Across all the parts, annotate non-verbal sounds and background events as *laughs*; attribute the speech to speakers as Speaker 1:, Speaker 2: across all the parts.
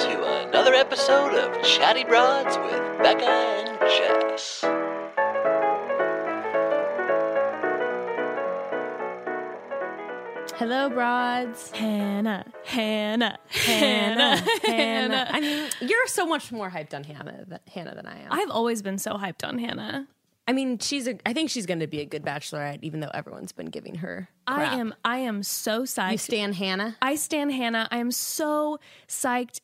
Speaker 1: another episode of Chatty Broads with Becca and Jess.
Speaker 2: Hello, broads.
Speaker 3: Hannah, Hannah,
Speaker 2: Hannah,
Speaker 3: Hannah.
Speaker 2: Hannah.
Speaker 3: I mean, you're so much more hyped on Hannah than, Hannah than I am. I,
Speaker 2: *laughs* I've always been so hyped on Hannah.
Speaker 3: mean, she's a. I think she's going to be a good bachelorette, even though everyone's been giving her. crap.
Speaker 2: I am I am so psyched.
Speaker 3: You stan Hannah?
Speaker 2: I stand Hannah. I am so psyched.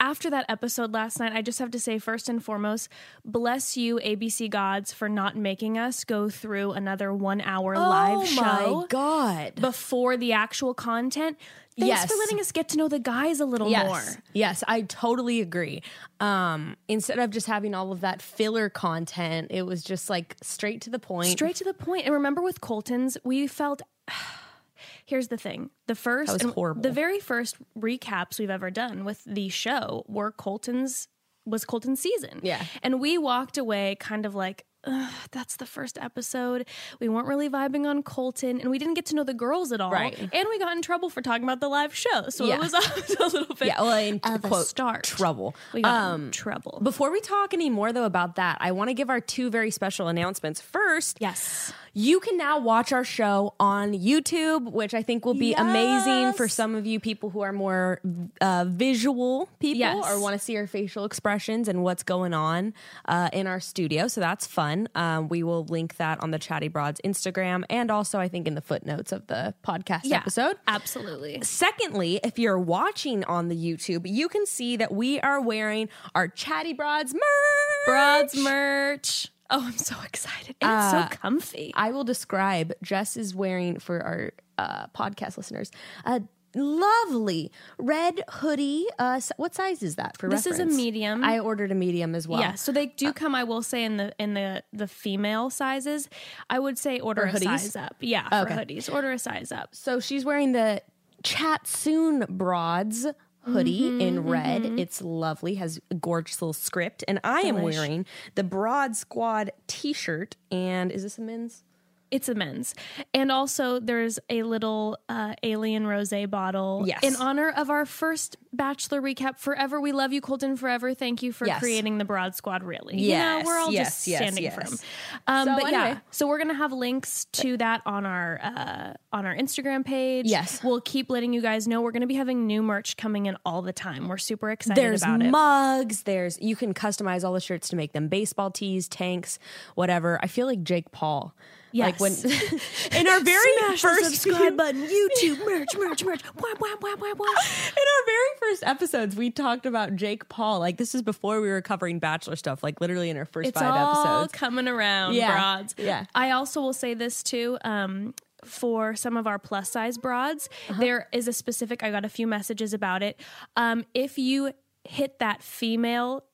Speaker 2: After that episode last night, I just have to say, first and foremost, bless you, ABC gods, for not making us go through another one hour live show
Speaker 3: Oh god!
Speaker 2: before the actual content. Thanks for
Speaker 3: Yes.
Speaker 2: letting us get to know the guys a little
Speaker 3: yes,
Speaker 2: more.
Speaker 3: yes, I totally agree. Um, instead of just having all of that filler content, it was just like straight to the point.
Speaker 2: Straight to the point. And remember with Colton's, we felt *sighs* here's the thing. The first
Speaker 3: was
Speaker 2: and
Speaker 3: horrible.
Speaker 2: the very first recaps we've ever done with the show were Colton's was Colton's season.
Speaker 3: Yeah.
Speaker 2: And we walked away kind of like "Ugh, that's the first episode. We weren't really vibing on Colton and we didn't get to know the girls at all.
Speaker 3: Right.
Speaker 2: And we got in trouble for talking about the live show. So
Speaker 3: Yeah.
Speaker 2: it was *laughs* always a little bit
Speaker 3: Yeah, Um, well, in
Speaker 2: of a
Speaker 3: quote
Speaker 2: start.
Speaker 3: trouble.
Speaker 2: We got in trouble.
Speaker 3: Before we talk any more though about that, I want to give our two very special announcements. First,
Speaker 2: yes.
Speaker 3: You can now watch our show on YouTube, which I think will be amazing for
Speaker 2: Yes.
Speaker 3: some of you people who are more uh, visual people
Speaker 2: Yes.
Speaker 3: or want to see our facial expressions and what's going on uh, in our studio. So that's fun. Um, we will link that on the Chatty Broads Instagram and also, I think, in the footnotes of the podcast episode.
Speaker 2: Absolutely.
Speaker 3: Secondly, if you're watching on the YouTube, you can see that we are wearing our Chatty Broads merch.
Speaker 2: Broads merch. Oh, I'm so excited. And it's so comfy.
Speaker 3: Uh, I will describe Jess is wearing for our uh, podcast listeners a lovely red hoodie. Uh, s- what size is that for
Speaker 2: This is a
Speaker 3: reference?
Speaker 2: medium.
Speaker 3: I ordered a medium as well.
Speaker 2: yeah, so they do come. I will say in the in the the female sizes, I would say order a
Speaker 3: hoodies?
Speaker 2: size up. Yeah, for hoodies, order a size up.
Speaker 3: So she's wearing the Chat Soon Broads hoodie
Speaker 2: Mm-hmm,
Speaker 3: in red. It's lovely, has a gorgeous little script. And I am wearing the Broad Squad t shirt. And is this a men's?
Speaker 2: It's a men's, and also there's a little uh, alien rosé bottle.
Speaker 3: Yes.
Speaker 2: in honor of our first bachelor recap. Forever, we love you, Colton. Forever, thank you for
Speaker 3: Yes.
Speaker 2: creating the Broad Squad. Really, you
Speaker 3: Yes,
Speaker 2: know, we're all
Speaker 3: yes,
Speaker 2: just
Speaker 3: yes,
Speaker 2: standing
Speaker 3: yes.
Speaker 2: firm. Um,
Speaker 3: So
Speaker 2: but yeah,
Speaker 3: anyway.
Speaker 2: so we're gonna have links to that on our uh, on our Instagram page.
Speaker 3: Yes.
Speaker 2: we'll keep letting you guys know. We're gonna be having new merch coming in all the time. We're super excited
Speaker 3: there's
Speaker 2: about it.
Speaker 3: mugs there's you can customize all the shirts to make them baseball tees tanks whatever i feel like jake paul like
Speaker 2: Yes.
Speaker 3: when *laughs* in our very
Speaker 2: Smash the
Speaker 3: first *laughs*
Speaker 2: subscribe button, YouTube, merch, merch, merch. Wah, wah, wah, wah, wah.
Speaker 3: in our very first episodes we talked about jake paul like this is before we were covering bachelor stuff like literally in our first
Speaker 2: It's
Speaker 3: five
Speaker 2: all
Speaker 3: episodes
Speaker 2: coming around,
Speaker 3: Yeah.
Speaker 2: broads.
Speaker 3: Yeah.
Speaker 2: I also will say this too. Um, for some of our plus size broads,
Speaker 3: Uh-huh.
Speaker 2: there is a specific. I got a few messages about it. Um, if you hit that female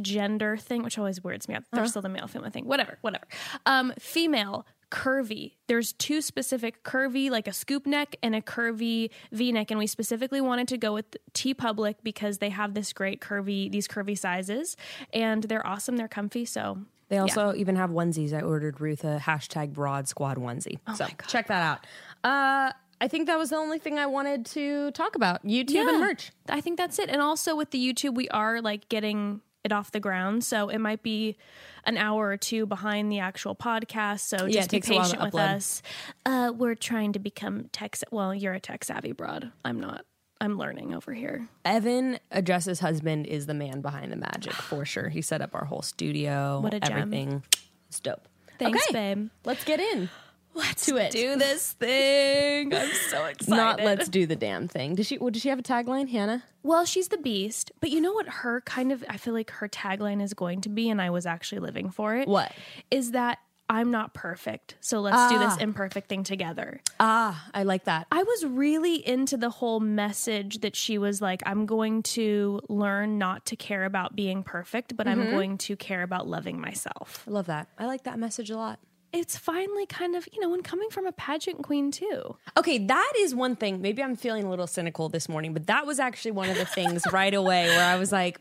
Speaker 2: gender thing, which always weirds me out. There's
Speaker 3: Uh-huh.
Speaker 2: still the male female thing. Whatever, whatever. Um, female curvy. There's two specific curvy, like a scoop neck and a curvy V neck, and we specifically wanted to go with T Public because they have this great curvy, these curvy sizes, and they're awesome. They're comfy. So
Speaker 3: they also even have onesies i ordered ruth a hashtag broad squad onesie so check that out uh i think that was the only thing i wanted to talk about youtube
Speaker 2: Yeah.
Speaker 3: and merch
Speaker 2: I think that's it. And also with the YouTube, we are like getting it off the ground, so it might be an hour or two behind the actual podcast. So just
Speaker 3: it
Speaker 2: be
Speaker 3: takes a while to
Speaker 2: patient with
Speaker 3: upload.
Speaker 2: us. Uh, we're trying to become tech. sa- Well, you're a tech savvy broad. I'm not. I'm learning over here.
Speaker 3: Evan, uh, Jess's husband, is the man behind the magic for sure. He set up our whole studio.
Speaker 2: What a gem.
Speaker 3: everything. It's dope.
Speaker 2: Thanks, babe.
Speaker 3: Let's get in.
Speaker 2: Let's
Speaker 3: to it.
Speaker 2: do this thing. I'm so excited.
Speaker 3: Not let's do the damn thing. Does she? Well, does she have a tagline, Hannah?
Speaker 2: Well, she's the beast, but you know what her kind of I feel like her tagline is going to be and I was actually living for it.
Speaker 3: What?
Speaker 2: Is that I'm not perfect. So let's do this imperfect thing together.
Speaker 3: Ah, I like that.
Speaker 2: Ah. I was really into the whole message that she was like I'm going to learn not to care about being perfect, but I'm going to care about loving myself.
Speaker 3: I love that. I like that message a lot.
Speaker 2: It's finally kind of, you know, and coming from a pageant queen too.
Speaker 3: Okay, that is one thing. Maybe I'm feeling a little cynical this morning, but that was actually one of the things right away where I was like,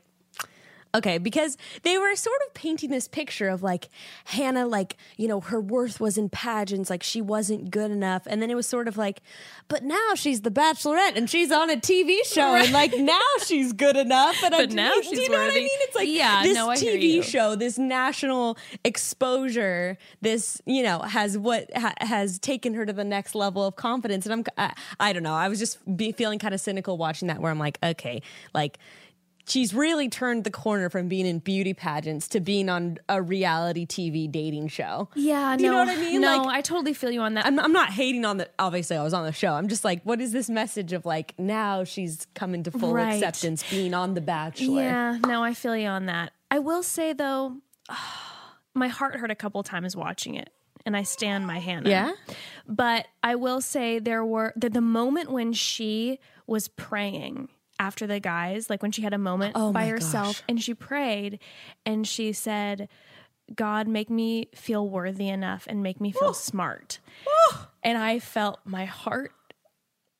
Speaker 3: Okay, because they were sort of painting this picture of like Hannah, like, you know, her worth was in pageants, like she wasn't good enough. And then it was sort of like, but now she's the bachelorette and she's on a TV show and like now she's good enough. And
Speaker 2: But now
Speaker 3: do, you- do
Speaker 2: she's
Speaker 3: you know what I
Speaker 2: worthy.
Speaker 3: mean? It's like
Speaker 2: Yeah,
Speaker 3: this
Speaker 2: no, I hear
Speaker 3: TV
Speaker 2: you.
Speaker 3: show, this national exposure, this, you know, has what ha- has taken her to the next level of confidence. And I'm, I, I don't know, I was just be feeling kind of cynical watching that where I'm like, okay, like, she's really turned the corner from being in beauty pageants to being on a reality TV dating show.
Speaker 2: Yeah,
Speaker 3: Do you
Speaker 2: no,
Speaker 3: know what I mean?
Speaker 2: No,
Speaker 3: Like-
Speaker 2: I totally feel you on that.
Speaker 3: I'm, I'm not hating on the, obviously, I was on the show. I'm just like, what is this message of like, now she's coming to full
Speaker 2: Right.
Speaker 3: acceptance being on The Bachelor?
Speaker 2: yeah, no, I feel you on that. I will say though, *sighs* my heart hurt a couple times watching it, and I stand my Hannah.
Speaker 3: Yeah?
Speaker 2: but I will say there were the, the moment when she was praying after the guys, like when she had a moment
Speaker 3: Oh
Speaker 2: by
Speaker 3: my
Speaker 2: herself
Speaker 3: gosh.
Speaker 2: and she prayed and she said, God, make me feel worthy enough and make me feel smart. And I felt my heart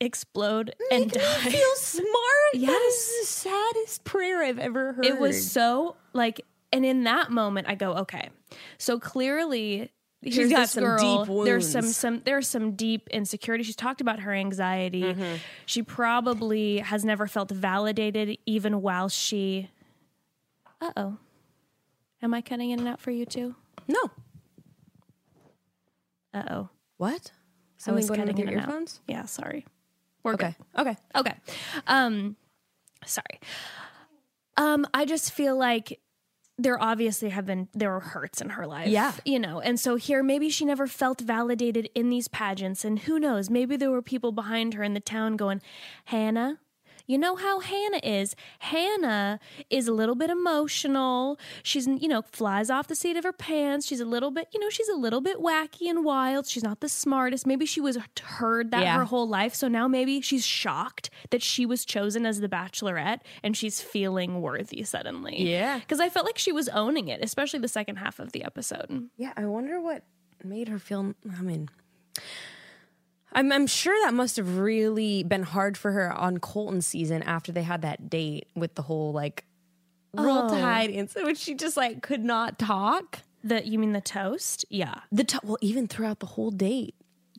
Speaker 2: explode and die.
Speaker 3: Feel smart. That
Speaker 2: Yes.
Speaker 3: is the saddest prayer I've ever heard.
Speaker 2: It was so like, and in that moment, I go, okay. So clearly, here's
Speaker 3: got
Speaker 2: this
Speaker 3: some
Speaker 2: girl.
Speaker 3: deep
Speaker 2: There's some
Speaker 3: wounds.
Speaker 2: some there's some deep insecurity. She's talked about her anxiety.
Speaker 3: Mm-hmm.
Speaker 2: She probably has never felt validated, even while she. Uh oh, am I cutting in and out for you too?
Speaker 3: no.
Speaker 2: Uh oh,
Speaker 3: What?
Speaker 2: I
Speaker 3: Something
Speaker 2: was
Speaker 3: going on
Speaker 2: cutting
Speaker 3: with
Speaker 2: in
Speaker 3: your
Speaker 2: and
Speaker 3: earphones?
Speaker 2: out. Yeah, sorry. We're good.
Speaker 3: Okay. Okay.
Speaker 2: Okay. Um sorry. Um I just feel like there obviously have been there were hurts in her life.
Speaker 3: Yeah.
Speaker 2: You know, and so here maybe she never felt validated in these pageants and who knows, maybe there were people behind her in the town going, "Hannah, you know how Hannah is. Hannah is a little bit emotional. She's, you know, flies off the seat of her pants. She's a little bit, you know, she's a little bit wacky and wild. She's not the smartest. Maybe she was heard that
Speaker 3: Yeah.
Speaker 2: her whole life. So now maybe she's shocked that she was chosen as the bachelorette and she's feeling worthy suddenly.
Speaker 3: Yeah.
Speaker 2: Because I felt like she was owning it, especially the second half of the episode.
Speaker 3: Yeah, I wonder what made her feel. I mean, I'm, I'm sure that must have really been hard for her on Colton season after they had that date with the whole like roll tide incident, *laughs* which she just like could not talk.
Speaker 2: The you mean the toast? Yeah.
Speaker 3: The to- well, even throughout the whole date,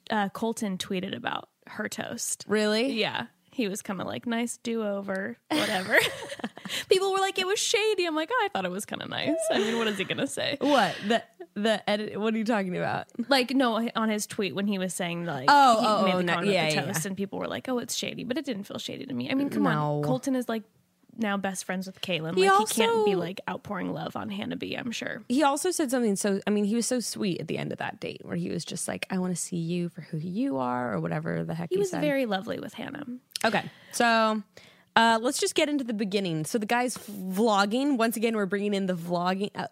Speaker 2: Uh, Colton tweeted about her toast.
Speaker 3: really.
Speaker 2: Yeah. He was kind of like, nice do
Speaker 3: *laughs*
Speaker 2: over, whatever. *laughs* People were like, it was shady. I'm like, oh, I thought it was kind of nice. I mean, what is he going to say?
Speaker 3: What the the edit? What are you talking about?
Speaker 2: Like, no, on his tweet when he was saying, like,
Speaker 3: Oh,
Speaker 2: he
Speaker 3: oh,
Speaker 2: made
Speaker 3: oh,
Speaker 2: the
Speaker 3: no,
Speaker 2: comment about
Speaker 3: yeah,
Speaker 2: the
Speaker 3: yeah,
Speaker 2: toast, and people were like, oh, it's shady, but it didn't feel shady to me. I mean, come on.
Speaker 3: No.
Speaker 2: Colton is like now best friends with Kaylin.
Speaker 3: He
Speaker 2: like, he can't be
Speaker 3: also-
Speaker 2: like outpouring love on Hannah B, I'm sure.
Speaker 3: He also said something so. I mean, he was so sweet at the end of that date where he was just like, "I want to see you for who you are," or whatever the heck he,
Speaker 2: He was
Speaker 3: said.
Speaker 2: very lovely with Hannah.
Speaker 3: Okay, so uh, let's just get into the beginning. So the guys vlogging once again. We're bringing in the vlogging. Uh,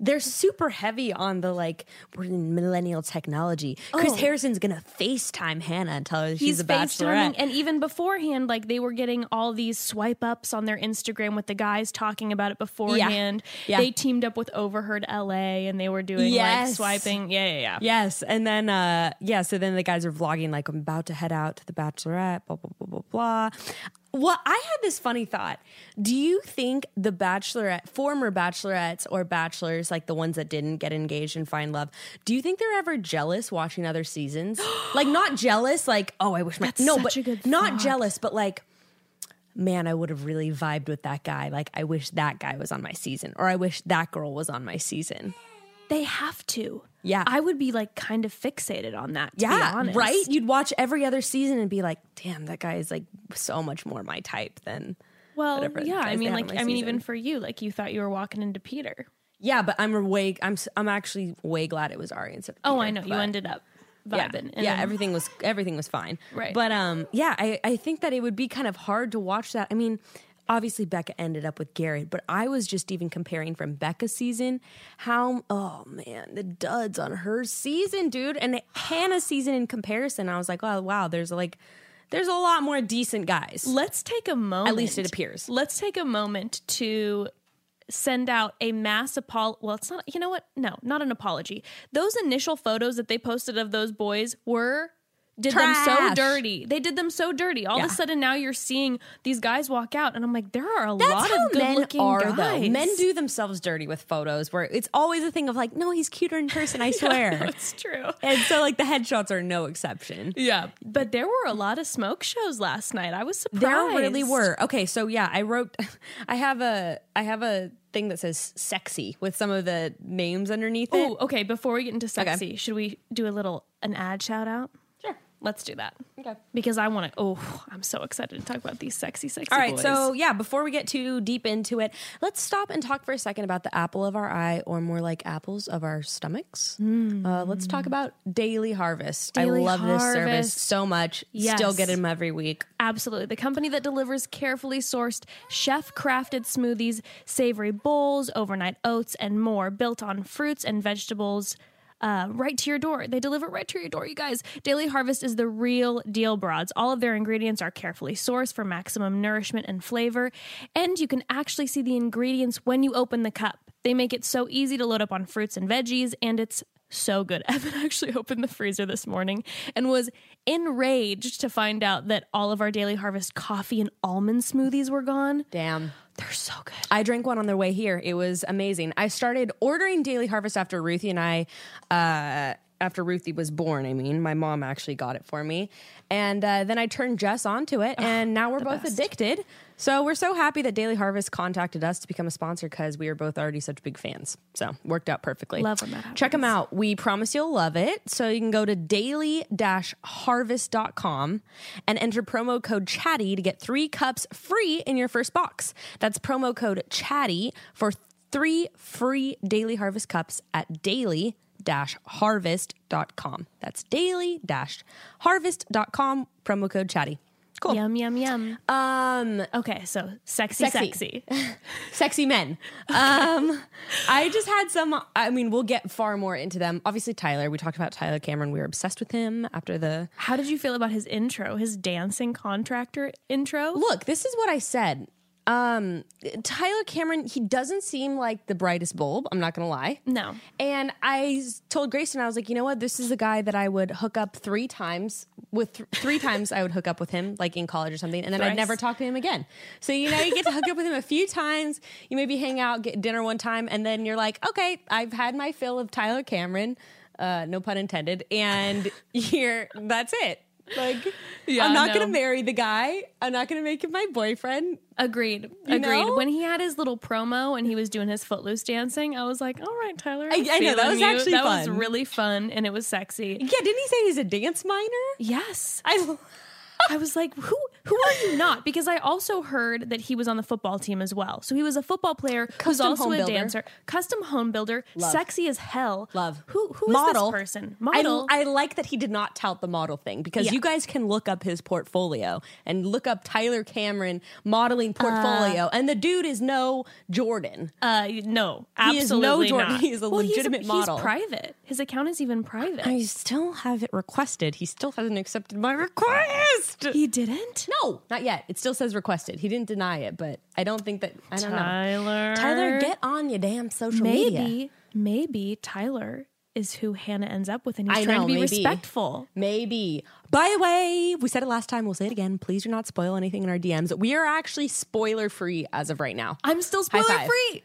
Speaker 3: they're super heavy on the like we're in millennial technology. Chris Harrison's gonna Facetime Hannah and tell her she's a
Speaker 2: FaceTiming,
Speaker 3: bachelorette.
Speaker 2: And even beforehand, like they were getting all these swipe ups on their Instagram with the guys talking about it beforehand.
Speaker 3: Yeah.
Speaker 2: They teamed up with Overheard LA and they were doing
Speaker 3: Yes.
Speaker 2: like swiping. Yeah, yeah, yeah.
Speaker 3: Yes, and then uh, yeah, so then the guys are vlogging like I'm about to head out to the bachelorette. Blah blah blah blah blah. Well, I had this funny thought. Do you think the bachelorette, former bachelorettes or bachelors, like the ones that didn't get engaged and find love, do you think they're ever jealous watching other
Speaker 2: *gasps*
Speaker 3: seasons? like not jealous, like oh, I wish my no,
Speaker 2: such
Speaker 3: but
Speaker 2: a good
Speaker 3: not
Speaker 2: thought.
Speaker 3: jealous, but like man, I would have really vibed with that guy. Like I wish that guy was on my season, or I wish that girl was on my season.
Speaker 2: They have to.
Speaker 3: Yeah.
Speaker 2: I would be like kind of fixated on that. To
Speaker 3: Yeah,
Speaker 2: be honest.
Speaker 3: right. You'd watch every other season and be like, "Damn, that guy is like so much more my type than."
Speaker 2: Well,
Speaker 3: Whatever the
Speaker 2: yeah. I
Speaker 3: guys
Speaker 2: mean,
Speaker 3: they had
Speaker 2: like,
Speaker 3: on
Speaker 2: I
Speaker 3: my
Speaker 2: mean,
Speaker 3: season.
Speaker 2: even for you, like, you thought you were walking into Peter.
Speaker 3: *laughs* Yeah, but I'm way. I'm s- I'm actually way glad it was Ari instead. of
Speaker 2: Oh,
Speaker 3: Peter,
Speaker 2: I know. You
Speaker 3: but-
Speaker 2: ended up
Speaker 3: Yeah,
Speaker 2: vibing. and
Speaker 3: yeah
Speaker 2: then-
Speaker 3: everything was everything was fine.
Speaker 2: Right.
Speaker 3: But um, yeah, I I think that it would be kind of hard to watch that. I mean. Obviously, Becca ended up with Garrett, but I was just even comparing from Becca's season how, oh man, the duds on her season, dude, and Hannah's season in comparison. I was like, oh wow, there's like, there's a lot more decent guys.
Speaker 2: Let's take a moment.
Speaker 3: At least it appears.
Speaker 2: Let's take a moment to send out a mass apol. Well, it's not. You know what? No, not an apology. Those initial photos that they posted of those boys were did them so
Speaker 3: Trash.
Speaker 2: dirty. They did them so dirty. All
Speaker 3: Yeah.
Speaker 2: of a sudden, now you're seeing these guys walk out, and I'm like, there are a lot
Speaker 3: That's how
Speaker 2: of good
Speaker 3: men
Speaker 2: looking
Speaker 3: are,
Speaker 2: guys.
Speaker 3: though. Men do themselves dirty with photos, where it's always a thing of like, no, he's cuter in person.
Speaker 2: *laughs*
Speaker 3: I swear.
Speaker 2: *laughs* That's true.
Speaker 3: and so, like, the headshots are no exception.
Speaker 2: Yeah, but there were a lot of smoke shows last night. I was surprised.
Speaker 3: There really were. Okay, so yeah, I wrote *laughs* I have a I have a thing that says sexy with some of the names underneath it.
Speaker 2: Oh, okay. Before we get into sexy, should we do a little an ad shout out?
Speaker 3: Sure.
Speaker 2: Let's do that.
Speaker 3: Okay.
Speaker 2: Because I want to. Oh, I'm so excited to talk about these sexy, sexy.
Speaker 3: All right,
Speaker 2: boys.
Speaker 3: so yeah, before we get too deep into it, let's stop and talk for a second about the apple of our eye, or more like apples of our stomachs. Uh, let's talk about Daily Harvest.
Speaker 2: Hmm. Daily
Speaker 3: I love this service
Speaker 2: Harvest.
Speaker 3: so much.
Speaker 2: Yes.
Speaker 3: Still get them every week.
Speaker 2: Absolutely. The company that delivers carefully sourced, chef crafted smoothies, savory bowls, overnight oats, and more, built on fruits and vegetables. Uh, right to your door. They deliver right to your door, you guys. Daily Harvest is the real deal, broads. All of their ingredients are carefully sourced for maximum nourishment and flavor, and you can actually see the ingredients when you open the cup. They make it so easy to load up on fruits and veggies, and it's so good. *laughs* Evan actually opened the freezer this morning and was enraged to find out that all of our Daily Harvest coffee and almond smoothies were gone.
Speaker 3: Damn.
Speaker 2: They're so good.
Speaker 3: I drank one on their way here. It was amazing. I started ordering Daily Harvest after Ruthie and I, uh, after Ruthie was born. I mean, my mom actually got it for me, and uh, then I turned Jess onto
Speaker 2: Ah,
Speaker 3: it, and now we're both addicted. So we're so happy that Daily Harvest contacted us to become a sponsor because we are both already such big fans. So worked out perfectly.
Speaker 2: Love when that
Speaker 3: Check them out. We promise you'll love it. So you can go to daily-harvest.com and enter promo code chatty to get three cups free in your first box. That's promo code chatty for three free daily harvest cups at daily harvest.com. That's daily harvest.com, promo code chatty. Cool.
Speaker 2: Yum, yum, yum.
Speaker 3: Um,
Speaker 2: Okay, so sexy,
Speaker 3: Sexy.
Speaker 2: sexy.
Speaker 3: sexy men. Um, *laughs* I just had some. I mean, we'll get far more into them. Obviously, Tyler. We talked about Tyler Cameron. We were obsessed with him after the
Speaker 2: How did you feel about his intro, his dancing contractor intro?
Speaker 3: look. This is what I said. Um, Tyler Cameron. He doesn't seem like the brightest bulb. I'm not gonna lie.
Speaker 2: No.
Speaker 3: And I s- told Grayson, I was like, you know what? This is a guy that I would hook up three times with th- three times I would hook up with him, like in college or something, and then I'd
Speaker 2: Thrice.
Speaker 3: never talk to him again. So you know, you get to hook up with him a few times. You maybe hang out, get dinner one time, and then you're like, okay, I've had my fill of Tyler Cameron, uh, no pun intended, and *laughs* you're that's it. Like,
Speaker 2: Yeah,
Speaker 3: I'm not
Speaker 2: no.
Speaker 3: gonna marry the guy. I'm not gonna make him my boyfriend.
Speaker 2: Agreed. Agreed.
Speaker 3: know?
Speaker 2: When he had his little promo and he was doing his footloose dancing, I was like, all right, Tyler. I'm
Speaker 3: I know, that
Speaker 2: feeling
Speaker 3: was
Speaker 2: you.
Speaker 3: actually
Speaker 2: That was
Speaker 3: fun.
Speaker 2: really fun and it was sexy.
Speaker 3: Yeah, didn't he say he's a dance minor?
Speaker 2: Yes.
Speaker 3: *laughs* I.
Speaker 2: I was like, who who are you not? Because I also heard that he was on the football team as well. So he was a football player who's
Speaker 3: Custom
Speaker 2: also
Speaker 3: home
Speaker 2: a
Speaker 3: builder.
Speaker 2: dancer, custom home builder, sexy as hell.
Speaker 3: Love.
Speaker 2: Who who is
Speaker 3: Model.
Speaker 2: this person?
Speaker 3: I,
Speaker 2: Model.
Speaker 3: I like that he did not tout the model thing because
Speaker 2: Yeah.
Speaker 3: you guys can look up his portfolio and look up Tyler Cameron modeling portfolio, and the dude is no Jordan.
Speaker 2: uh no,
Speaker 3: He is no
Speaker 2: absolutely
Speaker 3: Jordan.
Speaker 2: not.
Speaker 3: He is a
Speaker 2: Well, he's
Speaker 3: legitimate
Speaker 2: he's
Speaker 3: model.
Speaker 2: private. His account is even private.
Speaker 3: I still have it requested. He still hasn't accepted my request.
Speaker 2: he didn't?
Speaker 3: no, not yet. It still says requested. He didn't deny it, but I don't think that I don't know.
Speaker 2: Tyler.
Speaker 3: Tyler, get on your damn social
Speaker 2: maybe
Speaker 3: media.
Speaker 2: maybe Tyler is who Hannah ends up with and he's
Speaker 3: I
Speaker 2: trying
Speaker 3: know,
Speaker 2: to be
Speaker 3: maybe.
Speaker 2: respectful.
Speaker 3: Maybe. By the way, we said it last time. We'll say it again. Please do not spoil anything in our DMs. We are actually spoiler free as of right now.
Speaker 2: I'm still
Speaker 3: High
Speaker 2: spoiler
Speaker 3: five.
Speaker 2: free.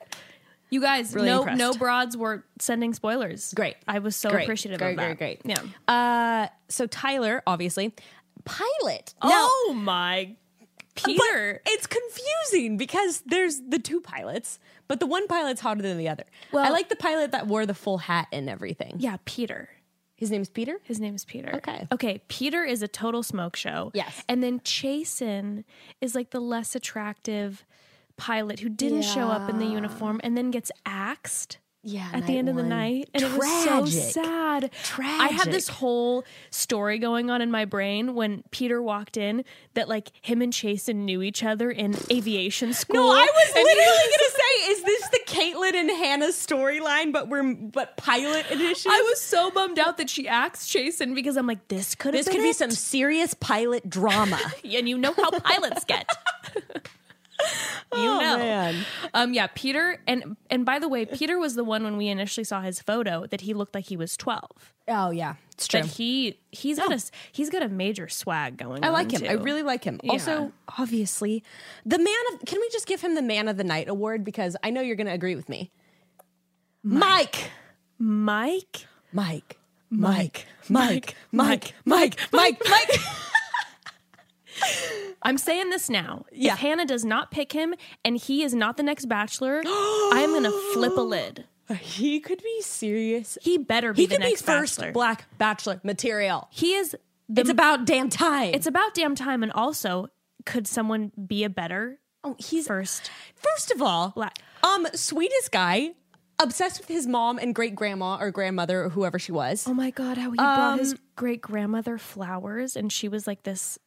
Speaker 2: You guys,
Speaker 3: Really
Speaker 2: no
Speaker 3: impressed.
Speaker 2: no broads were sending spoilers.
Speaker 3: Great.
Speaker 2: I was so
Speaker 3: Great.
Speaker 2: appreciative
Speaker 3: Great,
Speaker 2: of that.
Speaker 3: great, great.
Speaker 2: Yeah.
Speaker 3: Uh, so Tyler, obviously, pilot.
Speaker 2: oh my
Speaker 3: Now,
Speaker 2: Peter.
Speaker 3: but it's confusing because there's the two pilots, but the one pilot's hotter than the other. Well, I
Speaker 2: Well-
Speaker 3: like the pilot that wore the full hat and everything.
Speaker 2: yeah, Peter.
Speaker 3: His name's Peter.
Speaker 2: His name is Peter.
Speaker 3: Okay.
Speaker 2: Okay. Peter is a total smoke show.
Speaker 3: Yes.
Speaker 2: And then Chasen is like the less attractive pilot who didn't show up in the uniform and then gets axed.
Speaker 3: Yeah,
Speaker 2: At the end of the night. And it was so
Speaker 3: Tragic.
Speaker 2: sad. I had this
Speaker 3: Tragic.
Speaker 2: whole story going on in my brain when Peter walked in that like him and Chasen knew each other in aviation school.
Speaker 3: No, I was
Speaker 2: And he
Speaker 3: literally *laughs* gonna say, is this the Caitlyn and Hannah storyline, but we're but pilot edition?
Speaker 2: *laughs* I was so bummed out that she axed Chasen because I'm like, this could have
Speaker 3: this could be some *laughs* serious pilot drama.
Speaker 2: and you know how pilots get. know.
Speaker 3: Oh, man.
Speaker 2: *laughs* Um, yeah, Peter, and and by the way, Peter was the one when we initially saw his photo that he looked like he was twelve.
Speaker 3: Oh yeah, it's true. Oh.
Speaker 2: That he he's got a s- he's got a major swag going.
Speaker 3: I like him. I really like him.
Speaker 2: Yeah.
Speaker 3: Also, obviously, the man of can we just give him the man of the night award because I know you're going to agree with me. Mike.
Speaker 2: Mike.
Speaker 3: Mike. Mike. Mike. Mike. Mike. Mike. Mike.
Speaker 2: I'm saying this now.
Speaker 3: Yeah.
Speaker 2: If Hannah does not pick him and he is not the next *gasps* bachelor, I'm gonna flip a lid.
Speaker 3: *laughs* He could be serious.
Speaker 2: He better be
Speaker 3: He
Speaker 2: the
Speaker 3: could be
Speaker 2: next
Speaker 3: first
Speaker 2: bachelor.
Speaker 3: black bachelor material.
Speaker 2: he is the
Speaker 3: It's about damn time.
Speaker 2: it's about damn time and also could someone be a better
Speaker 3: oh, he's
Speaker 2: first
Speaker 3: First of all,
Speaker 2: Black.
Speaker 3: um, sweetest guy, obsessed with his mom and great grandma or grandmother or whoever she was.
Speaker 2: oh my god how he brought his great grandmother flowers and she was like this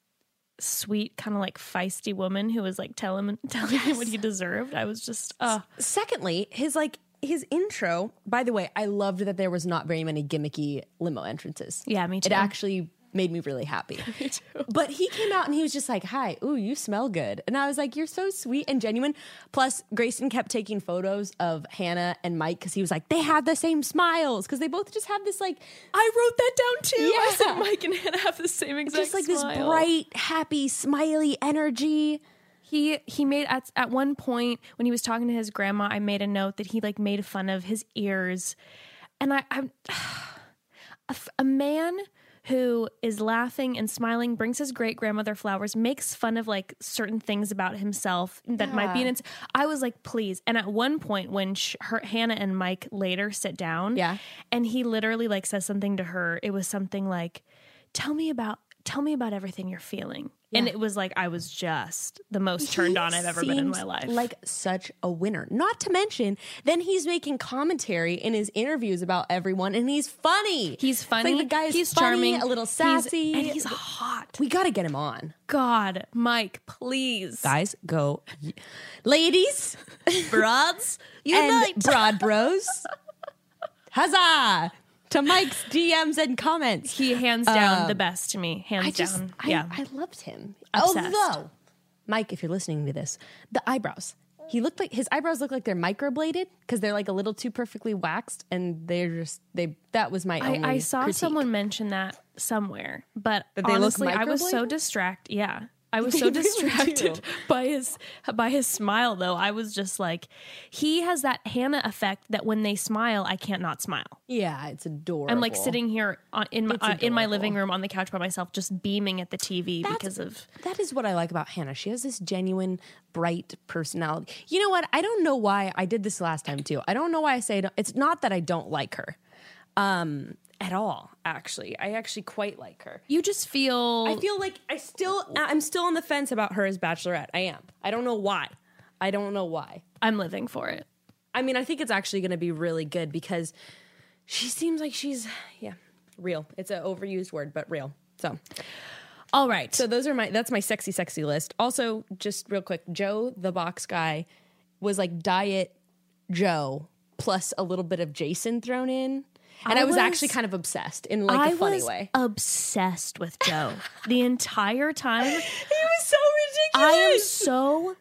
Speaker 2: sweet kind of like feisty woman who was like telling him *laughs* telling him what he deserved i was just *laughs* uh
Speaker 3: Secondly, his like his intro. By the way, I loved that there was not very many gimmicky limo entrances.
Speaker 2: Yeah, me
Speaker 3: It
Speaker 2: too.
Speaker 3: actually made me really
Speaker 2: *laughs*
Speaker 3: happy. me too. But he came out and he was just like, "Hi, ooh, you smell good," and I was like, "You're so sweet and genuine." Plus, Grayson kept taking photos of Hannah and Mike because he was like, "They have the same smiles because they both just have this like
Speaker 2: i wrote that down too
Speaker 3: I said
Speaker 2: mike and hannah have the same exact
Speaker 3: just like this bright, happy, smiley energy."
Speaker 2: he he made at at one point when he was talking to his grandma i made a note that he like made fun of his ears and i i'm *sighs* a, f- a man who is laughing and smiling brings his great grandmother flowers makes fun of like certain things about himself that might be in it i was like please and at one point when sh- her hannah and mike later sit down
Speaker 3: Yeah.
Speaker 2: and he literally like says something to her it was something like tell me about tell me about everything you're feeling and it was like i was just the most turned
Speaker 3: He
Speaker 2: on i've ever been in
Speaker 3: seems
Speaker 2: my life
Speaker 3: Like such a winner. Not to mention, then he's making commentary in his interviews about everyone, and he's funny.
Speaker 2: he's
Speaker 3: It's
Speaker 2: funny
Speaker 3: Like the guy is
Speaker 2: he's
Speaker 3: funny,
Speaker 2: charming
Speaker 3: a little
Speaker 2: He's-
Speaker 3: sassy,
Speaker 2: and he's hot
Speaker 3: we got to get him on,
Speaker 2: god mike please
Speaker 3: guys. Go, ladies,
Speaker 2: broads
Speaker 3: and broad bros. Huzzah to Mike's DMs and comments.
Speaker 2: he hands down
Speaker 3: Um,
Speaker 2: the best to me hands
Speaker 3: I just,
Speaker 2: down
Speaker 3: I,
Speaker 2: yeah
Speaker 3: I loved him.
Speaker 2: Obsessed.
Speaker 3: Although, Mike, if you're listening to this, the eyebrows. He looked like his eyebrows look like they're microbladed because they're like a little too perfectly waxed, and they're just they. That was my
Speaker 2: I,
Speaker 3: only.
Speaker 2: I saw
Speaker 3: critique.
Speaker 2: someone mention that somewhere, but
Speaker 3: That they look
Speaker 2: honestly, I was so
Speaker 3: microbladed?
Speaker 2: distracted. Yeah,
Speaker 3: *laughs*
Speaker 2: I was
Speaker 3: They
Speaker 2: so
Speaker 3: really do.
Speaker 2: distracted *laughs* by his by his smile. Though I was just like, he has that Hannah effect that when they smile, I can't not smile.
Speaker 3: Yeah, it's adorable.
Speaker 2: I'm like sitting here on, in my
Speaker 3: It's
Speaker 2: uh, in my living
Speaker 3: adorable.
Speaker 2: room on the couch by myself, just beaming at the TV because of
Speaker 3: That is what I like about Hannah. She has this genuine, bright personality. You know what? I don't know why I did this last time too. I don't know why I say I don't- it's not that I don't like her, um, at all. Actually, I actually quite like her.
Speaker 2: you. Just feel
Speaker 3: I feel like I still I'm still on the fence about her as bachelorette. I am. I don't know why. I don't know why.
Speaker 2: I'm living for it.
Speaker 3: I mean, I think it's actually going to be really good because she seems like she's yeah, real. It's an overused word, but real. So,
Speaker 2: All right,
Speaker 3: so those are my that's my sexy sexy list. Also, just real quick, Joe the box guy was like diet Joe plus a little bit of Jason thrown in. And
Speaker 2: I
Speaker 3: I was,
Speaker 2: was-
Speaker 3: actually kind of obsessed in like a
Speaker 2: I
Speaker 3: funny
Speaker 2: was
Speaker 3: way.
Speaker 2: obsessed with
Speaker 3: *laughs*
Speaker 2: Joe the entire time.
Speaker 3: He was so
Speaker 2: I
Speaker 3: ridiculous.
Speaker 2: am so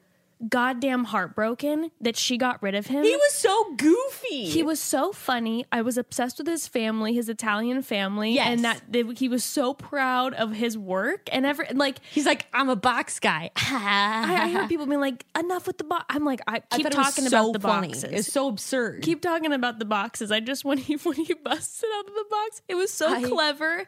Speaker 2: goddamn heartbroken that she got rid of him.
Speaker 3: he was so goofy.
Speaker 2: He was so funny. I was obsessed with his family, his Italian family,
Speaker 3: Yes.
Speaker 2: and that they, he was so proud of his work and every like.
Speaker 3: He's like, I'm a box guy.
Speaker 2: I, I
Speaker 3: *laughs*
Speaker 2: heard people being like, "Enough with the box." I'm like, I keep
Speaker 3: thought it was
Speaker 2: talking
Speaker 3: so
Speaker 2: about the
Speaker 3: funny.
Speaker 2: boxes.
Speaker 3: It's so absurd.
Speaker 2: keep talking about the boxes. I just *laughs* when he when he busts it out of the box, it was so
Speaker 3: I-
Speaker 2: clever.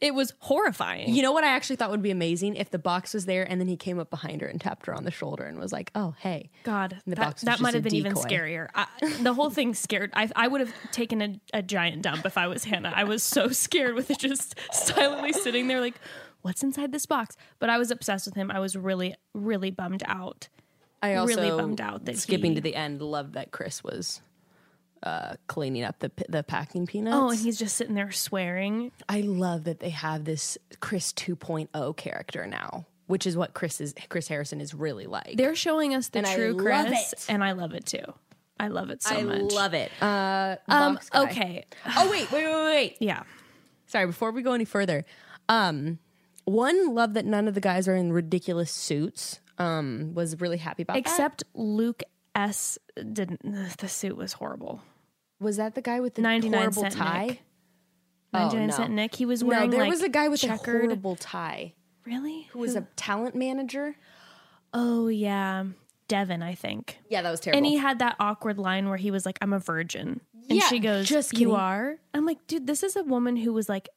Speaker 2: It was horrifying.
Speaker 3: you know what I actually thought would be amazing if the box was there and then he came up behind her and tapped her on the shoulder and was like, "Oh, hey."
Speaker 2: God,
Speaker 3: And the
Speaker 2: that,
Speaker 3: box was
Speaker 2: that
Speaker 3: just
Speaker 2: might
Speaker 3: a
Speaker 2: have been even
Speaker 3: decoy.
Speaker 2: scarier. I, the whole thing scared. I, I would have taken a, a giant dump if I was Hannah. I was so scared with it just silently sitting there, like, what's inside this box? But I was obsessed with him. I was really, really bummed out.
Speaker 3: I also
Speaker 2: Really bummed out that
Speaker 3: skipping
Speaker 2: he-
Speaker 3: to the end. Loved that Chris was uh, cleaning up the p- the packing peanuts.
Speaker 2: Oh, and he's just sitting there swearing.
Speaker 3: I love that they have this Chris 2.0 character now, which is what Chris is Chris Harrison is really like.
Speaker 2: They're showing us the
Speaker 3: And I
Speaker 2: true
Speaker 3: love
Speaker 2: Chris,
Speaker 3: it.
Speaker 2: and I love it too. I love it so
Speaker 3: I
Speaker 2: much.
Speaker 3: love it. Uh,
Speaker 2: um,
Speaker 3: box guy.
Speaker 2: okay,
Speaker 3: Oh wait, wait, wait, wait.
Speaker 2: yeah.
Speaker 3: sorry before we go any further um one love that none of the guys are in ridiculous suits um, was really happy about that.
Speaker 2: Except Luke S didn't. ugh, The suit was horrible.
Speaker 3: Was that the guy with the
Speaker 2: 99
Speaker 3: horrible
Speaker 2: cent
Speaker 3: tie?
Speaker 2: Nick.
Speaker 3: Oh,
Speaker 2: Ninety nine Cent
Speaker 3: no.
Speaker 2: Nick. He was
Speaker 3: No,
Speaker 2: wearing
Speaker 3: there
Speaker 2: like
Speaker 3: was a guy with a
Speaker 2: checkered.
Speaker 3: horrible tie
Speaker 2: really?
Speaker 3: who was a talent manager.
Speaker 2: Oh yeah, Devin. I think.
Speaker 3: Yeah, that was terrible.
Speaker 2: And he had that awkward line where he was like, "I'm a virgin," and
Speaker 3: Yeah,
Speaker 2: she goes,
Speaker 3: just kidding.
Speaker 2: "You are." I'm like, dude, this is a woman who was like,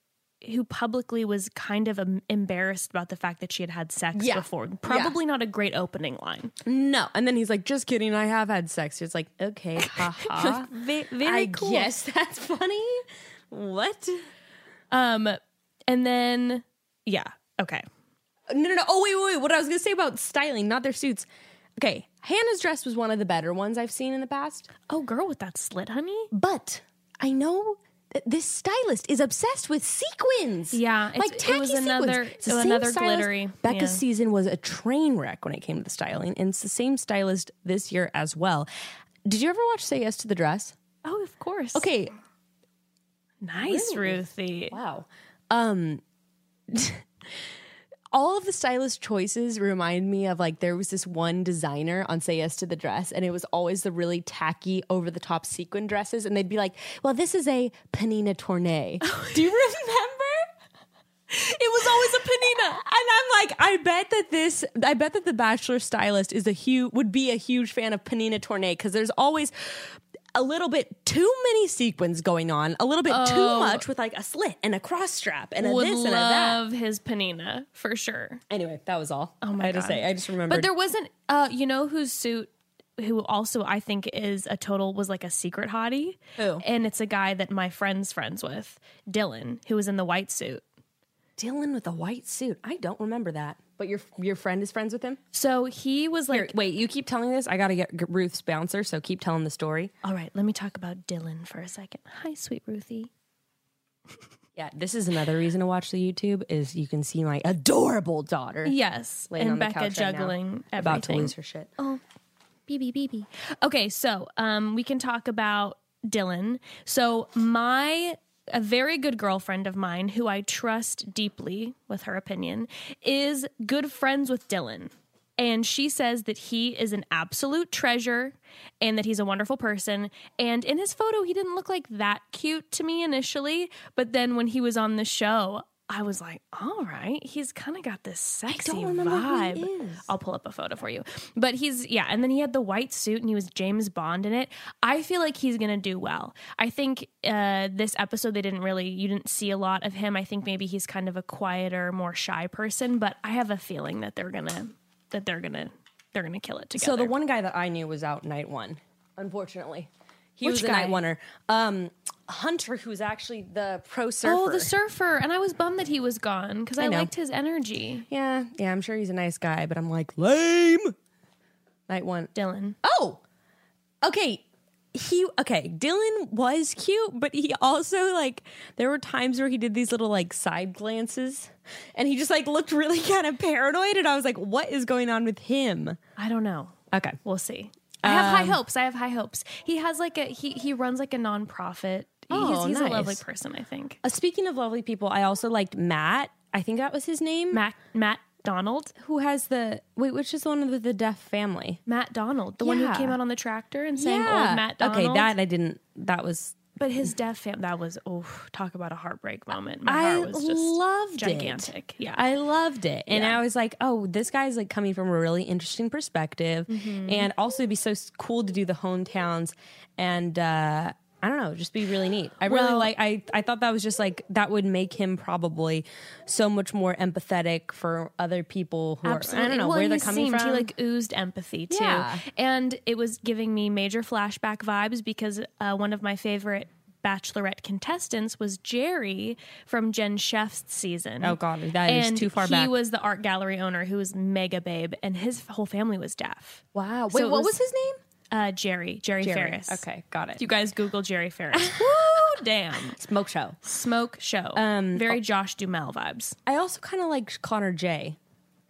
Speaker 2: who publicly was kind of um, embarrassed about the fact that she had had sex
Speaker 3: Yeah.
Speaker 2: before. Probably not a great opening line.
Speaker 3: no, and then he's like, "Just kidding, I have had sex." It's like,
Speaker 2: *laughs*
Speaker 3: okay, haha.
Speaker 2: Ve- very
Speaker 3: I
Speaker 2: cool.
Speaker 3: guess that's funny. What?
Speaker 2: Um, and then yeah, okay.
Speaker 3: No, no, no. Oh, wait, wait, wait. What I was gonna say about styling, not their suits. Okay, Hannah's dress was one of the better ones I've seen in the past.
Speaker 2: Oh, girl with that slit, honey.
Speaker 3: But I know that this stylist is obsessed with sequins.
Speaker 2: Yeah, it's-
Speaker 3: like
Speaker 2: it
Speaker 3: tacky
Speaker 2: was
Speaker 3: sequins.
Speaker 2: another-
Speaker 3: It's the
Speaker 2: it was
Speaker 3: same
Speaker 2: another
Speaker 3: stylist.
Speaker 2: glittery,
Speaker 3: Becca's
Speaker 2: yeah.
Speaker 3: season was a train wreck when it came to the styling, and it's the same stylist this year as well. Did you ever watch Say Yes to the Dress?
Speaker 2: Oh, of course.
Speaker 3: Okay,
Speaker 2: nice, Ruthie.
Speaker 3: Wow. Um *laughs* all of the stylist choices remind me of like there was this one designer on Say Yes to the Dress and it was always the really tacky over the top sequin dresses and they'd be like, "Well, this is a Panina Tournay." Do you remember? It was always a panina, and I'm like, I bet that this, I bet that the Bachelor stylist is a huge, would be a huge fan of panina tournay because there's always a little bit too many sequins going on, a little bit too much with like a slit and a cross strap and a
Speaker 2: Oh. Would
Speaker 3: this and a that.
Speaker 2: love his panina for sure.
Speaker 3: Anyway, that was all. Oh my I had to
Speaker 2: God.
Speaker 3: say, I just remembered.
Speaker 2: But there wasn't. Uh, you know whose suit? Who also I think is a total was like a secret hottie.
Speaker 3: Who?
Speaker 2: And it's a guy that my friend's friends with, Dylan, who was in the white suit.
Speaker 3: Dylan with a white suit. I don't remember that. But your your friend is friends with him.
Speaker 2: So he was like,
Speaker 3: Wait, you keep telling this. I gotta get Ruth's bouncer, so keep telling the story.
Speaker 2: "All right, let me talk about Dylan for a second. Hi, sweet Ruthie.
Speaker 3: Yeah, this is another reason to watch the YouTube is you can see my adorable daughter
Speaker 2: Yes,
Speaker 3: laying
Speaker 2: and
Speaker 3: on the
Speaker 2: Becca
Speaker 3: couch right now,
Speaker 2: juggling
Speaker 3: about to
Speaker 2: everything.
Speaker 3: lose her shit.
Speaker 2: BB BB. Okay, so um, we can talk about Dylan. So my a very good girlfriend of mine who I trust deeply with her opinion is good friends with Dylan. And she says that he is an absolute treasure and that he's a wonderful person. And in his photo, he didn't look like that cute to me initially. But then when he was on the show, I was like, all right, he's kind of got this sexy
Speaker 3: remember who he
Speaker 2: vibe.
Speaker 3: is.
Speaker 2: I'll pull up a photo for you. But he's yeah, and then he had the white suit and he was James Bond in it. I feel like he's gonna do well. I think uh, this episode they didn't really you didn't see a lot of him. I think maybe he's kind of a quieter, more shy person. But I have a feeling that they're gonna that they're gonna they're gonna kill it together.
Speaker 3: So the one guy that I knew was out night one, unfortunately. He
Speaker 2: Which
Speaker 3: was a
Speaker 2: guy?
Speaker 3: night oneer. Um, Hunter, who's actually the pro surfer.
Speaker 2: oh the surfer, and I was bummed that he was gone because I,
Speaker 3: know.
Speaker 2: liked his energy.
Speaker 3: yeah, yeah, I'm sure he's a nice guy, but I'm like, lame. Night one.
Speaker 2: Dylan,
Speaker 3: Oh, okay. He okay. Dylan was cute, but he also like there were times where he did these little like side glances, and he just like looked really *laughs* kind of paranoid. And I was like, "What is going on with him?"
Speaker 2: I don't know.
Speaker 3: Okay,
Speaker 2: We'll see. I have
Speaker 3: Um,
Speaker 2: high hopes. I have high hopes. He has like a he he runs like a nonprofit.
Speaker 3: Oh,
Speaker 2: he's he's
Speaker 3: nice.
Speaker 2: a lovely person, I think.
Speaker 3: Uh, speaking of lovely people, I also liked Matt. I think that was his name.
Speaker 2: Matt Matt Donald.
Speaker 3: who has the wait, which is the one of the deaf family?
Speaker 2: Matt Donald, the one who
Speaker 3: Yeah.
Speaker 2: came out on the tractor and sang old Matt Donald.
Speaker 3: Okay, that I didn't. That was
Speaker 2: but his deaf fam that was oh talk about a heartbreak moment. My
Speaker 3: I
Speaker 2: heart was just
Speaker 3: loved it.
Speaker 2: gigantic. Yeah.
Speaker 3: I loved it, and
Speaker 2: Yeah.
Speaker 3: I was like, "Oh, this guy's like coming from a really interesting perspective,
Speaker 2: Mm-hmm.
Speaker 3: and also it'd be so s- cool to do the hometowns, and uh, I don't know, just be really neat. I really
Speaker 2: Well-
Speaker 3: like. I I thought that was just like that would make him probably so much more empathetic for other people who
Speaker 2: Absolutely.
Speaker 3: are I don't know
Speaker 2: well,
Speaker 3: where they're
Speaker 2: he
Speaker 3: coming
Speaker 2: seemed-
Speaker 3: from.
Speaker 2: He like oozed empathy too,
Speaker 3: Yeah.
Speaker 2: and it was giving me major flashback vibes because uh, one of my favorite Bachelorette contestants was Jerry from Jen Chef's season.
Speaker 3: Oh, God, that is
Speaker 2: and
Speaker 3: too far
Speaker 2: he
Speaker 3: back.
Speaker 2: was the art gallery owner who was mega babe, and his whole family was deaf.
Speaker 3: wow, wait,
Speaker 2: So it
Speaker 3: what was,
Speaker 2: was-
Speaker 3: his name?
Speaker 2: Uh, Jerry, Jerry, Ferris.
Speaker 3: Okay, got it.
Speaker 2: You guys Google
Speaker 3: *laughs*
Speaker 2: Jerry Ferris. Woo, damn.
Speaker 3: Smoke show.
Speaker 2: Smoke show.
Speaker 3: Um, oh.
Speaker 2: Very Josh Dumel vibes.
Speaker 3: I also kind of liked Connor J,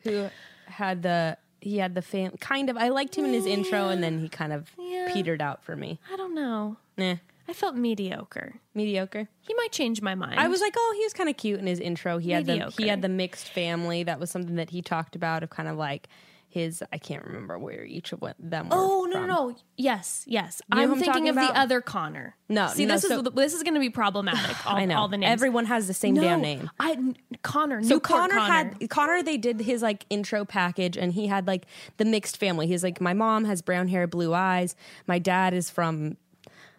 Speaker 3: who had the he had the fam kind of. I liked him in his intro, and then he kind of
Speaker 2: Yeah.
Speaker 3: petered out for me.
Speaker 2: I don't know.
Speaker 3: Nah,
Speaker 2: I felt mediocre.
Speaker 3: mediocre.
Speaker 2: He might change my mind.
Speaker 3: I was like, oh, he was kind of cute in his intro. He had the he
Speaker 2: Mediocre.
Speaker 3: had the mixed family. That was something that he talked about of kind of like his I can't remember where each of them were.
Speaker 2: Oh no,
Speaker 3: from.
Speaker 2: no, no. Yes, yes.
Speaker 3: know who
Speaker 2: I'm
Speaker 3: I'm
Speaker 2: thinking
Speaker 3: talking
Speaker 2: of
Speaker 3: about?
Speaker 2: the other Connor.
Speaker 3: No,
Speaker 2: see,
Speaker 3: no,
Speaker 2: this
Speaker 3: so-
Speaker 2: is this is going to be problematic. All,
Speaker 3: I know
Speaker 2: all the names.
Speaker 3: Everyone has the same
Speaker 2: no,
Speaker 3: damn name.
Speaker 2: I n- Connor.
Speaker 3: So
Speaker 2: Newport
Speaker 3: Connor,
Speaker 2: Connor,
Speaker 3: had Connor. They did his like intro package, and he had like the mixed family. He's like, my mom has brown hair, blue eyes. My dad is from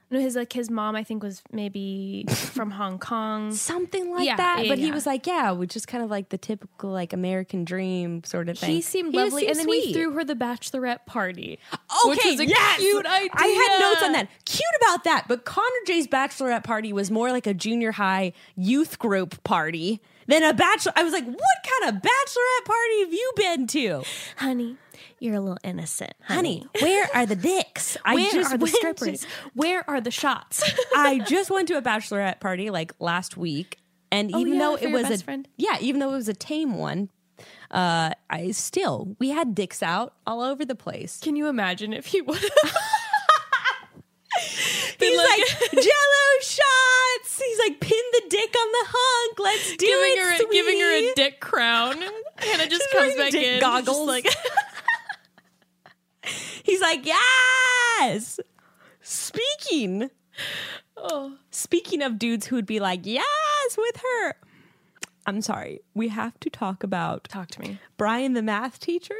Speaker 2: no, his like his mom. I think was maybe *laughs* from Hong Kong.
Speaker 3: something like
Speaker 2: Yeah,
Speaker 3: that.
Speaker 2: yeah,
Speaker 3: but he
Speaker 2: yeah.
Speaker 3: was like, yeah, which is kind of like the typical like American dream sort of thing.
Speaker 2: He seemed
Speaker 3: just
Speaker 2: lovely, and then he
Speaker 3: sweet.
Speaker 2: threw her the bachelorette party.
Speaker 3: Okay,
Speaker 2: which was a
Speaker 3: yes!
Speaker 2: cute idea.
Speaker 3: I had notes on that. Cute about that, but Connor Jay's bachelorette party was more like a junior high youth group party than a bachelor. I was like, what kind of bachelorette party have you been to,
Speaker 2: honey. You're a little innocent, honey.
Speaker 3: honey? Where are the dicks? I
Speaker 2: Where are the
Speaker 3: went to-
Speaker 2: strippers? Where are the shots?
Speaker 3: I just went to a bachelorette party like last week, and even
Speaker 2: Oh, yeah,
Speaker 3: though
Speaker 2: for
Speaker 3: it
Speaker 2: your
Speaker 3: was
Speaker 2: best
Speaker 3: a
Speaker 2: friend?
Speaker 3: yeah, even though it was a tame one, uh, I still we had dicks out all over the place.
Speaker 2: Can you imagine if he would?
Speaker 3: He's
Speaker 2: like-
Speaker 3: like, *laughs* Jello shots. He's like, pin the dick on the hunk. Let's do
Speaker 2: giving
Speaker 3: it,
Speaker 2: her
Speaker 3: sweetie.
Speaker 2: giving her a dick crown. Hannah just comes
Speaker 3: wearing
Speaker 2: back
Speaker 3: dick
Speaker 2: in just
Speaker 3: goggles.
Speaker 2: *laughs* like
Speaker 3: *laughs* He's like, yes. Speaking,
Speaker 2: oh.
Speaker 3: speaking of dudes who'd be like, yes, with her. I'm sorry, we have to talk about
Speaker 2: talk to me.
Speaker 3: Brian, the math teacher,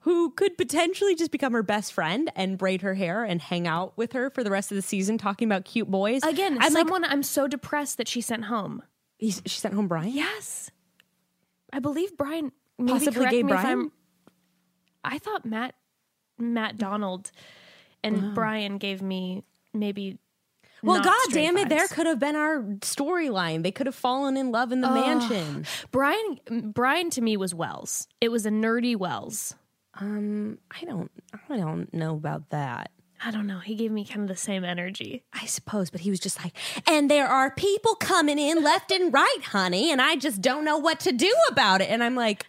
Speaker 3: who could potentially just become her best friend and braid her hair and hang out with her for the rest of the season, talking about cute boys.
Speaker 2: Again,
Speaker 3: I'm like,
Speaker 2: someone I'm so depressed that she sent home.
Speaker 3: he's- she sent home Brian.
Speaker 2: Yes. I believe Brian maybe
Speaker 3: Possibly
Speaker 2: correct
Speaker 3: gay
Speaker 2: me if
Speaker 3: Brian?
Speaker 2: I'm- I thought Matt Matt Donald and Brian gave me maybe
Speaker 3: Well,
Speaker 2: not
Speaker 3: god
Speaker 2: straight
Speaker 3: damn it, there
Speaker 2: vibes.
Speaker 3: could have been our storyline. They could have fallen in love in the mansion.
Speaker 2: Brian Brian to me was Wells. It was a nerdy Wells.
Speaker 3: Um, I don't I don't know about that.
Speaker 2: I don't know. He gave me kind of the same energy.
Speaker 3: I suppose, but he was just like, and there are people coming in left and right, honey, and I just don't know what to do about it. And I'm like,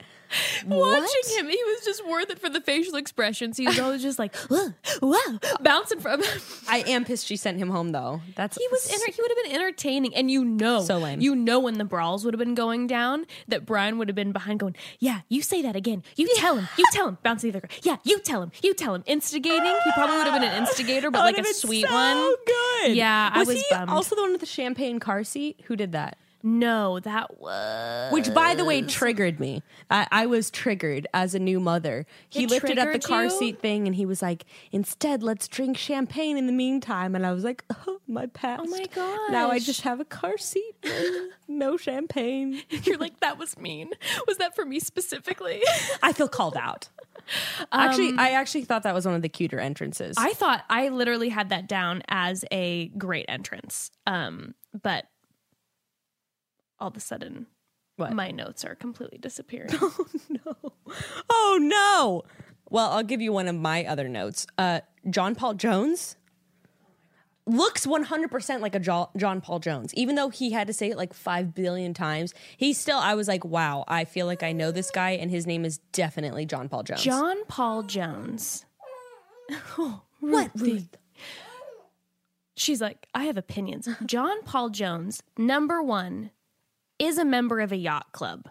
Speaker 3: what?
Speaker 2: Watching him, he was just worth it for the facial expressions. *laughs* He was always just like, whoa, whoa, bouncing from. *laughs*
Speaker 3: I am pissed she sent him home though. That's
Speaker 2: he was enter- he would have been entertaining, and you know,
Speaker 3: So lame.
Speaker 2: You know when the brawls would have been going down, that Brian would have been behind going, yeah, you say that again. You tell him. You tell him. Bouncing the other girl. Yeah, you tell him. You tell him. Instigating. He probably would have been an instigator, but
Speaker 3: That
Speaker 2: like
Speaker 3: would've been
Speaker 2: a sweet
Speaker 3: so
Speaker 2: one.
Speaker 3: Good.
Speaker 2: Yeah, I
Speaker 3: was
Speaker 2: was
Speaker 3: he
Speaker 2: bummed.
Speaker 3: also the one with the champagne car seat? Who did that?
Speaker 2: No, that was
Speaker 3: Which, by the way, triggered me. I, I was triggered as a new mother. He
Speaker 2: It
Speaker 3: lifted up the
Speaker 2: triggered
Speaker 3: car
Speaker 2: you?
Speaker 3: seat thing and he was like, instead, let's drink champagne in the meantime. And I was like, oh, my past.
Speaker 2: my
Speaker 3: Now I
Speaker 2: gosh.
Speaker 3: just have a car seat. and no champagne.
Speaker 2: *laughs* You're like that was mean. Was that for me specifically? *laughs*
Speaker 3: I feel called out. actually, I actually thought that was one of the cuter entrances.
Speaker 2: I thought I literally had that down as a great entrance. Um, but all of a sudden,
Speaker 3: What?
Speaker 2: my notes are completely disappearing.
Speaker 3: oh, no. Well, I'll give you one of my other notes. Uh, John Paul Jones looks 100% like a Jo- John Paul Jones. Even though he had to say it like 5 billion times, he still, I was like, wow, I feel like I know this guy, and his name is definitely *laughs* John Paul Jones.
Speaker 2: John Paul *laughs* Jones.
Speaker 3: what? Ruth?
Speaker 2: She's like, I have opinions. John Paul Jones, number one, is a member of a yacht club.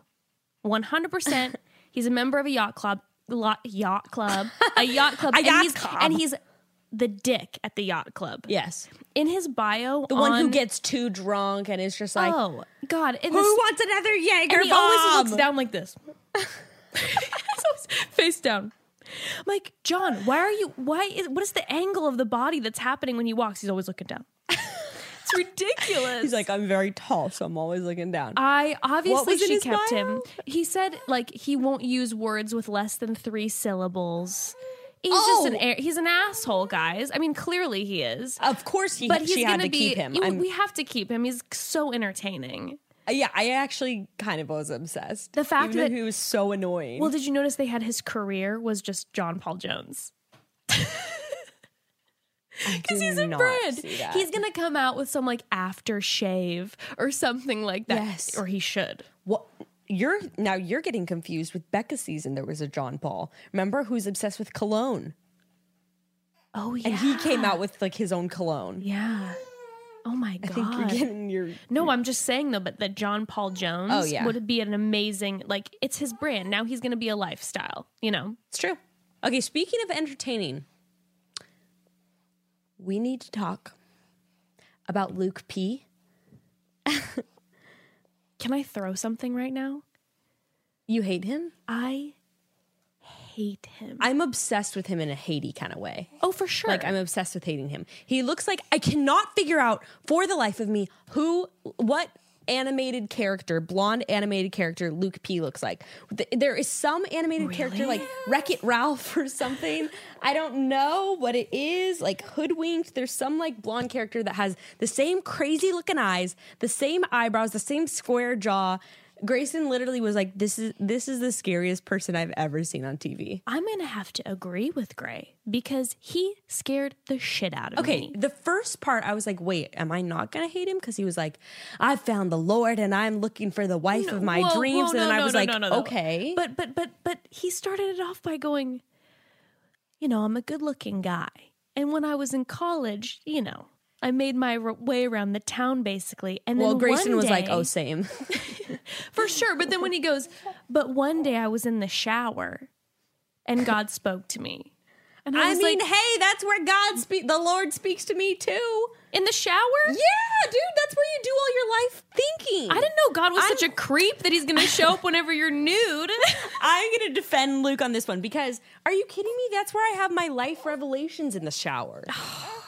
Speaker 2: 100%.
Speaker 3: *laughs*
Speaker 2: he's a member of a yacht club. Lot, yacht club.
Speaker 3: *laughs*
Speaker 2: A yacht club.
Speaker 3: A
Speaker 2: and
Speaker 3: yacht
Speaker 2: he's,
Speaker 3: club.
Speaker 2: And he's the dick at the yacht club.
Speaker 3: Yes.
Speaker 2: In his bio,
Speaker 3: The one who gets too drunk and is just like,
Speaker 2: Oh, God. In
Speaker 3: who um,
Speaker 2: this-
Speaker 3: wants another Jaeger
Speaker 2: And he always
Speaker 3: bomb?"
Speaker 2: looks down
Speaker 3: *laughs*
Speaker 2: like this. *laughs* He's always face down. I'm like, John, why are you why is what is the angle of the body that's happening when he walks? He's always looking down.
Speaker 3: *laughs*
Speaker 2: it's ridiculous.
Speaker 3: He's like, I'm very tall, so I'm always looking down.
Speaker 2: I obviously
Speaker 3: was in
Speaker 2: she
Speaker 3: his
Speaker 2: kept
Speaker 3: bio?
Speaker 2: him. He said like he won't use words with less than three syllables. He's just an
Speaker 3: Oh.
Speaker 2: air, he's an asshole, guys. I mean, clearly he is.
Speaker 3: of course, he,
Speaker 2: But he's
Speaker 3: she had
Speaker 2: gonna
Speaker 3: to
Speaker 2: be
Speaker 3: keep him.
Speaker 2: you-
Speaker 3: I'm-
Speaker 2: we have to keep him. He's so entertaining.
Speaker 3: Uh, yeah, I actually kind of was obsessed.
Speaker 2: The fact
Speaker 3: Even though
Speaker 2: that-
Speaker 3: he was so annoying.
Speaker 2: Well, did you notice they had his career was just John Paul Jones? Because he's a friend. He's gonna come out with some like after shave or something like that.
Speaker 3: Yes.
Speaker 2: Or he should.
Speaker 3: What you're now you're getting confused with Becca's season. There was a John Paul. Remember who's obsessed with cologne,
Speaker 2: Oh yeah.
Speaker 3: and he came out with like his own cologne.
Speaker 2: Yeah. Oh my god.
Speaker 3: I think you're getting your
Speaker 2: No, I'm just saying though, but that John Paul Jones
Speaker 3: Oh, yeah.
Speaker 2: would be an amazing like it's his brand. Now he's gonna be a lifestyle, you know.
Speaker 3: It's true. Okay, speaking of entertaining, we need to talk about Luke P.
Speaker 2: Can I throw something right now?
Speaker 3: You hate him?
Speaker 2: I hate him.
Speaker 3: I'm obsessed with him in a Haiti kind of way.
Speaker 2: oh, for sure.
Speaker 3: Like I'm obsessed with hating him. He looks like I cannot figure out for the life of me who what animated character, blonde animated character Luke P looks like. Th- There is some animated character like Wreck-It Ralph or something. I don't know what it is. Like Hoodwinked, there's some like blonde character that has the same crazy looking eyes, the same eyebrows, the same square jaw. Grayson literally was like this is this is the scariest person I've ever seen on TV.
Speaker 2: I'm gonna have to agree with Gray because he scared the shit out of
Speaker 3: Okay,
Speaker 2: me.
Speaker 3: the first part I was like, wait, am I not gonna hate him? Because he was like, I found the Lord and I'm looking for the wife of my
Speaker 2: Whoa, whoa,
Speaker 3: dreams. and
Speaker 2: no,
Speaker 3: then I
Speaker 2: no,
Speaker 3: was
Speaker 2: no,
Speaker 3: like,
Speaker 2: no, no, no.
Speaker 3: okay.
Speaker 2: But but but but he started it off by going, you know, I'm a good looking guy. And when I was in college, you know, I made my r- way around the town basically. And
Speaker 3: well,
Speaker 2: then
Speaker 3: Grayson
Speaker 2: one
Speaker 3: was like,
Speaker 2: day-
Speaker 3: oh, same.
Speaker 2: *laughs* for sure. But then when he goes, but one day I was in the shower, and God spoke to me, and I,
Speaker 3: I
Speaker 2: was
Speaker 3: mean,
Speaker 2: like,
Speaker 3: hey, that's where God speak. The Lord speaks to me too.
Speaker 2: in the shower.
Speaker 3: Yeah, dude, that's where you do all your life thinking.
Speaker 2: I didn't know God was
Speaker 3: I'm-
Speaker 2: such a creep that he's going to show up whenever
Speaker 3: *laughs*
Speaker 2: you're nude.
Speaker 3: I'm gonna defend Luke on this one because are you kidding me? That's where I have my life revelations in the
Speaker 2: *gasps*
Speaker 3: shower.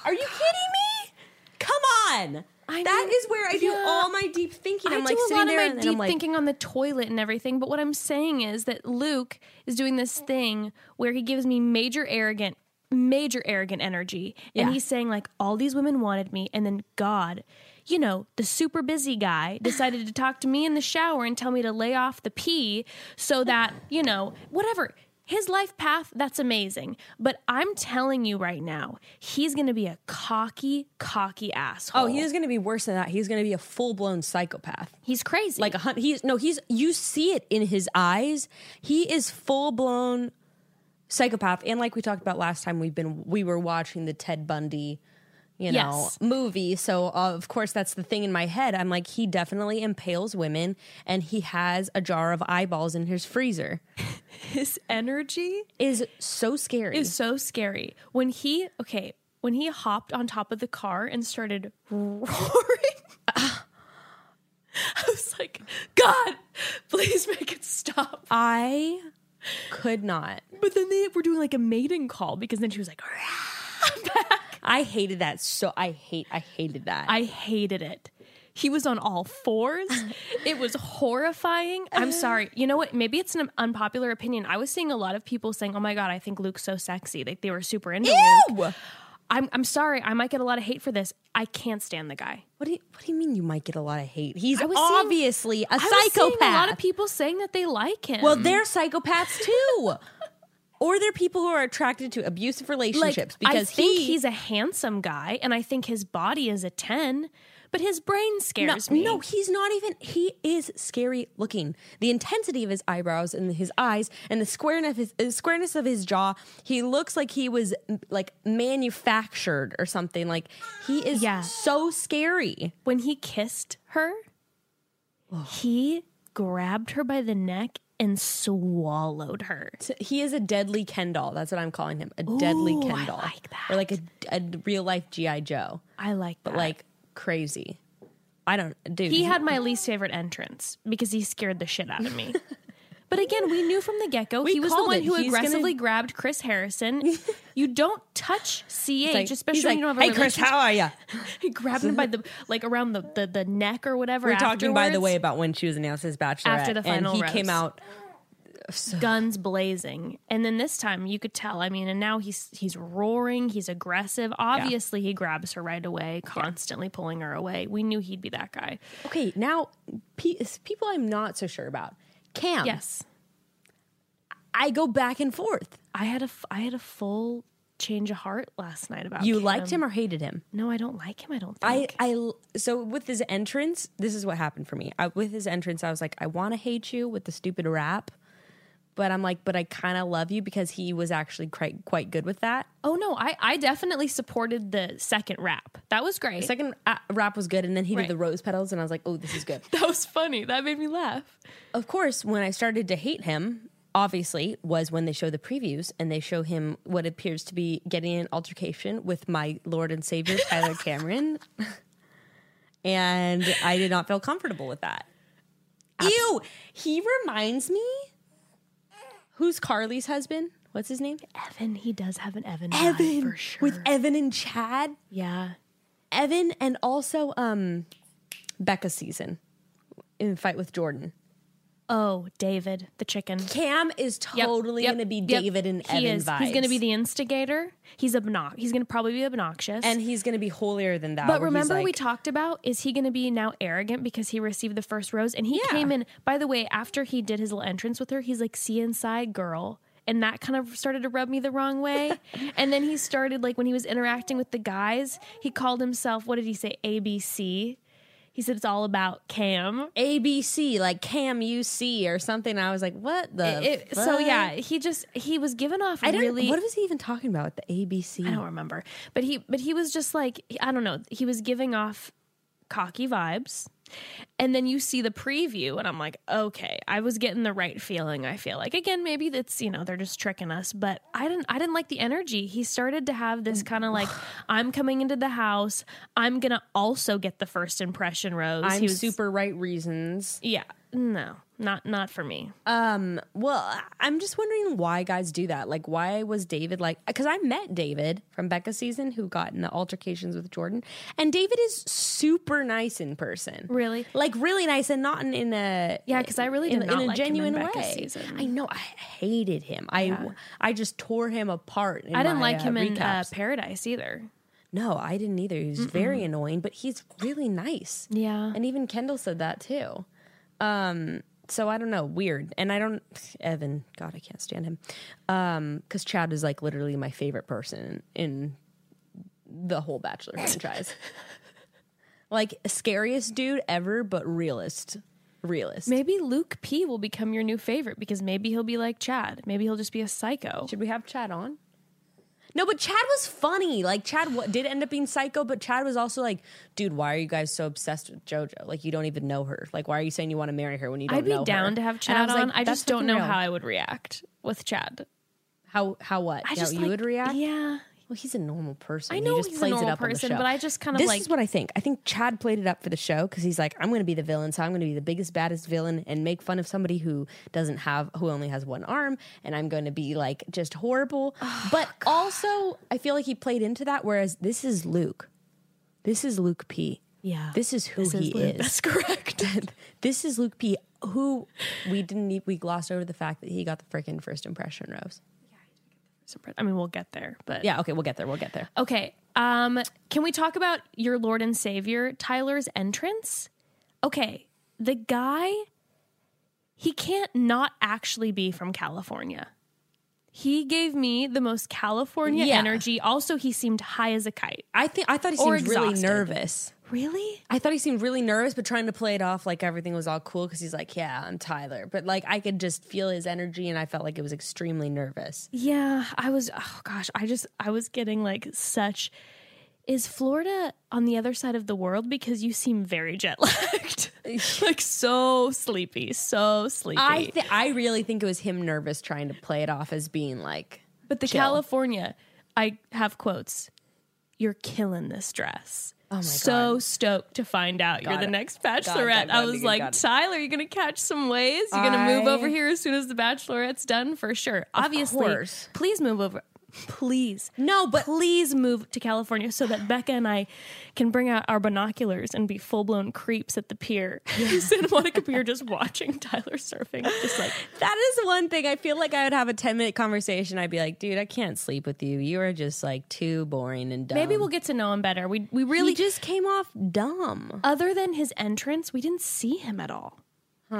Speaker 3: are you kidding me? Come on.
Speaker 2: I
Speaker 3: that
Speaker 2: mean,
Speaker 3: is where I do
Speaker 2: yeah.
Speaker 3: all my deep thinking. I'm
Speaker 2: I
Speaker 3: like
Speaker 2: do a
Speaker 3: sitting
Speaker 2: lot of
Speaker 3: there
Speaker 2: my
Speaker 3: and then
Speaker 2: deep
Speaker 3: I'm like,
Speaker 2: thinking on the toilet and everything. But what I'm saying is that Luke is doing this thing where he gives me major arrogant, major arrogant energy, and
Speaker 3: Yeah.
Speaker 2: he's saying like all these women wanted me, and then God. You know, the super
Speaker 3: *sighs*
Speaker 2: busy guy decided to talk to me in the shower and tell me to lay off the pee
Speaker 3: *sighs*
Speaker 2: so that, you know, whatever. His life path, that's amazing. But I'm telling you right now, he's going to be a cocky, cocky asshole.
Speaker 3: Oh, he is going to be worse than that. He's going to be a full blown psychopath.
Speaker 2: he's crazy.
Speaker 3: Like a hun- he's no, he's you see it in his eyes. He is full blown psychopath. And like we talked about last time, we've been we were watching the Ted Bundy, you know,
Speaker 2: Yes.
Speaker 3: movie. So uh, of course that's the thing in my head. I'm like, he definitely impales women, and he has a jar of eyeballs in his freezer.
Speaker 2: his energy
Speaker 3: Is so scary.
Speaker 2: is so scary. When he okay, when he hopped on top of the car and started roaring, *laughs* I was like, God, please make it stop.
Speaker 3: I could not.
Speaker 2: But then they were doing like a mating call because then she was like, "Rah," back.
Speaker 3: I hated that. So I hate. I hated that.
Speaker 2: I hated it. He was on all fours. It was horrifying. *sighs* I'm sorry. You know what? Maybe it's an unpopular opinion. I was seeing a lot of people saying, "Oh my god, I think Luke's so sexy." Like they were super into Luke.
Speaker 3: Ew! What
Speaker 2: I'm I'm sorry. I might get a lot of hate for this. I can't stand the guy.
Speaker 3: do you, What do you mean? You might get a lot of hate. He's
Speaker 2: I was seeing-
Speaker 3: obviously a
Speaker 2: I was seeing
Speaker 3: psychopath.
Speaker 2: a lot of people saying that they like him.
Speaker 3: well, they're psychopaths too, or they're people who are attracted to abusive
Speaker 2: like,
Speaker 3: relationships
Speaker 2: I
Speaker 3: because
Speaker 2: think
Speaker 3: he,
Speaker 2: he's a handsome guy, and I think his body is a ten, but his brain
Speaker 3: no,
Speaker 2: scares me.
Speaker 3: no, he's not even. He is scary looking. The intensity of his eyebrows and his eyes and the squareness of his uh, squareness of his jaw. He looks like he was m- like manufactured or something. Like he is
Speaker 2: Yeah.
Speaker 3: so scary.
Speaker 2: when he kissed her, he grabbed her by the neck and swallowed her.
Speaker 3: He is a deadly Ken doll. That's what I'm calling him. A deadly
Speaker 2: Ooh,
Speaker 3: Ken
Speaker 2: I
Speaker 3: doll.
Speaker 2: like that.
Speaker 3: Or like a, a real life G.I. Joe.
Speaker 2: I like that.
Speaker 3: But like crazy. I don't, dude.
Speaker 2: He had my least favorite entrance because he scared the shit out of
Speaker 3: *laughs*
Speaker 2: me. But again, we knew from the get go
Speaker 3: We
Speaker 2: he was the
Speaker 3: called
Speaker 2: one
Speaker 3: it.
Speaker 2: who
Speaker 3: He's gonna-
Speaker 2: aggressively grabbed
Speaker 3: *laughs*
Speaker 2: Chris Harrison. you don't touch CH,
Speaker 3: like-
Speaker 2: especially
Speaker 3: he's
Speaker 2: when
Speaker 3: like,
Speaker 2: you don't have a
Speaker 3: Hey, Chris,
Speaker 2: relationship."
Speaker 3: how are *laughs* you?
Speaker 2: *laughs* He grabbed him by the like around the the, the neck or whatever.
Speaker 3: We're talking, by the
Speaker 2: afterwards.
Speaker 3: way, about when she was announced as Bachelorette.
Speaker 2: After the final
Speaker 3: And he
Speaker 2: rose.
Speaker 3: came out.
Speaker 2: guns blazing. And then this time you could tell. I mean, and now he's he's roaring, he's aggressive. Obviously, he grabs her right away, constantly pulling her away. We knew he'd be that guy.
Speaker 3: Okay, now pe- people I'm not so sure about. Cam.
Speaker 2: Yes.
Speaker 3: I go back and forth.
Speaker 2: I had a f- I had a full change of heart last night about
Speaker 3: You
Speaker 2: Cam.
Speaker 3: liked him or hated him?
Speaker 2: No, I don't like him. I don't
Speaker 3: I,
Speaker 2: think.
Speaker 3: I l- so with his entrance, this is what happened for me. I, with his entrance, I was like, I want to hate you with the stupid rap, But I'm like, but I kind of love you because he was actually quite quite good with that.
Speaker 2: Oh no, I I definitely supported the second rap. That was great.
Speaker 3: The second uh, rap was good, and then he
Speaker 2: Right.
Speaker 3: did the rose petals, and I was like, oh, this is good.
Speaker 2: *laughs* that was funny. That made me laugh.
Speaker 3: of course, when I started to hate him, obviously, was when they show the previews and they show him what appears to be getting in an altercation with my Lord and Savior, Tyler Cameron. *laughs* and I did not feel comfortable with that. Ew! He reminds me. Who's Carly's husband? What's his name?
Speaker 2: Evan, he does have an Evan.
Speaker 3: Evan.
Speaker 2: vibe for sure.
Speaker 3: With Evan and Chad.
Speaker 2: yeah.
Speaker 3: Evan and also um, Becca season in fight with Jordan.
Speaker 2: Oh, David, the chicken.
Speaker 3: Cam is
Speaker 2: Yep,
Speaker 3: totally
Speaker 2: yep,
Speaker 3: going to be
Speaker 2: yep.
Speaker 3: David and
Speaker 2: he
Speaker 3: Evan
Speaker 2: is.
Speaker 3: vibes.
Speaker 2: He's going to be the instigator. He's obnoxious. He's going to probably be obnoxious.
Speaker 3: and he's going to be holier than thou.
Speaker 2: but
Speaker 3: where he's
Speaker 2: remember, we
Speaker 3: like,
Speaker 2: talked about is he going to be now arrogant because he received the first rose? And he
Speaker 3: Yeah.
Speaker 2: came in, by the way, after he did his little entrance with her, he's like, see you inside, girl. And that kind of started to rub me the
Speaker 3: *laughs*
Speaker 2: wrong way. and then he started, like, when he was interacting with the guys, he called himself, what did he say? ABC. He said it's all about Cam.
Speaker 3: ABC like Cam UC or something. I was like, what the?
Speaker 2: It- so,
Speaker 3: fuck?
Speaker 2: yeah, he just, he was given off
Speaker 3: I didn't.
Speaker 2: really.
Speaker 3: what was he even talking about? The ABC.
Speaker 2: I don't remember. But he but he was just like I don't know, he was giving off cocky vibes. And then you see the preview and I'm like, "Okay, I was getting the right feeling." I feel like again, maybe that's, you know, they're just tricking us, but I didn't I didn't like the energy. He started to have this kind of like, "I'm coming into the house. I'm going to also get the first impression rose."
Speaker 3: I'm
Speaker 2: he was
Speaker 3: super right reasons.
Speaker 2: Yeah. No. Not not for me.
Speaker 3: Well, I- I'm just wondering why guys do that. Like, why was David like? Because I met David from Becca season, who got in the altercations with Jordan, and David is super nice in person.
Speaker 2: Really?
Speaker 3: like really nice, and not in, in a
Speaker 2: Yeah, 'cause I really did
Speaker 3: in,
Speaker 2: not
Speaker 3: in a
Speaker 2: like him in
Speaker 3: genuine
Speaker 2: Becca
Speaker 3: way.
Speaker 2: season.
Speaker 3: I know I hated him. I I just tore him apart. in
Speaker 2: I didn't
Speaker 3: my,
Speaker 2: like
Speaker 3: uh,
Speaker 2: him in uh,
Speaker 3: recaps.
Speaker 2: Paradise either.
Speaker 3: no, I didn't either. He was very annoying, but he's really nice.
Speaker 2: Yeah.
Speaker 3: And even Kendall said that too. Um, so I don't know, weird. And I don't Evan, God, I can't stand him. Um, because Chad is like literally my favorite person in the whole Bachelor franchise. like scariest dude ever, but realist. Realist.
Speaker 2: Maybe Luke P will become your new favorite because maybe he'll be like Chad. Maybe he'll just be a psycho.
Speaker 3: Should we have Chad on? No, but Chad was funny. Like Chad wa did end up being psycho, but Chad was also like, "Dude, why are you guys so obsessed with JoJo? Like you don't even know her. Like why are you saying you want to marry her when you don't
Speaker 2: I'd be
Speaker 3: know her?"
Speaker 2: down to have
Speaker 3: And
Speaker 2: Chad
Speaker 3: I was like,
Speaker 2: on. I
Speaker 3: "That's
Speaker 2: just don't
Speaker 3: fucking
Speaker 2: know
Speaker 3: real."
Speaker 2: how I would react with Chad.
Speaker 3: how how what
Speaker 2: I
Speaker 3: how
Speaker 2: just
Speaker 3: you
Speaker 2: like-
Speaker 3: would react.
Speaker 2: Yeah,
Speaker 3: Well, he's a normal person.
Speaker 2: I know
Speaker 3: he just
Speaker 2: he's a
Speaker 3: plays
Speaker 2: normal
Speaker 3: it up on the
Speaker 2: person,
Speaker 3: show.
Speaker 2: but I just kind of
Speaker 3: this
Speaker 2: like-
Speaker 3: is what I think. I think Chad played it up for the show because he's like, I'm going to be the villain, so I'm going to be the biggest, baddest villain and make fun of somebody who doesn't have, who only has one arm, and I'm going to be like just horrible. but also, I feel like he played into that. Whereas this is Luke, this is Luke P.
Speaker 2: yeah.
Speaker 3: This is who he
Speaker 2: Luke.
Speaker 3: is.
Speaker 2: That's correct.
Speaker 3: *laughs* this is Luke P. Who we didn't need, we glossed over the fact that he got the freaking first impression rose.
Speaker 2: I mean, we'll get there, but
Speaker 3: Yeah, okay, we'll get there. We'll get there.
Speaker 2: Okay. Um, can we talk about your Lord and Savior, Tyler's entrance? Okay. The guy, he can't not actually be from California. He gave me the most California
Speaker 3: Yeah.
Speaker 2: energy. Also, he seemed high as a kite.
Speaker 3: I think I thought he
Speaker 2: Or
Speaker 3: seemed really
Speaker 2: exhausted.
Speaker 3: nervous.
Speaker 2: Really?
Speaker 3: I thought he seemed really nervous, but trying to play it off like everything was all cool because he's like, "Yeah, I'm Tyler," but like I could just feel his energy, and I felt like it was extremely nervous.
Speaker 2: Yeah. I was, oh gosh, I just, I was getting like such. Is Florida on the other side of the world? Because you seem very jet lagged. *laughs* like so sleepy, so sleepy.
Speaker 3: I th- I really think it was him nervous trying to play it off as being like,
Speaker 2: But the
Speaker 3: Chill.
Speaker 2: California, I have quotes. You're killing this dress. Oh my so stoked to find out you're
Speaker 3: Got
Speaker 2: the
Speaker 3: it.
Speaker 2: next
Speaker 3: Got it, got it,
Speaker 2: bachelorette.
Speaker 3: got
Speaker 2: I
Speaker 3: it,
Speaker 2: was
Speaker 3: got
Speaker 2: like,
Speaker 3: it.
Speaker 2: Tyler, you're gonna catch some waves. You're gonna move
Speaker 3: I-
Speaker 2: over here as soon as the bachelorette's done for sure. Obviously,
Speaker 3: course.
Speaker 2: please move over. Please,
Speaker 3: "No, but
Speaker 2: please move to California so that Becca and I can bring out our binoculars and be full blown creeps at the pier *laughs* in Monica Pier, just watching Tyler surfing, just like
Speaker 3: that is one thing." I feel like I would have a ten minute conversation. I'd be like, "Dude, I can't sleep with you. You are just like too boring and dumb."
Speaker 2: maybe we'll get to know him better. We we
Speaker 3: He
Speaker 2: really
Speaker 3: just came off dumb.
Speaker 2: other than his entrance, we didn't see him at all.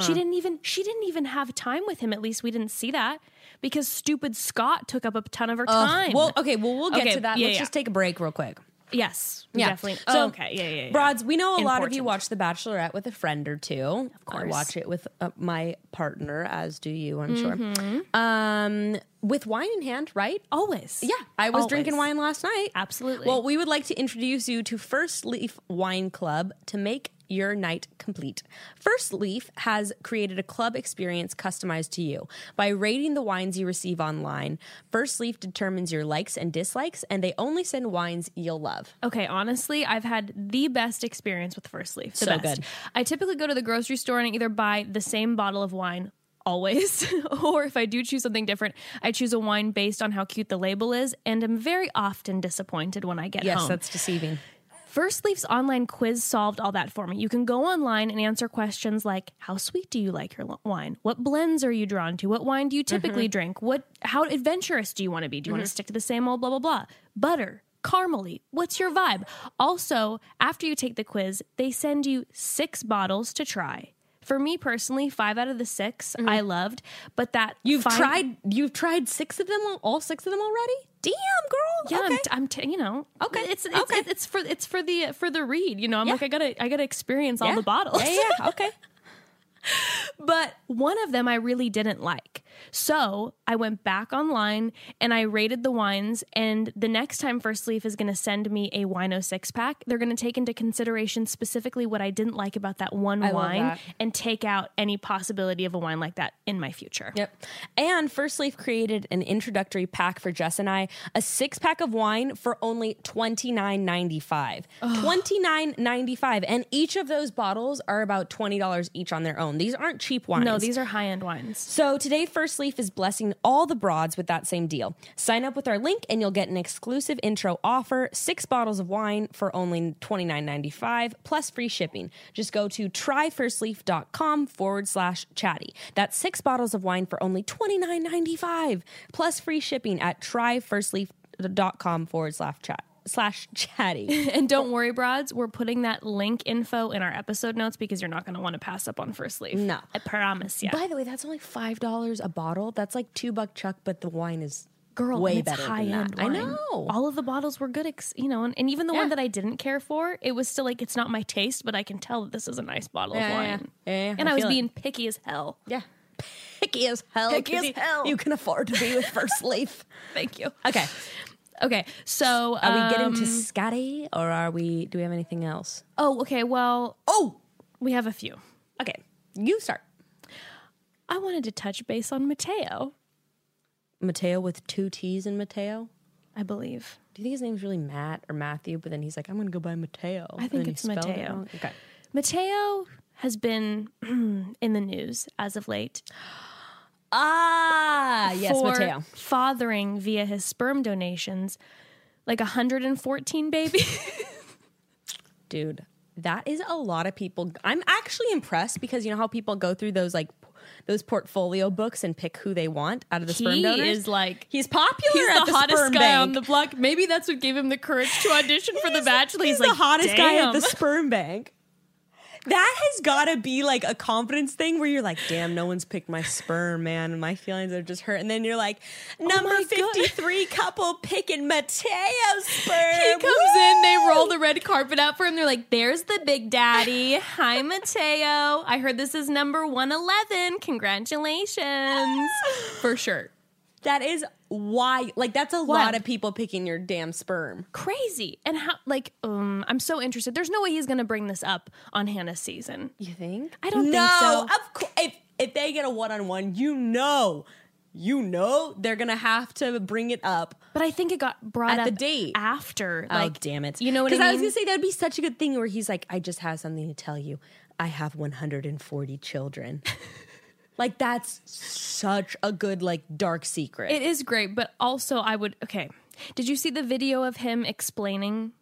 Speaker 2: She didn't even she didn't even have time with him. At least we didn't see that because stupid Scott took up a ton of her time.
Speaker 3: Well, okay, well we'll get
Speaker 2: Okay,
Speaker 3: to that.
Speaker 2: yeah,
Speaker 3: Let's
Speaker 2: yeah.
Speaker 3: just take a break real quick.
Speaker 2: Yes,
Speaker 3: Yeah.
Speaker 2: definitely.
Speaker 3: So,
Speaker 2: Oh, okay, yeah, yeah, yeah.
Speaker 3: Broads, we know a lot of you
Speaker 2: Important.
Speaker 3: watch The Bachelorette with a friend or two. Of course. I watch it with uh, my partner, as do you, I'm sure.
Speaker 2: Mm-hmm.
Speaker 3: Um, with wine in hand, right?
Speaker 2: Always.
Speaker 3: Yeah, I was
Speaker 2: Always.
Speaker 3: drinking wine last night.
Speaker 2: Absolutely.
Speaker 3: Well, we would like to introduce you to First Leaf Wine Club to make your night complete. First Leaf has created a club experience customized to you. By rating the wines you receive online, First Leaf determines your likes and dislikes, and they only send wines you'll love.
Speaker 2: Okay, honestly, I've had the best experience with First Leaf. The
Speaker 3: So
Speaker 2: best.
Speaker 3: good.
Speaker 2: I typically go to the grocery store and I either buy the same bottle of wine always, *laughs* or if I do choose something different, I choose a wine based on how cute the label is, and I'm very often disappointed when I get
Speaker 3: Yes,
Speaker 2: home.
Speaker 3: that's deceiving.
Speaker 2: First Leaf's online quiz solved all that for me. You can go online and answer questions like how sweet do you like your lo- wine? What blends are you drawn to? What wine do you
Speaker 3: Mm-hmm.
Speaker 2: typically drink? What how adventurous do you want to be? Do you want to stick to the same old blah blah blah? Butter, caramely, what's your vibe? Also, after you take the quiz, they send you 6 bottles to try. For me personally, 5 out of the 6 I loved, but that
Speaker 3: Mm-hmm. You've
Speaker 2: fin-
Speaker 3: tried you've tried six of them al- all six of them already? Damn, girl.
Speaker 2: Yeah,
Speaker 3: Okay.
Speaker 2: I'm, t- I'm t- you know,
Speaker 3: Okay.
Speaker 2: It's it's,
Speaker 3: Okay.
Speaker 2: it's for it's for the for the read. You know, I'm like I gotta I gotta experience all
Speaker 3: Yeah.
Speaker 2: the bottles.
Speaker 3: Yeah, yeah, yeah. okay.
Speaker 2: but one of them I really didn't like. So I went back online and I rated the wines. And the next time First Leaf is going to send me a Wino six pack, they're going to take into consideration specifically what I didn't like about that one
Speaker 3: love
Speaker 2: wine
Speaker 3: that.
Speaker 2: and take out any possibility of a wine like that in my future.
Speaker 3: *laughs* Yep. And First Leaf created an introductory pack for Jess and I, a six pack of wine for only twenty nine ninety five. Twenty nine ninety five. And each of those bottles are about twenty dollars each on their own. These aren't cheap wines.
Speaker 2: No, these are high end wines.
Speaker 3: So today, First Leaf is blessing all the broads with that same deal. Sign up with our link and you'll get an exclusive intro offer, six bottles of wine for only $29.95 plus free shipping. Just go to tryfirstleaf.com forward slash chatty. That's six bottles of wine for only $29.95 plus free shipping at tryfirstleaf.com forward slash chat slash chatty.
Speaker 2: *laughs* And don't worry, broads, we're putting that link info in our episode notes because you're not going to want to pass up on First Leaf.
Speaker 3: No.
Speaker 2: I promise you.
Speaker 3: By the way, that's only five dollars a bottle. That's like two buck chuck, but the wine is
Speaker 2: girl
Speaker 3: way
Speaker 2: and it's
Speaker 3: better than
Speaker 2: high end
Speaker 3: that. I
Speaker 2: wine.
Speaker 3: know.
Speaker 2: all of the bottles were good ex- you know and, and even the
Speaker 3: Yeah.
Speaker 2: one that i didn't care for it was still like it's not my taste but i can tell that this is a nice bottle
Speaker 3: Yeah,
Speaker 2: of
Speaker 3: yeah,
Speaker 2: wine
Speaker 3: yeah. Yeah, yeah,
Speaker 2: and
Speaker 3: I
Speaker 2: i, was
Speaker 3: feel it.
Speaker 2: being picky as hell
Speaker 3: Yeah. Picky as hell.
Speaker 2: Picky
Speaker 3: because
Speaker 2: as hell.
Speaker 3: You can afford to be with First
Speaker 2: *laughs*
Speaker 3: Leaf.
Speaker 2: thank you
Speaker 3: Okay.
Speaker 2: okay so
Speaker 3: Are
Speaker 2: um,
Speaker 3: we getting to Scotty or are we, do we have anything else?
Speaker 2: oh okay well
Speaker 3: Oh,
Speaker 2: we have a few
Speaker 3: okay. You start.
Speaker 2: i wanted to touch base on mateo
Speaker 3: Mateo with two T's in Mateo.
Speaker 2: i believe
Speaker 3: Do you think his name's really Matt or Matthew? But then he's like, I'm going to go by Mateo. I
Speaker 2: think it's Mateo.
Speaker 3: okay.
Speaker 2: mateo has been *clears throat* in the news as of late
Speaker 3: Ah, yes,
Speaker 2: for
Speaker 3: Mateo.
Speaker 2: fathering via his sperm donations like 114
Speaker 3: *laughs*
Speaker 2: babies
Speaker 3: Dude, that is a lot of people. I'm actually impressed because you know how people go through those like, p- those portfolio books and pick who they want out of the sperm
Speaker 2: He
Speaker 3: donors.
Speaker 2: is, like-
Speaker 3: he's popular.
Speaker 2: He's
Speaker 3: at
Speaker 2: the, hottest
Speaker 3: sperm
Speaker 2: guy
Speaker 3: bank.
Speaker 2: on the block. Maybe that's what gave him the courage to audition for The Bachelor. He's,
Speaker 3: He's
Speaker 2: like
Speaker 3: the hottest guy at
Speaker 2: *laughs*
Speaker 3: the
Speaker 2: "Damn."
Speaker 3: sperm bank. That has got to be like a confidence thing where you're like, damn, no one's picked my sperm, man. and My feelings are just hurt. And then you're like, number
Speaker 2: Oh my God. *laughs*
Speaker 3: 53 couple picking Mateo's sperm.
Speaker 2: He comes in, they roll the red carpet out for him. They're like, "There's the big
Speaker 3: *laughs*
Speaker 2: daddy. Hi, Mateo. I heard this is number one eleven.
Speaker 3: *laughs*
Speaker 2: Congratulations, for sure.
Speaker 3: That is why, like, that's a lot
Speaker 2: Wild.
Speaker 3: of people picking your damn sperm.
Speaker 2: Crazy. And how? Like, um, I'm so interested. There's no way he's gonna bring this up on Hannah's season.
Speaker 3: You think?
Speaker 2: I don't think
Speaker 3: no,
Speaker 2: so.
Speaker 3: Of course, if if they get a one on one, you know, you know, they're gonna have to bring it up
Speaker 2: But I think it got brought
Speaker 3: At
Speaker 2: up
Speaker 3: the date. Oh.
Speaker 2: after.
Speaker 3: Like,
Speaker 2: Like,
Speaker 3: damn it.
Speaker 2: You know what I mean?
Speaker 3: Because I was going to say that would be such a good thing where he's like, I just have something to tell you. I have 140
Speaker 2: *laughs*
Speaker 3: children. like, that's such a good, like, dark secret.
Speaker 2: It is great, but also I would okay. Did you see the video of him explaining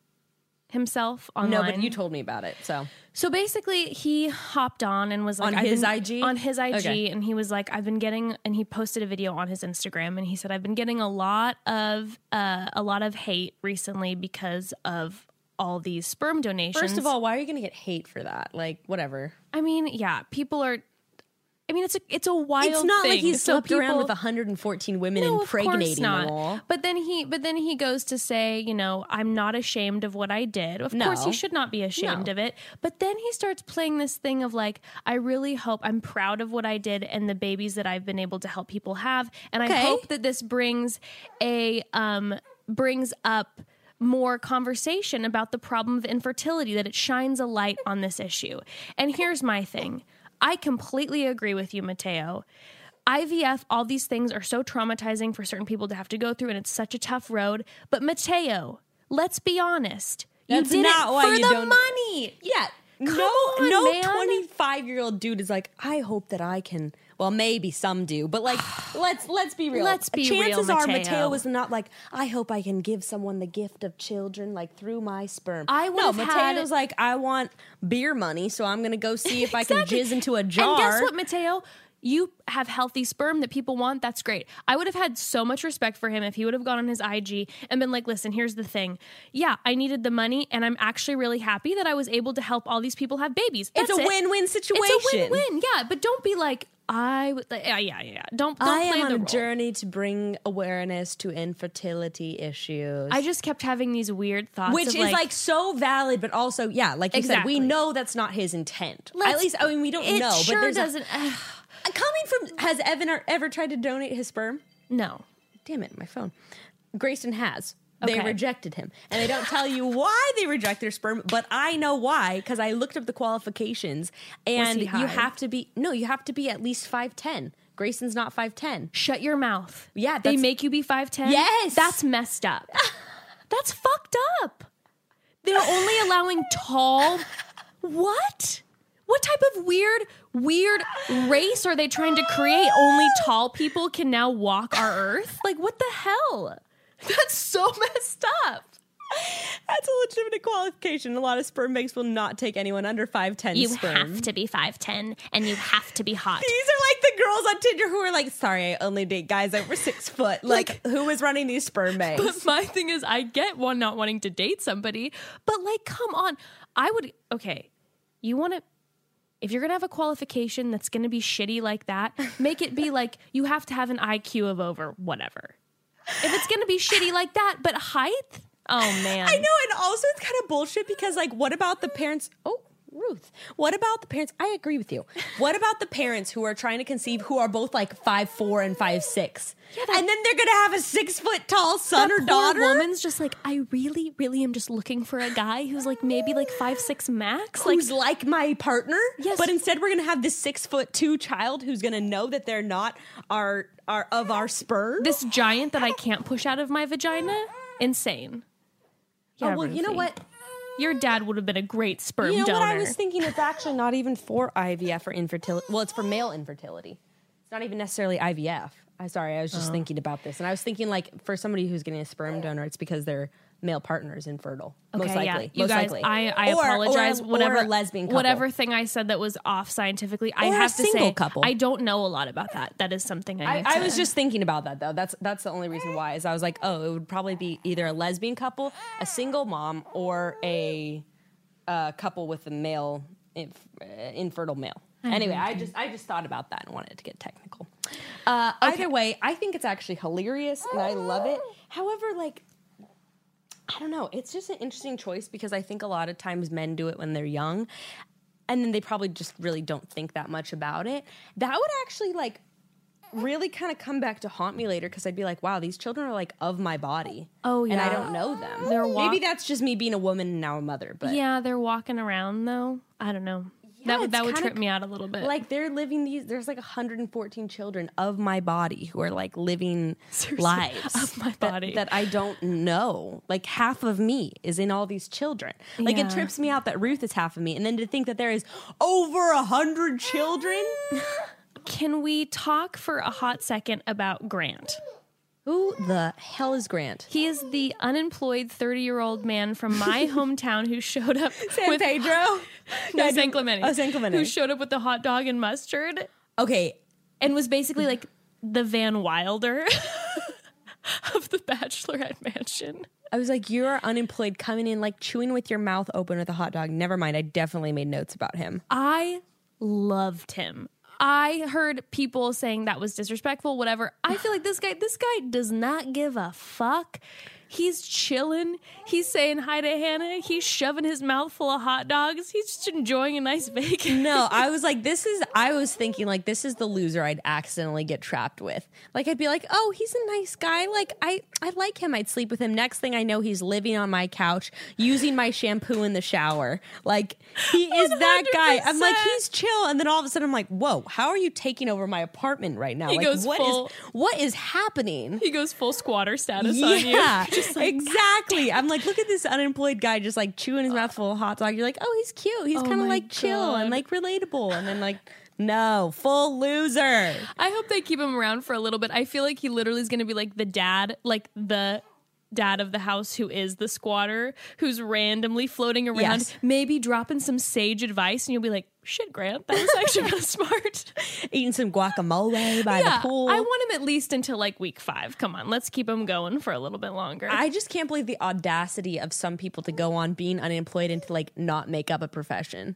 Speaker 2: himself online?
Speaker 3: no, but you told me about it. So,
Speaker 2: So basically, he hopped on and was like,
Speaker 3: On
Speaker 2: I've
Speaker 3: his
Speaker 2: been-
Speaker 3: IG?
Speaker 2: on his IG,
Speaker 3: Okay.
Speaker 2: and he was like, "I've been getting," and he posted a video on his Instagram, and he said, "I've been getting a lot of uh, a lot of hate recently because of all these sperm donations."
Speaker 3: first of all, why are you going to get hate for that? Like, whatever.
Speaker 2: I mean, yeah, people are I mean, it's a it's a wild.
Speaker 3: It's not like
Speaker 2: thing.
Speaker 3: he
Speaker 2: So
Speaker 3: slept around
Speaker 2: people-
Speaker 3: with 114 women
Speaker 2: No, of course
Speaker 3: impregnating
Speaker 2: not.
Speaker 3: them all.
Speaker 2: But then he but then he goes to say, you know, I'm not ashamed of what I did. Of course
Speaker 3: No.
Speaker 2: he should not be ashamed
Speaker 3: No.
Speaker 2: of it. But then he starts playing this thing of like, I really hope I'm proud of what I did and the babies that I've been able to help people have. And I
Speaker 3: Okay.
Speaker 2: hope that this brings a um brings up more conversation about the problem of infertility that it shines a light on this issue. And here's my thing. I completely agree with you, Mateo. IVF, all these things are so traumatizing for certain people to have to go through, and it's such a tough road. But Mateo, let's be honest.
Speaker 3: That's
Speaker 2: you did
Speaker 3: not
Speaker 2: it
Speaker 3: why
Speaker 2: for
Speaker 3: you
Speaker 2: the
Speaker 3: don't-
Speaker 2: money.
Speaker 3: Yeah.
Speaker 2: Come
Speaker 3: no
Speaker 2: on,
Speaker 3: no
Speaker 2: man.
Speaker 3: 25 year old dude is like, I hope that I can well maybe some do, but
Speaker 2: *sighs*
Speaker 3: like let's let's be real.
Speaker 2: Let's be real,
Speaker 3: Chances are
Speaker 2: Mateo.
Speaker 3: Mateo is not like, I hope I can give someone the gift of children like through my sperm.
Speaker 2: I would
Speaker 3: no,
Speaker 2: have had-
Speaker 3: Mateo's like, I want beer money, so I'm gonna go see if I can
Speaker 2: Exactly.
Speaker 3: jizz into a jar.
Speaker 2: And guess what, Mateo? You have healthy sperm that people want. That's great. I would have had so much respect for him if he would have gone on his IG and been like, listen, here's the thing. Yeah, I needed the money, and I'm actually really happy that I was able to help all these people have babies.
Speaker 3: It's
Speaker 2: That's
Speaker 3: a
Speaker 2: it.
Speaker 3: win-win
Speaker 2: It's a
Speaker 3: situation.
Speaker 2: win-win, yeah. But don't be like, I would, like, yeah, yeah, yeah. Don't, don't
Speaker 3: I
Speaker 2: play
Speaker 3: am on
Speaker 2: the
Speaker 3: a
Speaker 2: role.
Speaker 3: journey to bring awareness to infertility issues.
Speaker 2: I just kept having these weird thoughts,
Speaker 3: which
Speaker 2: of,
Speaker 3: is like, so valid, but also yeah, like you said,
Speaker 2: Exactly.
Speaker 3: we know that's not his intent. At
Speaker 2: Let's-
Speaker 3: least I mean we don't
Speaker 2: it
Speaker 3: know,
Speaker 2: sure
Speaker 3: but there's a- Uh,
Speaker 2: doesn't. *sighs*
Speaker 3: coming from has Evan or- ever tried to donate his sperm?
Speaker 2: no,
Speaker 3: Damn it, my phone. Grayson has. They
Speaker 2: Okay.
Speaker 3: rejected him, and they don't tell you why they reject their sperm, but I know why because I looked up the qualifications, and
Speaker 2: he
Speaker 3: you
Speaker 2: high?
Speaker 3: have to be no, you have to be at least five ten. Grayson's not five ten.
Speaker 2: shut your mouth.
Speaker 3: Yeah,
Speaker 2: they
Speaker 3: that's-
Speaker 2: make you be five ten.
Speaker 3: Yes.
Speaker 2: that's messed up. *laughs* that's fucked up. They're only allowing tall. What? What type of weird, weird race are they trying to create? Only tall people can now walk our Earth. Like what the hell? That's so *laughs* messed up.
Speaker 3: That's a legitimate qualification. A lot of sperm banks will not take anyone under five ten.
Speaker 2: You
Speaker 3: sperm.
Speaker 2: have to be five ten, and you have to be hot.
Speaker 3: These are like the girls on Tinder who are like, sorry, I only date guys over six foot. Like, who is running these sperm banks?
Speaker 2: But *laughs* my thing is, I get one not wanting to date somebody, but like, come on. I would, okay, you want to, if you're going to have a qualification that's going to be shitty like that, make it be like you have to have an IQ of over whatever. If it's going to be shitty like that, but height, oh man.
Speaker 3: I know, and also it's kind of bullshit because, like, what about the parents? Oh, Ruth, what about the parents? I agree with you. What about the parents who are trying to conceive who are both like five four and five six, and then they're gonna have a six foot tall son
Speaker 2: That
Speaker 3: or
Speaker 2: poor
Speaker 3: daughter?
Speaker 2: woman's just like, I really, really am just looking for a guy who's like maybe like five, six max. Like,
Speaker 3: who's like my partner.
Speaker 2: Yes.
Speaker 3: But instead, we're gonna have this six foot two child who's gonna know that they're not our our of our sperm.
Speaker 2: this giant that I can't push out of my vagina? Insane.
Speaker 3: oh,
Speaker 2: Yeah,
Speaker 3: well, you know
Speaker 2: Ruthie.
Speaker 3: what?
Speaker 2: Your dad would have been a great sperm
Speaker 3: You know
Speaker 2: donor.
Speaker 3: what I was thinking? It's actually not even for IVF or infertility. Well, it's for male infertility. It's not even necessarily IVF. I'm sorry, I was
Speaker 2: Uh-huh.
Speaker 3: just thinking about this, and I was thinking like for somebody who's getting a sperm donor, it's because their male partner is infertile, most
Speaker 2: Okay,
Speaker 3: likely.
Speaker 2: yeah. You
Speaker 3: most
Speaker 2: guys,
Speaker 3: likely.
Speaker 2: I,
Speaker 3: Or- or
Speaker 2: I
Speaker 3: a-
Speaker 2: apologize.
Speaker 3: or a
Speaker 2: whatever
Speaker 3: lesbian couple.
Speaker 2: whatever thing I said that was off scientifically, I
Speaker 3: Or a
Speaker 2: have to
Speaker 3: single
Speaker 2: say
Speaker 3: couple.
Speaker 2: I don't know a lot about that. That is something I,
Speaker 3: I,
Speaker 2: need
Speaker 3: I
Speaker 2: to-
Speaker 3: was just thinking about that though. That's that's the only reason why is I was like, oh, it would probably be either a lesbian couple, a single mom, or a uh, couple with a male inf- uh, infertile male. Anyway, I just I just thought about that and wanted to get technical. Uh, Either way, I think it's actually hilarious and I love it. However, like I don't know, it's just an interesting choice because I think a lot of times men do it when they're young, and then they probably just really don't think that much about it. That would actually like really kind of come back to haunt me later because I'd be like, wow, these children are like of my body.
Speaker 2: Oh,
Speaker 3: And
Speaker 2: yeah.
Speaker 3: I don't know them.
Speaker 2: They're
Speaker 3: Maybe
Speaker 2: walk-
Speaker 3: that's just me being a woman and now a mother, but
Speaker 2: Yeah, they're walking around though. I don't know. that would
Speaker 3: it's
Speaker 2: that would
Speaker 3: kinda
Speaker 2: trip me out a little bit.
Speaker 3: *laughs* like they're living these there's like 114 children of my body who are like living lives
Speaker 2: of my
Speaker 3: that-
Speaker 2: body.
Speaker 3: that, i don't know like half of me is in all these children like
Speaker 2: Yeah.
Speaker 3: it trips me out that ruth is half of me and then to think that there is over a hundred
Speaker 2: *laughs*
Speaker 3: children
Speaker 2: Can we talk for a hot second about Grant?
Speaker 3: who the hell is grant
Speaker 2: He is the unemployed 30 year old man from
Speaker 3: *laughs*
Speaker 2: my hometown who showed up with
Speaker 3: pedro
Speaker 2: no, San Clemente.
Speaker 3: oh san clemente
Speaker 2: Who showed up with the hot dog and mustard
Speaker 3: okay
Speaker 2: and was basically like the Van Wilder *laughs* of the Bachelorette Mansion.
Speaker 3: I was like, you're unemployed, coming in like chewing with your mouth open with a hot dog. Never mind. I definitely made notes about him.
Speaker 2: I loved him. I heard people saying that was disrespectful, whatever. I feel like this guy, this guy does not give a fuck. He's chilling. He's saying hi to Hannah. He's shoving his mouth full of hot dogs. He's just enjoying a nice *laughs* bacon.
Speaker 3: No, I was like, this is, I was thinking, like, this is the loser I'd accidentally get trapped with. Like, I'd be like, oh, he's a nice guy. Like, I, I like him. I'd sleep with him. Next thing I know, he's living on my couch, using my shampoo in the shower. Like,
Speaker 2: *laughs*
Speaker 3: he is that guy. I'm like,
Speaker 2: 100%.
Speaker 3: he's chill. And then all of a sudden, I'm like, whoa, how are you taking over my apartment right now?
Speaker 2: He
Speaker 3: like, what
Speaker 2: goes
Speaker 3: is
Speaker 2: full-
Speaker 3: what is happening?
Speaker 2: He goes full squatter status on you.
Speaker 3: Yeah,
Speaker 2: *laughs* Just like, *laughs*
Speaker 3: exactly. I'm like, look at this unemployed guy just like chewing his mouth full of hot dog. You're like, oh, he's cute. He's
Speaker 2: Oh
Speaker 3: kind of
Speaker 2: my
Speaker 3: like chill and
Speaker 2: God.
Speaker 3: like relatable. And then like, no, full loser.
Speaker 2: I hope they keep him around for a little bit. I feel like he literally is going to be like the dad, like the dad of the house who is the squatter who's randomly floating around,
Speaker 3: Yes.
Speaker 2: maybe dropping some sage advice, and you'll be like, "Shit, Grant, that was actually kind of *laughs* smart."
Speaker 3: Eating some guacamole by
Speaker 2: yeah,
Speaker 3: the pool.
Speaker 2: I want him at least until like week five. Come on, let's keep him going for a little bit longer.
Speaker 3: I just can't believe the audacity of some people to go on being unemployed and to like not make up a profession.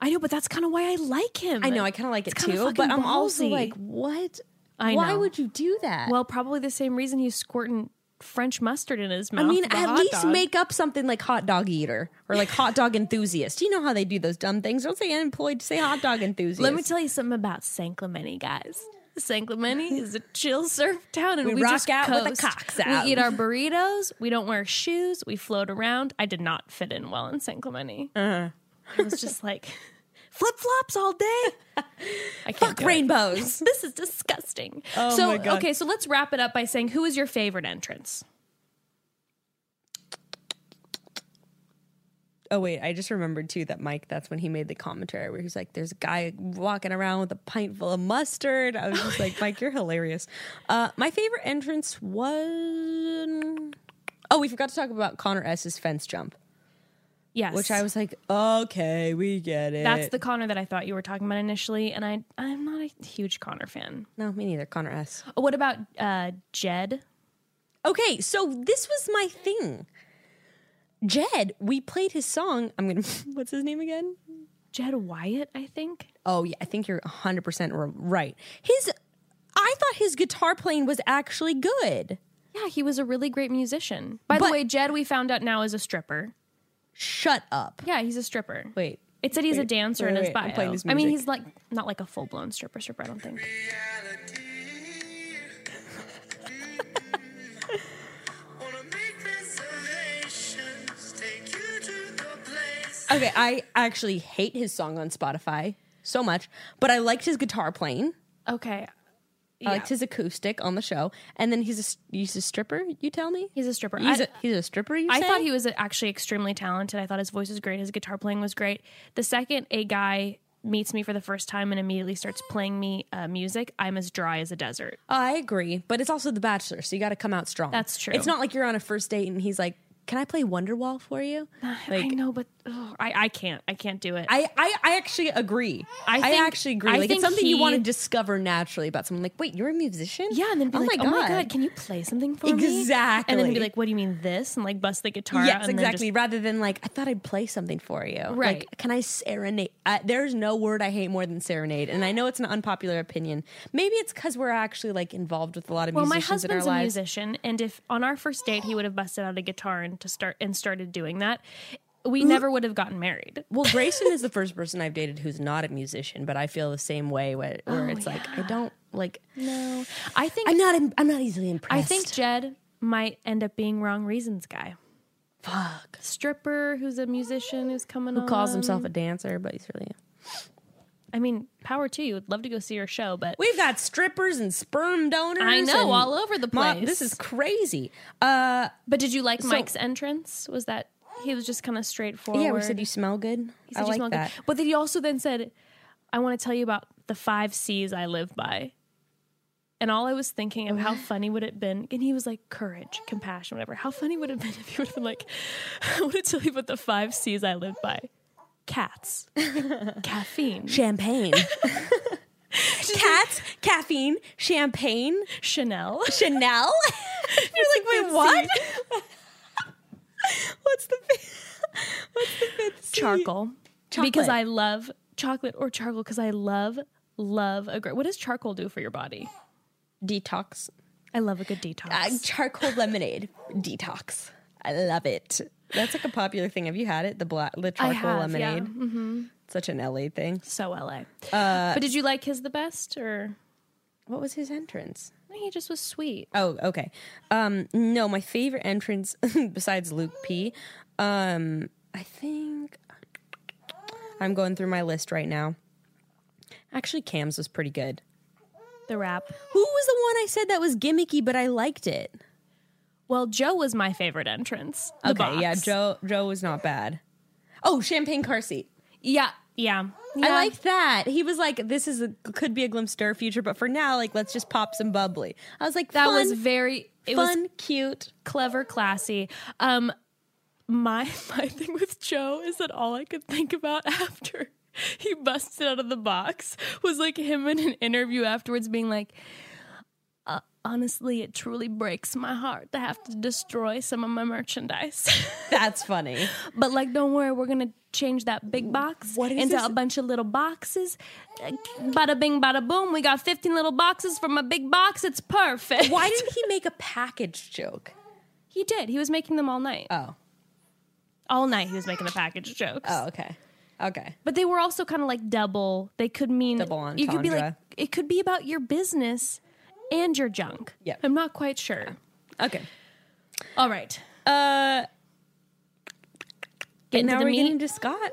Speaker 2: I know, but that's kind of why I like him.
Speaker 3: I know I kind of like it
Speaker 2: kinda
Speaker 3: too, but
Speaker 2: fucking
Speaker 3: I'm also
Speaker 2: ballsy.
Speaker 3: like, what?
Speaker 2: I
Speaker 3: Why
Speaker 2: know.
Speaker 3: would you do that?
Speaker 2: well, probably the same reason he's squirting French mustard in his mouth.
Speaker 3: I mean,
Speaker 2: with a
Speaker 3: at
Speaker 2: hot
Speaker 3: least
Speaker 2: dog.
Speaker 3: make up something like hot dog eater or like hot dog enthusiast. You know how they do those dumb things. Don't say unemployed, say hot dog enthusiast.
Speaker 2: Let me tell you something about San Clemente, guys. San Clemente is a chill surf town, and
Speaker 3: We
Speaker 2: we,
Speaker 3: rock
Speaker 2: just
Speaker 3: out with the
Speaker 2: coast.
Speaker 3: cocks out.
Speaker 2: We eat our burritos. We don't wear shoes. We float around. I did not fit in well in San Clemente. Uh-huh. I was just *laughs* like flip flops all day.
Speaker 3: *laughs*
Speaker 2: I can't
Speaker 3: fuck
Speaker 2: do it.
Speaker 3: rainbows.
Speaker 2: *laughs*
Speaker 3: *laughs*
Speaker 2: This is disgusting.
Speaker 3: Oh
Speaker 2: so
Speaker 3: my God.
Speaker 2: okay, so let's wrap it up by saying who is your favorite entrance?
Speaker 3: Oh wait, I just remembered too that Mike. That's when he made the commentary where he's like, "There's a guy walking around with a pint full of mustard." I was just
Speaker 2: *laughs*
Speaker 3: like, "Mike, you're hilarious." Uh, my favorite entrance was. Oh, we forgot to talk about Connor S's fence jump,
Speaker 2: Yes,
Speaker 3: which I was like, "Okay, we get it."
Speaker 2: That's the Connor that I thought you were talking about initially, and I I'm not a huge Connor fan.
Speaker 3: no, me neither. Connor S.
Speaker 2: What about uh, Jed?
Speaker 3: Okay, so this was my thing. Jed, we played his song. I'm gonna. *laughs* What's his name again?
Speaker 2: Jed Wyatt, I think.
Speaker 3: Oh yeah, I think you're 100 percent right. His, I thought his guitar playing was actually good.
Speaker 2: Yeah, he was a really great musician. By
Speaker 3: But-
Speaker 2: the way, Jed, we found out now is a stripper.
Speaker 3: Shut up.
Speaker 2: Yeah, he's a stripper.
Speaker 3: Wait,
Speaker 2: It said he's a
Speaker 3: wait,
Speaker 2: dancer
Speaker 3: wait,
Speaker 2: in his
Speaker 3: wait, I'm
Speaker 2: bio.
Speaker 3: playing his
Speaker 2: I mean,
Speaker 3: music.
Speaker 2: he's like not like a full blown stripper stripper. I don't think.
Speaker 3: Okay, I actually hate his song on Spotify so much, but I liked his guitar playing.
Speaker 2: Okay,
Speaker 3: I liked his acoustic on the show, and then he's a s- he's a stripper. You tell me.
Speaker 2: he's a stripper.
Speaker 3: He's
Speaker 2: I-
Speaker 3: a he's a stripper. You
Speaker 2: I
Speaker 3: say?
Speaker 2: thought he was actually extremely talented. I thought his voice was great. His guitar playing was great. The second a guy meets me for the first time and immediately starts playing me uh, music, I'm as dry as a desert.
Speaker 3: I agree, but it's also The Bachelor, so you got to come out strong.
Speaker 2: That's true.
Speaker 3: It's not like you're on a first date and he's like, "Can I play Wonderwall for you?"
Speaker 2: I
Speaker 3: Like,
Speaker 2: know, but ugh, I I can't. I can't do it.
Speaker 3: I, I, I actually agree. I,
Speaker 2: I think-
Speaker 3: actually agree.
Speaker 2: I
Speaker 3: like, it's
Speaker 2: think
Speaker 3: something you
Speaker 2: he-
Speaker 3: want to discover naturally about someone. Like, wait, you're a musician?
Speaker 2: Yeah, and then be like, "Oh my god, can you play something for me?" And then
Speaker 3: Exactly.
Speaker 2: be like, "What do you mean this?" And like bust the guitar. out
Speaker 3: Yes,
Speaker 2: and then
Speaker 3: exactly.
Speaker 2: just-
Speaker 3: Rather than like, I thought I'd play something for you. Like,
Speaker 2: Right.
Speaker 3: can I serenade? Uh, there's no word I hate more than serenade, and I know it's an unpopular opinion. Maybe it's because we're actually like involved with a lot of
Speaker 2: well, my
Speaker 3: musicians in our
Speaker 2: husband's a
Speaker 3: lives.
Speaker 2: musician, and if on our first date he would have busted out a guitar and to start and started doing that, we never would have gotten married.
Speaker 3: Well, Grayson is the first person I've dated who's not a musician, but I feel the same way where, where it's like I don't like.
Speaker 2: No, I think
Speaker 3: I'm not. I'm not easily
Speaker 2: I
Speaker 3: impressed.
Speaker 2: think Jed might end up being wrong reasons guy.
Speaker 3: fuck.
Speaker 2: Stripper who's a musician who's coming.
Speaker 3: Who calls
Speaker 2: on.
Speaker 3: himself a dancer, but he's really.
Speaker 2: I mean, power to you. Would love to go see your show, but
Speaker 3: We've got strippers and sperm donors.
Speaker 2: I know
Speaker 3: and
Speaker 2: all over the
Speaker 3: mo-
Speaker 2: place.
Speaker 3: this is crazy. Uh,
Speaker 2: But did you like Mike's entrance? Was that he was just kind of straightforward?
Speaker 3: yeah, we said you smell good.
Speaker 2: He
Speaker 3: I
Speaker 2: said you
Speaker 3: like
Speaker 2: smell good.
Speaker 3: that.
Speaker 2: But then he also then said, I want to tell you about the five C's I live by. And all I was thinking of
Speaker 3: *sighs*
Speaker 2: how funny would it have been, and he was like, courage, compassion, whatever. How funny would it have been if he would have been like, *laughs* I want to tell you about the five C's I live by.
Speaker 3: *laughs*
Speaker 2: Cats, caffeine,
Speaker 3: Champagne, *laughs* cats, caffeine, champagne,
Speaker 2: Chanel.
Speaker 3: *laughs* Chanel. You're like, wait, what? *laughs* What's the fifth? What's the fifth? C?
Speaker 2: charcoal
Speaker 3: Chocolate.
Speaker 2: because I love chocolate or charcoal because I love love a great. What does charcoal do for your body?
Speaker 3: Detox.
Speaker 2: I love a good detox.
Speaker 3: Uh, charcoal lemonade detox. I love it. That's like a popular thing. Have you had it? The black, the charcoal
Speaker 2: have, yeah.
Speaker 3: lemonade. Mm-hmm. Such an LA thing.
Speaker 2: so LA.
Speaker 3: Uh,
Speaker 2: but did you like his the best or
Speaker 3: What was his entrance?
Speaker 2: he just was sweet?
Speaker 3: Oh, okay. Um, no, my favorite entrance *laughs* besides Luke P. Um, I think I'm going through my list right now. Actually, Cam's was pretty good.
Speaker 2: The rap.
Speaker 3: Who was the one I said that was gimmicky, but I liked it?
Speaker 2: Well, Joe was my favorite entrance. The
Speaker 3: okay,
Speaker 2: box.
Speaker 3: yeah, Joe Joe was not bad. Oh, champagne car seat.
Speaker 2: Yeah, yeah.
Speaker 3: I
Speaker 2: Yeah.
Speaker 3: liked that. He was like, "This is a, could be a glimpse to our future, but for now, like, let's just pop some bubbly." I was like,
Speaker 2: that
Speaker 3: fun,
Speaker 2: was very it was
Speaker 3: fun, cute."
Speaker 2: clever, classy. Um, my *laughs* my thing with Joe is that all I could think about *laughs* after he busted out of the box was like him in an interview afterwards being like. "Uh, Honestly, it truly breaks my heart to have to destroy some of my merchandise. *laughs*
Speaker 3: That's funny.
Speaker 2: but like, don't worry, we're gonna change that big box
Speaker 3: What is
Speaker 2: into
Speaker 3: this?
Speaker 2: a bunch of little boxes. Uh, Bada bing, bada boom. We got fifteen little boxes from a big box. It's
Speaker 3: *laughs*
Speaker 2: perfect.
Speaker 3: Why didn't he make a package joke?
Speaker 2: *laughs* he did? He was making them all night.
Speaker 3: Oh,
Speaker 2: all night he was making the package jokes.
Speaker 3: oh, okay, okay.
Speaker 2: But they were also kind of like double. They could mean
Speaker 3: Double
Speaker 2: You could be like
Speaker 3: entendre.
Speaker 2: it could be about your business and your junk.
Speaker 3: Yep.
Speaker 2: I'm not quite sure.
Speaker 3: Okay.
Speaker 2: All right.
Speaker 3: Uh,
Speaker 2: Get
Speaker 3: now
Speaker 2: into
Speaker 3: we're
Speaker 2: the meat.
Speaker 3: getting to Scott.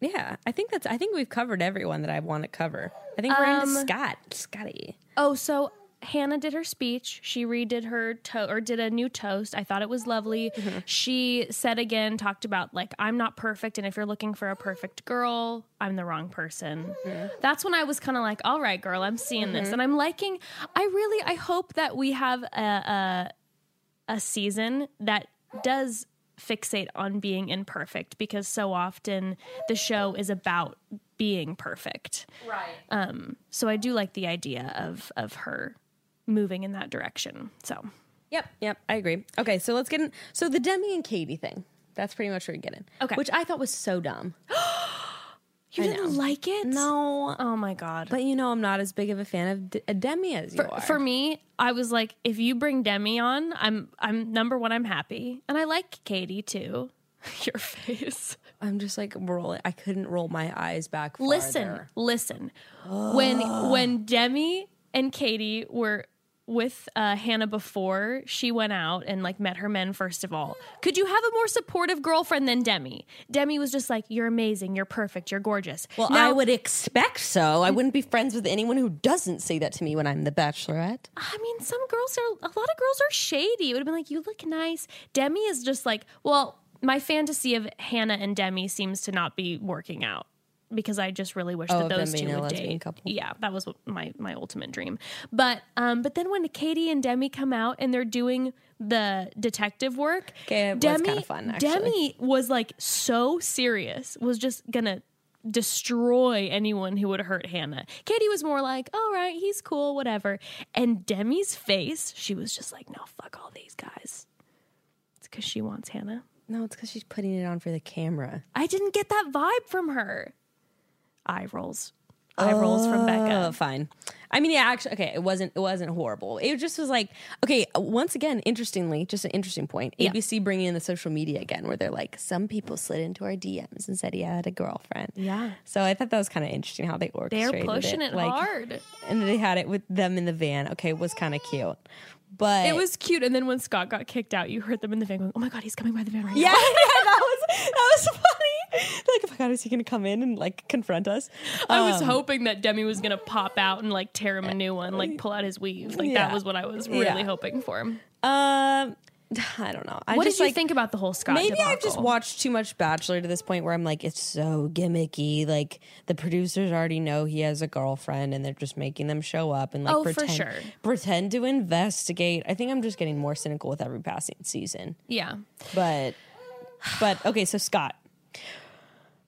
Speaker 3: Yeah, I think that's. I think we've covered everyone that I want to cover. I think we're into
Speaker 2: Um,
Speaker 3: Scott, Scotty.
Speaker 2: oh, so Hannah did her speech. She redid her to- or did a new toast. I thought it was lovely. She said again, talked about like I'm not perfect, and if you're looking for a perfect girl, I'm the wrong person. That's when I was kind of like, all right, girl, I'm seeing this, and I'm liking. I really, I hope that we have a, a season that does fixate on being imperfect because so often the show is about being perfect. Right. Um, so I do like the idea of of her moving in that direction. So
Speaker 3: Yep, yep, I agree. Okay, so let's get in. So the Demi and Katie thing. That's pretty much where we get in.
Speaker 2: Okay.
Speaker 3: Which I thought was so dumb.
Speaker 2: you
Speaker 3: I
Speaker 2: didn't like it?
Speaker 3: No,
Speaker 2: Oh my god.
Speaker 3: but you know I'm not as big of a fan of D- Demi as you are.
Speaker 2: for, for me, I was like, if you bring Demi on, I'm I'm number one, I'm happy. And I like Katie too. *laughs* Your face.
Speaker 3: I'm just like rolling. I couldn't roll my eyes back.
Speaker 2: listen,
Speaker 3: farther.
Speaker 2: listen. When when Demi and Katie were with uh, Hannah before she went out and like met her men first of all. Could you have a more supportive girlfriend than Demi? Demi was just like, "You're amazing. You're perfect. You're gorgeous."
Speaker 3: Well, I would expect so. I wouldn't be friends with anyone who doesn't say that to me when I'm the Bachelorette.
Speaker 2: I mean, some girls are a lot of girls are shady. It would have been like, "You look nice." Demi is just like, "Well, my fantasy of Hannah and Demi seems to not be working out." Because I just really wish
Speaker 3: Oh,
Speaker 2: that
Speaker 3: of them
Speaker 2: those two
Speaker 3: being a
Speaker 2: would
Speaker 3: lesbian
Speaker 2: date.
Speaker 3: couple.
Speaker 2: Yeah, that was what my my ultimate dream. But um, but then when Katie and Demi come out and they're doing the detective work,
Speaker 3: Okay, it was
Speaker 2: Demi
Speaker 3: kinda fun, actually.
Speaker 2: Demi was like so serious, was just gonna destroy anyone who would hurt Hannah. Katie was more like, all right, he's cool, whatever. And Demi's face, she was just like, no, fuck all these guys. It's because she wants Hannah.
Speaker 3: No, it's because she's putting it on for the camera.
Speaker 2: I didn't get that vibe from her. Eye rolls. Eye rolls from
Speaker 3: Oh,
Speaker 2: Becca.
Speaker 3: fine. I mean, yeah, actually, okay, it wasn't it wasn't horrible. It just was like, okay, once again, interestingly, just an interesting point.
Speaker 2: Yeah.
Speaker 3: ABC bringing in the social media again, where they're like, some people slid into our DMs and said he had a girlfriend.
Speaker 2: Yeah.
Speaker 3: So I thought that was kind of interesting how they
Speaker 2: They're
Speaker 3: orchestrated
Speaker 2: pushing it,
Speaker 3: like, eh.
Speaker 2: hard.
Speaker 3: and they had it with them in the van. Okay, it was kind of cute, but
Speaker 2: It was cute. And then when Scott got kicked out, you heard them in the van going, oh my God, he's coming by the van
Speaker 3: *laughs*
Speaker 2: right
Speaker 3: Yeah,
Speaker 2: now.
Speaker 3: yeah, *laughs* that was that was funny. Like, oh my god, is he gonna come in and like confront us?
Speaker 2: I was hoping that Demi was gonna pop out and like tear him a new one, like pull out his weave. Like
Speaker 3: Yeah.
Speaker 2: that was what I was really
Speaker 3: Yeah.
Speaker 2: hoping for.
Speaker 3: Um, I don't know. I
Speaker 2: What
Speaker 3: just,
Speaker 2: did you
Speaker 3: like,
Speaker 2: think about the whole Scott?
Speaker 3: Maybe I've
Speaker 2: debacle?
Speaker 3: just watched too much Bachelor to this point where I'm like, it's so gimmicky. Like the producers already know he has a girlfriend, and they're just making them show up and like
Speaker 2: Oh, for
Speaker 3: pretend
Speaker 2: sure.
Speaker 3: pretend to investigate. I think I'm just getting more cynical with every passing season.
Speaker 2: Yeah,
Speaker 3: But but okay, so Scott.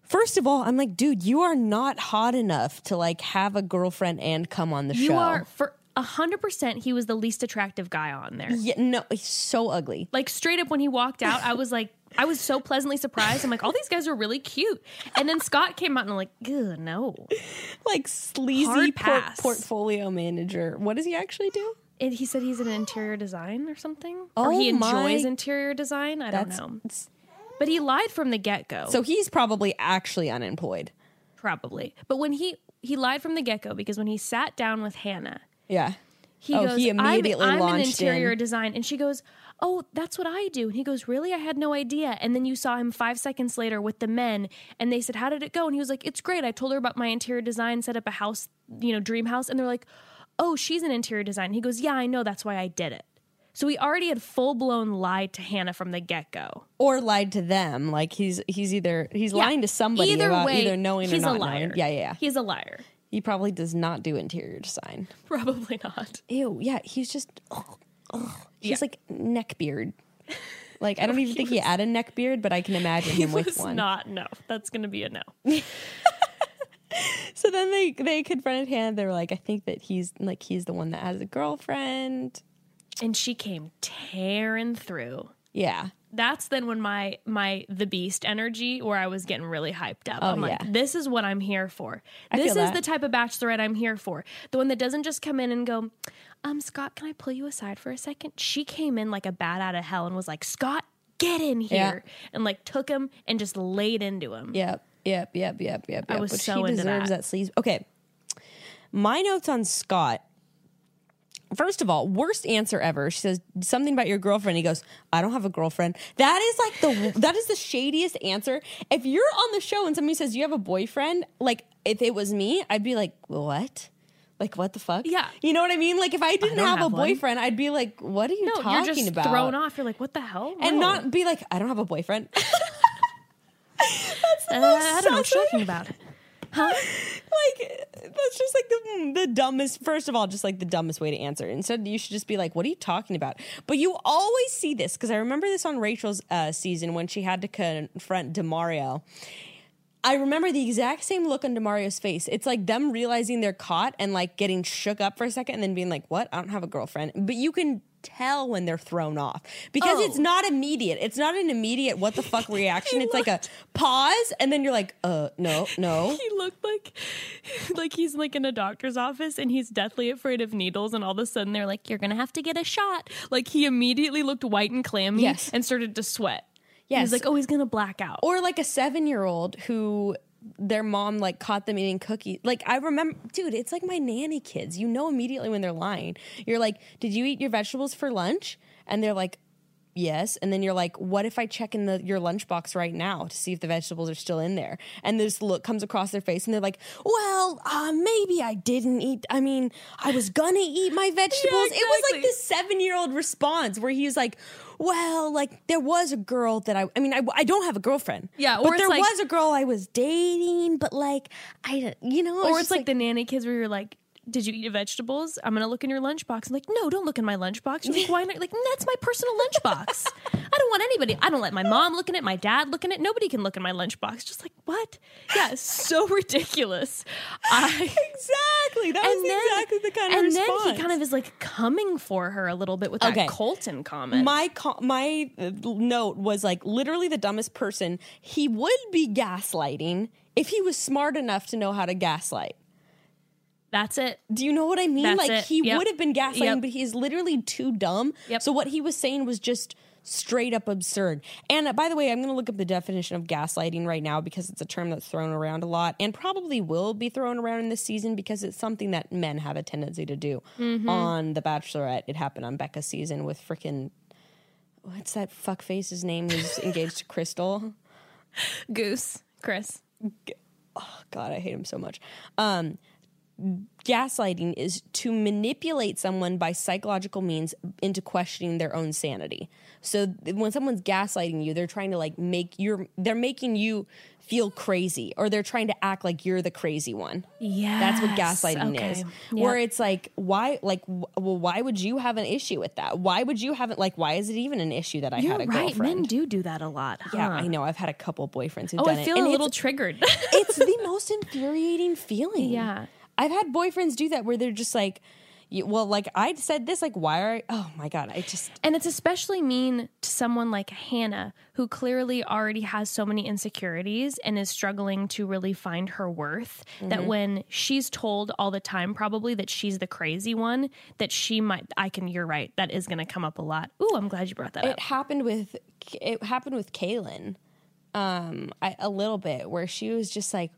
Speaker 3: First of all, I'm like, dude, you are not hot enough to like have a girlfriend and come on the
Speaker 2: you
Speaker 3: show.
Speaker 2: are for hundred percent. He was the least attractive guy on there.
Speaker 3: yeah, no, he's so ugly.
Speaker 2: Like straight up, when he walked out, I was like, I was so pleasantly surprised. I'm like, all these guys are really cute. And then Scott came out and I'm like, "Ugh, no.
Speaker 3: like sleazy
Speaker 2: Hard
Speaker 3: por-
Speaker 2: pass.
Speaker 3: portfolio manager. What does he actually do?
Speaker 2: And he said he's an interior design or something. or
Speaker 3: Oh
Speaker 2: he
Speaker 3: my-
Speaker 2: enjoys interior design. I don't
Speaker 3: That's-
Speaker 2: know.
Speaker 3: it's-
Speaker 2: But he lied from the get go.
Speaker 3: So he's probably actually unemployed.
Speaker 2: probably. But when he he lied from the get go because when he sat down with Hannah,
Speaker 3: Yeah.
Speaker 2: he
Speaker 3: Oh,
Speaker 2: goes,
Speaker 3: he
Speaker 2: "I'm-
Speaker 3: immediately
Speaker 2: I'm, an
Speaker 3: launched
Speaker 2: interior
Speaker 3: in.
Speaker 2: design. And she goes, Oh, that's what I do. And he goes, Really? I had no idea. And then you saw him five seconds later with the men and they said, How did it go? And he was like, It's great. I told her about my interior design, set up a house, you know, dream house. And they're like, Oh, she's an interior design. he goes, Yeah, I know. That's why I did it. So he already had full blown lied to Hannah from the get go.
Speaker 3: Or lied to them. Like he's he's either he's lying to somebody
Speaker 2: either
Speaker 3: about
Speaker 2: way,
Speaker 3: either knowing
Speaker 2: he's
Speaker 3: or not
Speaker 2: a liar.
Speaker 3: knowing. Yeah, yeah, yeah.
Speaker 2: He's a liar. *laughs*
Speaker 3: He probably does not do interior design.
Speaker 2: Probably not.
Speaker 3: Ew, yeah, he's just oh, oh. he's
Speaker 2: Yeah.
Speaker 3: like neck beard. Like
Speaker 2: *laughs*
Speaker 3: I don't even think he had a neck beard, but I can imagine
Speaker 2: He
Speaker 3: him with
Speaker 2: was
Speaker 3: one.
Speaker 2: not. No, that's going to be a no.
Speaker 3: So then they they confronted Hannah. They were like, I think that he's like he's the one that has a girlfriend.
Speaker 2: And she came tearing through.
Speaker 3: Yeah.
Speaker 2: that's then when my my the beast energy where I was getting really hyped up. I'm
Speaker 3: Oh, yeah.
Speaker 2: like, this is what I'm here for. This is
Speaker 3: feel that.
Speaker 2: the type of bachelorette I'm here for. The one that doesn't just come in and go, um, Scott, can I pull you aside for a second? She came in like a bat out of hell and was like, Scott, get in here. And like took him and just laid into him.
Speaker 3: Yep. Yep. Yep. Yep. Yep. I
Speaker 2: was so into
Speaker 3: deserves that
Speaker 2: that.
Speaker 3: sleaze. Okay. My notes on Scott. First of all, worst answer ever. She says something about your girlfriend. He goes, "I don't have a girlfriend." That is like the *laughs* that is the shadiest answer. If you're on the show and somebody says you have a boyfriend, like if it was me, I'd be like, "What?" Like what the fuck?
Speaker 2: Yeah.
Speaker 3: you know what I mean. Like if I didn't
Speaker 2: don't
Speaker 3: have,
Speaker 2: have
Speaker 3: a
Speaker 2: one.
Speaker 3: boyfriend, I'd be like, "What are you
Speaker 2: No,
Speaker 3: talking
Speaker 2: you're just
Speaker 3: about?"
Speaker 2: thrown off. You're like, what the hell?
Speaker 3: and
Speaker 2: No.
Speaker 3: not be like, "I don't have a boyfriend." *laughs*
Speaker 2: Uh, I don't know what you're
Speaker 3: saucy.
Speaker 2: talking about. Huh?
Speaker 3: like that's just like the, the dumbest first of all just like the dumbest way to answer instead you should just be like what are you talking about but you always see this because i remember this on rachel's uh, season when she had to confront demario i remember the exact same look on demario's face it's like them realizing they're caught and like getting shook up for a second and then being like what i don't have a girlfriend but you can tell when they're thrown off because
Speaker 2: Oh.
Speaker 3: it's not immediate it's not an immediate what the fuck reaction it's like a pause and then you're like uh no no
Speaker 2: he looked like *laughs* like he's like in a doctor's office and he's deathly afraid of needles and all of a sudden they're like you're gonna have to get a shot like he immediately looked white and clammy
Speaker 3: Yes.
Speaker 2: and started to sweat he
Speaker 3: Yes.
Speaker 2: was like oh he's gonna black out
Speaker 3: or like a seven year old who their mom like caught them eating cookies. Like I remember, dude, it's like my nanny kids. You know immediately when they're lying. You're like, "Did you eat your vegetables for lunch?" And they're like, "Yes." And then you're like, "What if I check in the, your lunchbox right now to see if the vegetables are still in there?" And this look comes across their face, and they're like, "Well, uh, maybe I didn't eat. I mean, I was gonna eat my vegetables." It was like
Speaker 2: exactly.
Speaker 3: this seven year old response where he's like, well, like there was a girl that I, I mean, I, I don't have a girlfriend.
Speaker 2: Yeah, or
Speaker 3: But
Speaker 2: it's
Speaker 3: there
Speaker 2: like-
Speaker 3: was a girl I was dating, but like, I, don't- you know,
Speaker 2: or
Speaker 3: just
Speaker 2: it's like, the nanny kids where you're like did you eat your vegetables i'm gonna look in your lunchbox i'm like no don't look in my lunchbox You're like why not like "Mm, that's my personal lunchbox
Speaker 3: *laughs*
Speaker 2: i don't want anybody i don't let my mom look in it my dad look in it nobody can look in my lunchbox just like what yeah it's so *laughs* ridiculous
Speaker 3: *laughs*
Speaker 2: i
Speaker 3: exactly, that was exactly the kind of
Speaker 2: and
Speaker 3: response.
Speaker 2: then he kind of is like coming for her a little bit with
Speaker 3: Okay.
Speaker 2: that Colton comment.
Speaker 3: my co- my uh, note was like literally the dumbest person. He would be gaslighting if he was smart enough to know how to gaslight.
Speaker 2: That's it.
Speaker 3: Do you know what I mean?
Speaker 2: That's
Speaker 3: like
Speaker 2: it.
Speaker 3: he
Speaker 2: Yep.
Speaker 3: would have been gaslighting,
Speaker 2: Yep.
Speaker 3: but he is literally too dumb.
Speaker 2: Yep.
Speaker 3: So what he was saying was just straight up absurd. And uh, by the way, I'm going to look up the definition of gaslighting right now because it's a term that's thrown around a lot and probably will be thrown around in this season because it's something that men have a tendency to do.
Speaker 2: Mm-hmm.
Speaker 3: On The Bachelorette, it happened on Becca's season with freaking what's that fuckface's name who's engaged to Crystal?
Speaker 2: Goose, Chris.
Speaker 3: God, I hate him so much. Um, gaslighting is to manipulate someone by psychological means into questioning their own sanity. So th- when someone's gaslighting you, they're trying to like make your they're making you feel crazy or they're trying to act like you're the crazy one.
Speaker 2: Yeah.
Speaker 3: That's what gaslighting is. Where it's like, why, like, w- well, why would you have an issue with that? Why would you have it? Like, why is it even an issue that I
Speaker 2: You're
Speaker 3: had a
Speaker 2: right. Men
Speaker 3: girlfriend?
Speaker 2: do do that a lot.
Speaker 3: yeah,
Speaker 2: huh?
Speaker 3: I know. I've had a couple boyfriends who've
Speaker 2: Oh,
Speaker 3: done
Speaker 2: I
Speaker 3: it.
Speaker 2: feel
Speaker 3: And
Speaker 2: a
Speaker 3: it's-
Speaker 2: little triggered. *laughs*
Speaker 3: it's the most infuriating feeling.
Speaker 2: Yeah.
Speaker 3: I've had boyfriends do that where they're just like, You, well, like I said this, like, why are, oh my God, I just,
Speaker 2: And it's especially mean to someone like Hannah, who clearly already has so many insecurities and is struggling to really find her worth.
Speaker 3: Mm-hmm.
Speaker 2: That when she's told all the time, probably that she's the crazy one, that she might, I can, you're right, that is going to come up a lot. Ooh, I'm glad you brought that up.
Speaker 3: it happened with, it happened with Kaylin um, I, a little bit where she was just like,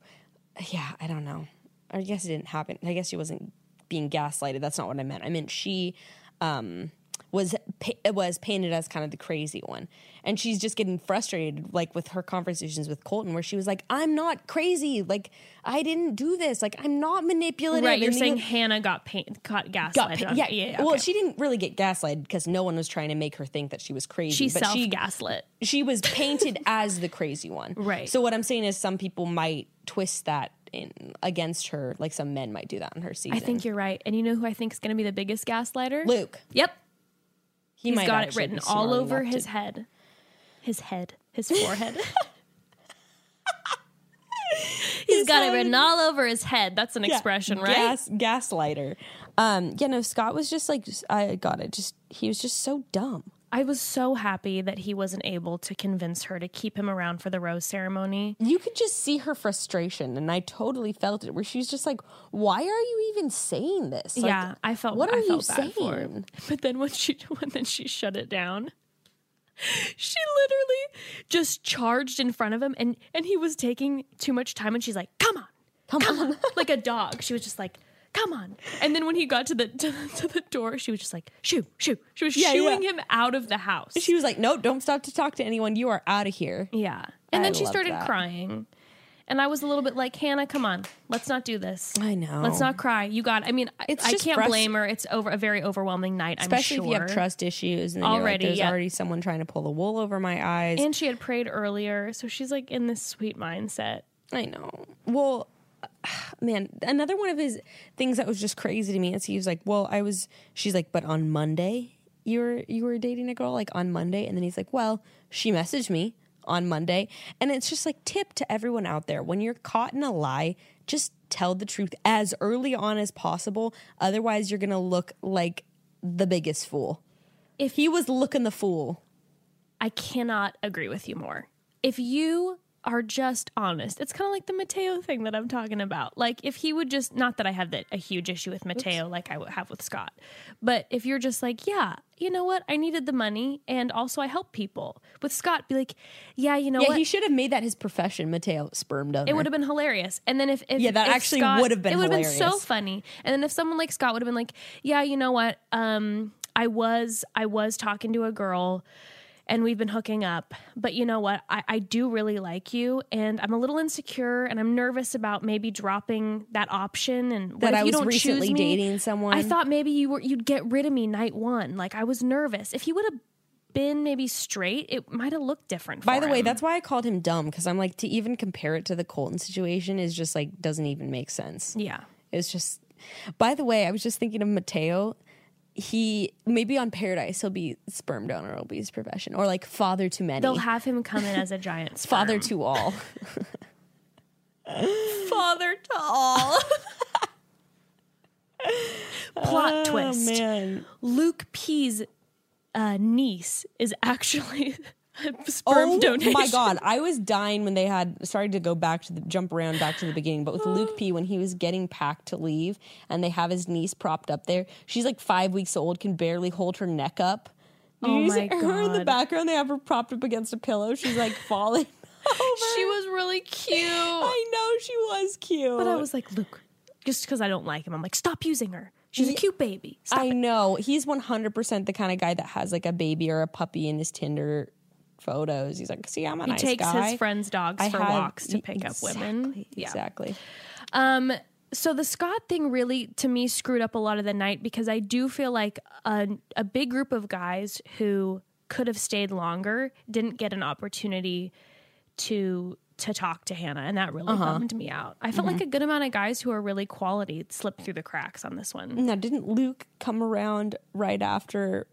Speaker 3: yeah, I don't know. I guess it didn't happen. I guess she wasn't being gaslighted. That's not what I meant. I meant she, um, was pa- was painted as kind of the crazy one and she's just getting frustrated like with her conversations with colton where she was like i'm not crazy like i didn't do this like i'm not manipulative
Speaker 2: Right, you're
Speaker 3: And the-
Speaker 2: saying Hannah got paint, caught gaslighted.
Speaker 3: got pa-
Speaker 2: on-
Speaker 3: yeah,
Speaker 2: yeah.
Speaker 3: well
Speaker 2: okay.
Speaker 3: she didn't really get gaslighted because no one was trying to make her think that she was crazy
Speaker 2: she
Speaker 3: but
Speaker 2: self
Speaker 3: she
Speaker 2: gaslit.
Speaker 3: she was
Speaker 2: *laughs*
Speaker 3: painted as the crazy one
Speaker 2: Right.
Speaker 3: so what i'm saying is some people might twist that in against her like some men might do that in her season
Speaker 2: I think you're right. And you know who I think is going to be the biggest gaslighter?
Speaker 3: luke
Speaker 2: Yep,
Speaker 3: he
Speaker 2: He's
Speaker 3: might
Speaker 2: got it
Speaker 3: actually
Speaker 2: written
Speaker 3: be smart
Speaker 2: all over
Speaker 3: enough to-
Speaker 2: his head. His head.
Speaker 3: *laughs*
Speaker 2: His forehead. He's got it written all over his head. That's an
Speaker 3: Yeah,
Speaker 2: expression, right?
Speaker 3: Gas, gaslighter. Um, yeah, no, Scott was just like, I got it. Just he was just so dumb.
Speaker 2: I was so happy that he wasn't able to convince her to keep him around for the rose ceremony. *laughs*
Speaker 3: You could just see her frustration, and I totally felt it. Where she was just like, "Why are you even saying this? Like,
Speaker 2: yeah, I felt
Speaker 3: what
Speaker 2: I
Speaker 3: are you
Speaker 2: felt bad for him.
Speaker 3: saying?
Speaker 2: But then when she *laughs* when then she shut it down. She literally just charged in front of him and and he was taking too much time and she's like, "Come on.
Speaker 3: Come, on,
Speaker 2: *laughs* like a dog. She was just like, "Come on!" And then when he got to the *laughs* to, the- to the door, she was just like, "Shoo, shoo!" She was
Speaker 3: Yeah,
Speaker 2: shooing
Speaker 3: yeah.
Speaker 2: him out of the house.
Speaker 3: She was like, "No, don't stop to talk to anyone. You are out of here."
Speaker 2: yeah, and
Speaker 3: I
Speaker 2: then she
Speaker 3: love
Speaker 2: started
Speaker 3: that.
Speaker 2: crying, and I was a little bit like, "Hannah, come on, let's not do this.
Speaker 3: I know.
Speaker 2: Let's not cry. You got. I mean, I-
Speaker 3: It's
Speaker 2: I
Speaker 3: just
Speaker 2: can't
Speaker 3: frust-
Speaker 2: blame her. It's over a very overwhelming night.
Speaker 3: Especially
Speaker 2: I'm
Speaker 3: if
Speaker 2: sure.
Speaker 3: you have trust issues, and then
Speaker 2: Already,
Speaker 3: you're like, "There's
Speaker 2: yeah.
Speaker 3: already someone trying to pull the wool over my eyes."
Speaker 2: And she had prayed earlier, so she's like in this sweet mindset.
Speaker 3: I know. Well, *sighs* man, another one of his things that was just crazy to me is he was like, "Well, I was." She's like, "But on Monday, you were you were dating a girl like on Monday," and then he's like, "Well, she messaged me on Monday," and it's just like tip to everyone out there when you're caught in a lie, just tell the truth as early on as possible. Otherwise, you're gonna look like the biggest fool.
Speaker 2: If-
Speaker 3: he was looking the fool,
Speaker 2: I cannot agree with you more. If you are just honest, it's kind of like the Mateo thing that I'm talking about. Like if he would just not that I have that a huge issue with Mateo like I would have with Scott, but if you're just like, yeah, you know what, I needed the money and also I help people. With Scott, be like, yeah, you know
Speaker 3: yeah,
Speaker 2: what.
Speaker 3: he should have made that his profession. Mateo sperm donor.
Speaker 2: it would have been hilarious, and then if, if
Speaker 3: Yeah, that
Speaker 2: if
Speaker 3: actually
Speaker 2: Scott-
Speaker 3: would have been
Speaker 2: it would have been so
Speaker 3: hilarious.
Speaker 2: funny. And then if someone like Scott would have been like, "Yeah, you know what? Um, I was I was talking to a girl, and we've been hooking up. But you know what? I, I do really like you, and I'm a little insecure, and I'm nervous about maybe dropping that option. And what
Speaker 3: That
Speaker 2: if
Speaker 3: I
Speaker 2: you
Speaker 3: was
Speaker 2: don't
Speaker 3: recently
Speaker 2: choose me?
Speaker 3: dating someone.
Speaker 2: I thought maybe you were you'd get rid of me night one. Like I was nervous. If he would have been maybe straight, it might have looked different.
Speaker 3: By
Speaker 2: for
Speaker 3: the way,
Speaker 2: him.
Speaker 3: that's why I called him dumb because I'm like to even compare it to the Colton situation is just like doesn't even make sense.
Speaker 2: yeah.
Speaker 3: It's just. By the way, I was just thinking of Mateo. He maybe on Paradise he'll be sperm donor will be his profession or like father to many,
Speaker 2: They'll have him come in as a giant sperm.
Speaker 3: *laughs* father to all.
Speaker 2: father to all. *laughs* Plot twist.
Speaker 3: Oh, man,
Speaker 2: Luke P's uh, niece is actually *laughs* a sperm
Speaker 3: oh
Speaker 2: donation.
Speaker 3: my god, I was dying when they had started to go back to the jump around back to the beginning.
Speaker 2: *gasps*
Speaker 3: But with Luke P, when he was getting packed to leave, and they have his niece propped up there, she's like five weeks old, can barely hold her neck up. Did
Speaker 2: Oh
Speaker 3: you see
Speaker 2: my
Speaker 3: her in the
Speaker 2: God.
Speaker 3: background? They have her propped up against a pillow. She's
Speaker 2: *laughs*
Speaker 3: like falling over.
Speaker 2: *laughs* She was really cute.
Speaker 3: I know she was cute.
Speaker 2: but I was like, Luke, just because I don't like him, I'm like, stop using her. She's a cute baby. Stop
Speaker 3: I
Speaker 2: it.
Speaker 3: know he's one hundred percent the kind of guy that has like a baby or a puppy in his Tinder photos. He's like, see, I'm a
Speaker 2: He
Speaker 3: nice
Speaker 2: takes
Speaker 3: guy.
Speaker 2: his friend's dogs
Speaker 3: I
Speaker 2: for
Speaker 3: have-
Speaker 2: walks to pick up women.
Speaker 3: Exactly, Exactly.
Speaker 2: Um, so the Scott thing really, to me, screwed up a lot of the night because I do feel like a, a big group of guys who could have stayed longer didn't get an opportunity to to talk to Hannah, and that really
Speaker 3: Uh-huh.
Speaker 2: bummed me out. I
Speaker 3: Mm-hmm.
Speaker 2: felt like a good amount of guys who are really quality slipped through the cracks on this one.
Speaker 3: Now, didn't Luke come around right after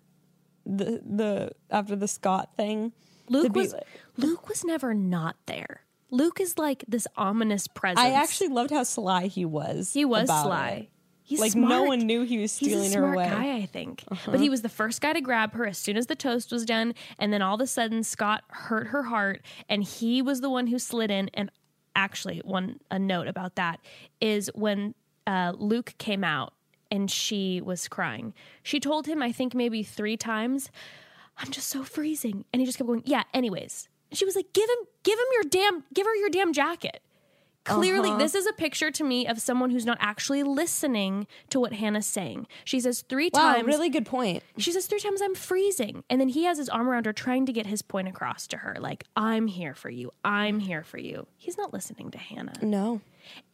Speaker 3: the the after the Scott thing? To
Speaker 2: Luke
Speaker 3: be
Speaker 2: was
Speaker 3: like-
Speaker 2: Luke was never not there. Luke is like this ominous presence.
Speaker 3: I actually loved how sly he was.
Speaker 2: he was
Speaker 3: about
Speaker 2: sly.
Speaker 3: it.
Speaker 2: He's
Speaker 3: like no
Speaker 2: smart.
Speaker 3: one knew he was
Speaker 2: He's
Speaker 3: stealing
Speaker 2: a
Speaker 3: her
Speaker 2: smart
Speaker 3: away. Uh-huh.
Speaker 2: guy, I think. But he was the first guy to grab her as soon as the toast was done, and then all of a sudden Scott hurt her heart, and he was the one who slid in. And actually, one a note about that is when uh, Luke came out and she was crying. She told him, I think maybe three times, "I'm just so freezing," and he just kept going, "Yeah." Anyways, she was like, "Give him, give him your damn, give her your damn jacket." Clearly,
Speaker 3: Uh-huh.
Speaker 2: this is a picture to me of someone who's not actually listening to what Hannah's saying. She says three
Speaker 3: Wow,
Speaker 2: times.
Speaker 3: really good point.
Speaker 2: She says three times, I'm freezing. And then he has his arm around her, trying to get his point across to her. Like, I'm here for you. I'm here for you. He's not listening to Hannah.
Speaker 3: No.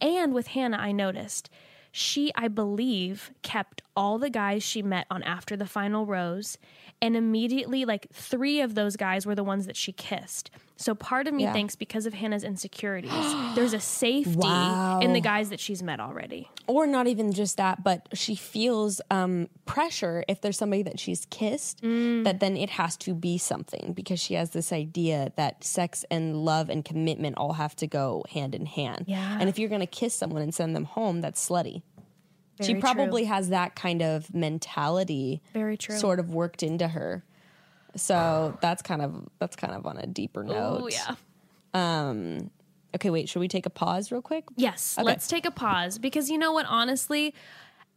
Speaker 2: And with Hannah, I noticed she, I believe, kept all the guys she met on After the Final Rose. And immediately, like three of those guys were the ones that she kissed. So part of me thinks because of Hannah's insecurities,
Speaker 3: *gasps*
Speaker 2: there's a safety in the guys that she's met already.
Speaker 3: Or not even just that, but she feels um, pressure if there's somebody that she's kissed,
Speaker 2: Mm.
Speaker 3: that then it has to be something because she has this idea that sex and love and commitment all have to go hand in hand.
Speaker 2: Yeah.
Speaker 3: And if you're going to kiss someone and send them home, that's slutty. she
Speaker 2: Very
Speaker 3: probably has that kind of mentality
Speaker 2: Very true.
Speaker 3: sort of worked into her. So that's kind of that's kind of on a deeper note.
Speaker 2: Oh, yeah.
Speaker 3: Okay, wait, should we take a pause real quick?
Speaker 2: Yes, let's take a pause because you know what? Honestly,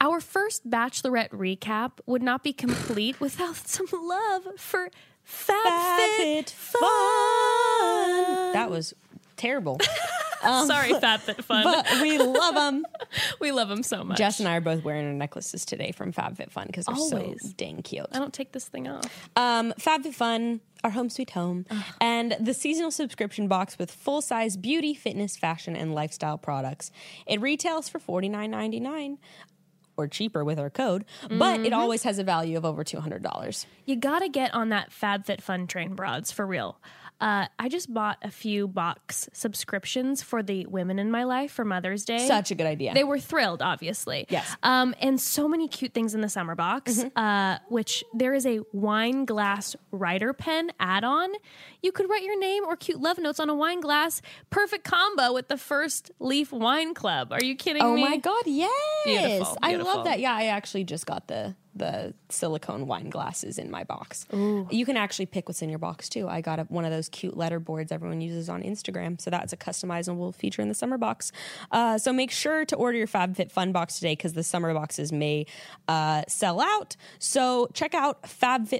Speaker 2: our first Bachelorette recap would not be complete *laughs* without some love for FabFitFun. Um,
Speaker 3: fun. That was
Speaker 2: *laughs*
Speaker 3: terrible. *laughs*
Speaker 2: Sorry, FabFitFun.
Speaker 3: but we love them.
Speaker 2: we love him so much.
Speaker 3: Jess and I are both wearing our necklaces today from FabFitFun because they're so
Speaker 2: Always.
Speaker 3: dang cute.
Speaker 2: I don't take this thing off.
Speaker 3: Um, FabFitFun, our home sweet home, and the seasonal subscription box with full size beauty, fitness, fashion, and lifestyle products. It retails for forty nine ninety nine. Or cheaper with our code, but
Speaker 2: Mm-hmm.
Speaker 3: it always has a value of over two hundred dollars.
Speaker 2: You gotta get on that FabFitFun train, broads, for real. Uh, I just bought a few box subscriptions for the women in my life for Mother's Day.
Speaker 3: Such a good idea.
Speaker 2: They were thrilled, obviously.
Speaker 3: Yes. Mm-hmm.
Speaker 2: Um, and so many cute things in the summer box, uh, which there is a wine glass writer pen add on. You could write your name or cute love notes on a wine glass. Perfect combo with the First Leaf Wine Club. Are you kidding
Speaker 3: oh
Speaker 2: me?
Speaker 3: my god, yes!
Speaker 2: Beautiful,
Speaker 3: I love
Speaker 2: beautiful.
Speaker 3: that. Yeah, I actually just got the the silicone wine glasses in my box. You can actually pick what's in your box too. I got a, one of those cute letter boards everyone uses on Instagram, so that's a customizable feature in the summer box. Uh, so make sure to order your FabFitFun box today because the summer boxes may uh, sell out. So check out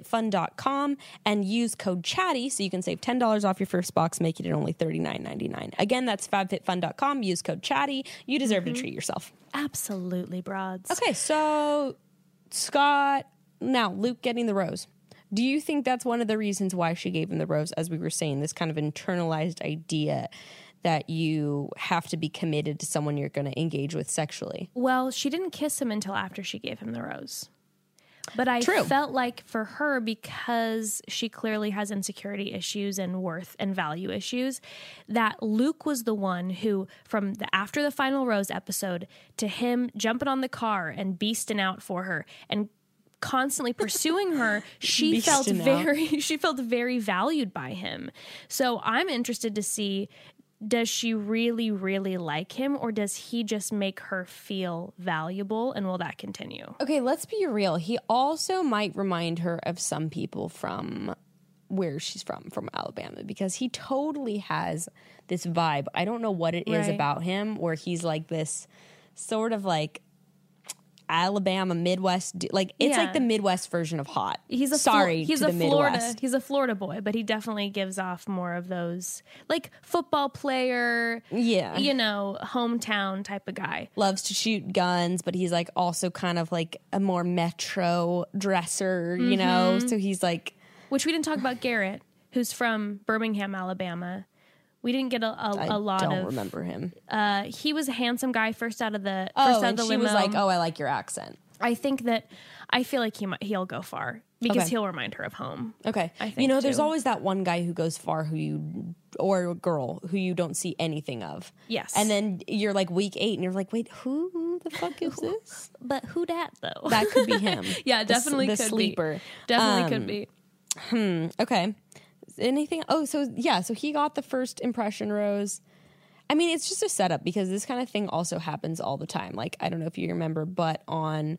Speaker 3: FabFitFun.com and use code Chatty so you can save ten dollars off your first box, making it only thirty nine ninety nine. Again, that's FabFitFun.com. Use code Chatty. You deserve
Speaker 2: Mm-hmm.
Speaker 3: to treat yourself.
Speaker 2: Absolutely, broads.
Speaker 3: Okay, so Scott, now Luke getting the rose. Do you think that's one of the reasons why she gave him the rose? As we were saying, this kind of internalized idea that you have to be committed to someone you're going to engage with sexually.
Speaker 2: Well, she didn't kiss him until after she gave him the rose. But I
Speaker 3: True.
Speaker 2: felt like for her, because she clearly has insecurity issues and worth and value issues, that Luke was the one who, from the after the final rose episode to him jumping on the car and beasting out for her and constantly pursuing her, she felt
Speaker 3: Beasting out.
Speaker 2: very *laughs* she felt very valued by him. So I'm interested to see does she really really like him or does he just make her feel valuable and will that continue?
Speaker 3: Okay, let's be real. He also might remind her of some people from where she's from, from Alabama, because he totally has this vibe. I don't know what it is
Speaker 2: Right.
Speaker 3: about him, where he's like this sort of like Alabama Midwest, du- like it's like
Speaker 2: Yeah.
Speaker 3: the Midwest version of hot.
Speaker 2: He's a Flo-
Speaker 3: sorry,
Speaker 2: he's
Speaker 3: to
Speaker 2: a
Speaker 3: the
Speaker 2: Florida.
Speaker 3: Midwest.
Speaker 2: He's a Florida boy, but he definitely gives off more of those like football player,
Speaker 3: Yeah.
Speaker 2: you know, hometown type of guy.
Speaker 3: loves to shoot guns, but he's like also kind of like a more metro dresser, you know.
Speaker 2: Mm-hmm.
Speaker 3: So he's like
Speaker 2: Which we didn't talk about Garrett, who's from Birmingham, Alabama. We didn't get a, a,
Speaker 3: I
Speaker 2: a lot
Speaker 3: don't
Speaker 2: of.
Speaker 3: remember him.
Speaker 2: Uh, he was a handsome guy first out of the
Speaker 3: oh,
Speaker 2: first out of
Speaker 3: and
Speaker 2: the
Speaker 3: she
Speaker 2: limo.
Speaker 3: was like, "Oh, I like your accent."
Speaker 2: I think that I feel like he might, he'll go far because
Speaker 3: Okay.
Speaker 2: he'll remind her of home.
Speaker 3: Okay.
Speaker 2: I
Speaker 3: you
Speaker 2: think
Speaker 3: know, there's
Speaker 2: too.
Speaker 3: always that one guy who goes far who you or a girl who you don't see anything of.
Speaker 2: Yes.
Speaker 3: And then you're like week eight and you're like, wait, who the fuck is this?
Speaker 2: But who dat though?
Speaker 3: That could be *laughs* him.
Speaker 2: yeah,
Speaker 3: The s-
Speaker 2: definitely
Speaker 3: the,
Speaker 2: could be.
Speaker 3: sleeper.
Speaker 2: Definitely
Speaker 3: Um,
Speaker 2: could be.
Speaker 3: Okay. Anything? Oh, so yeah, so he got the first impression rose. I mean, it's just a setup because this kind of thing also happens all the time. Like, I don't know if you remember, but on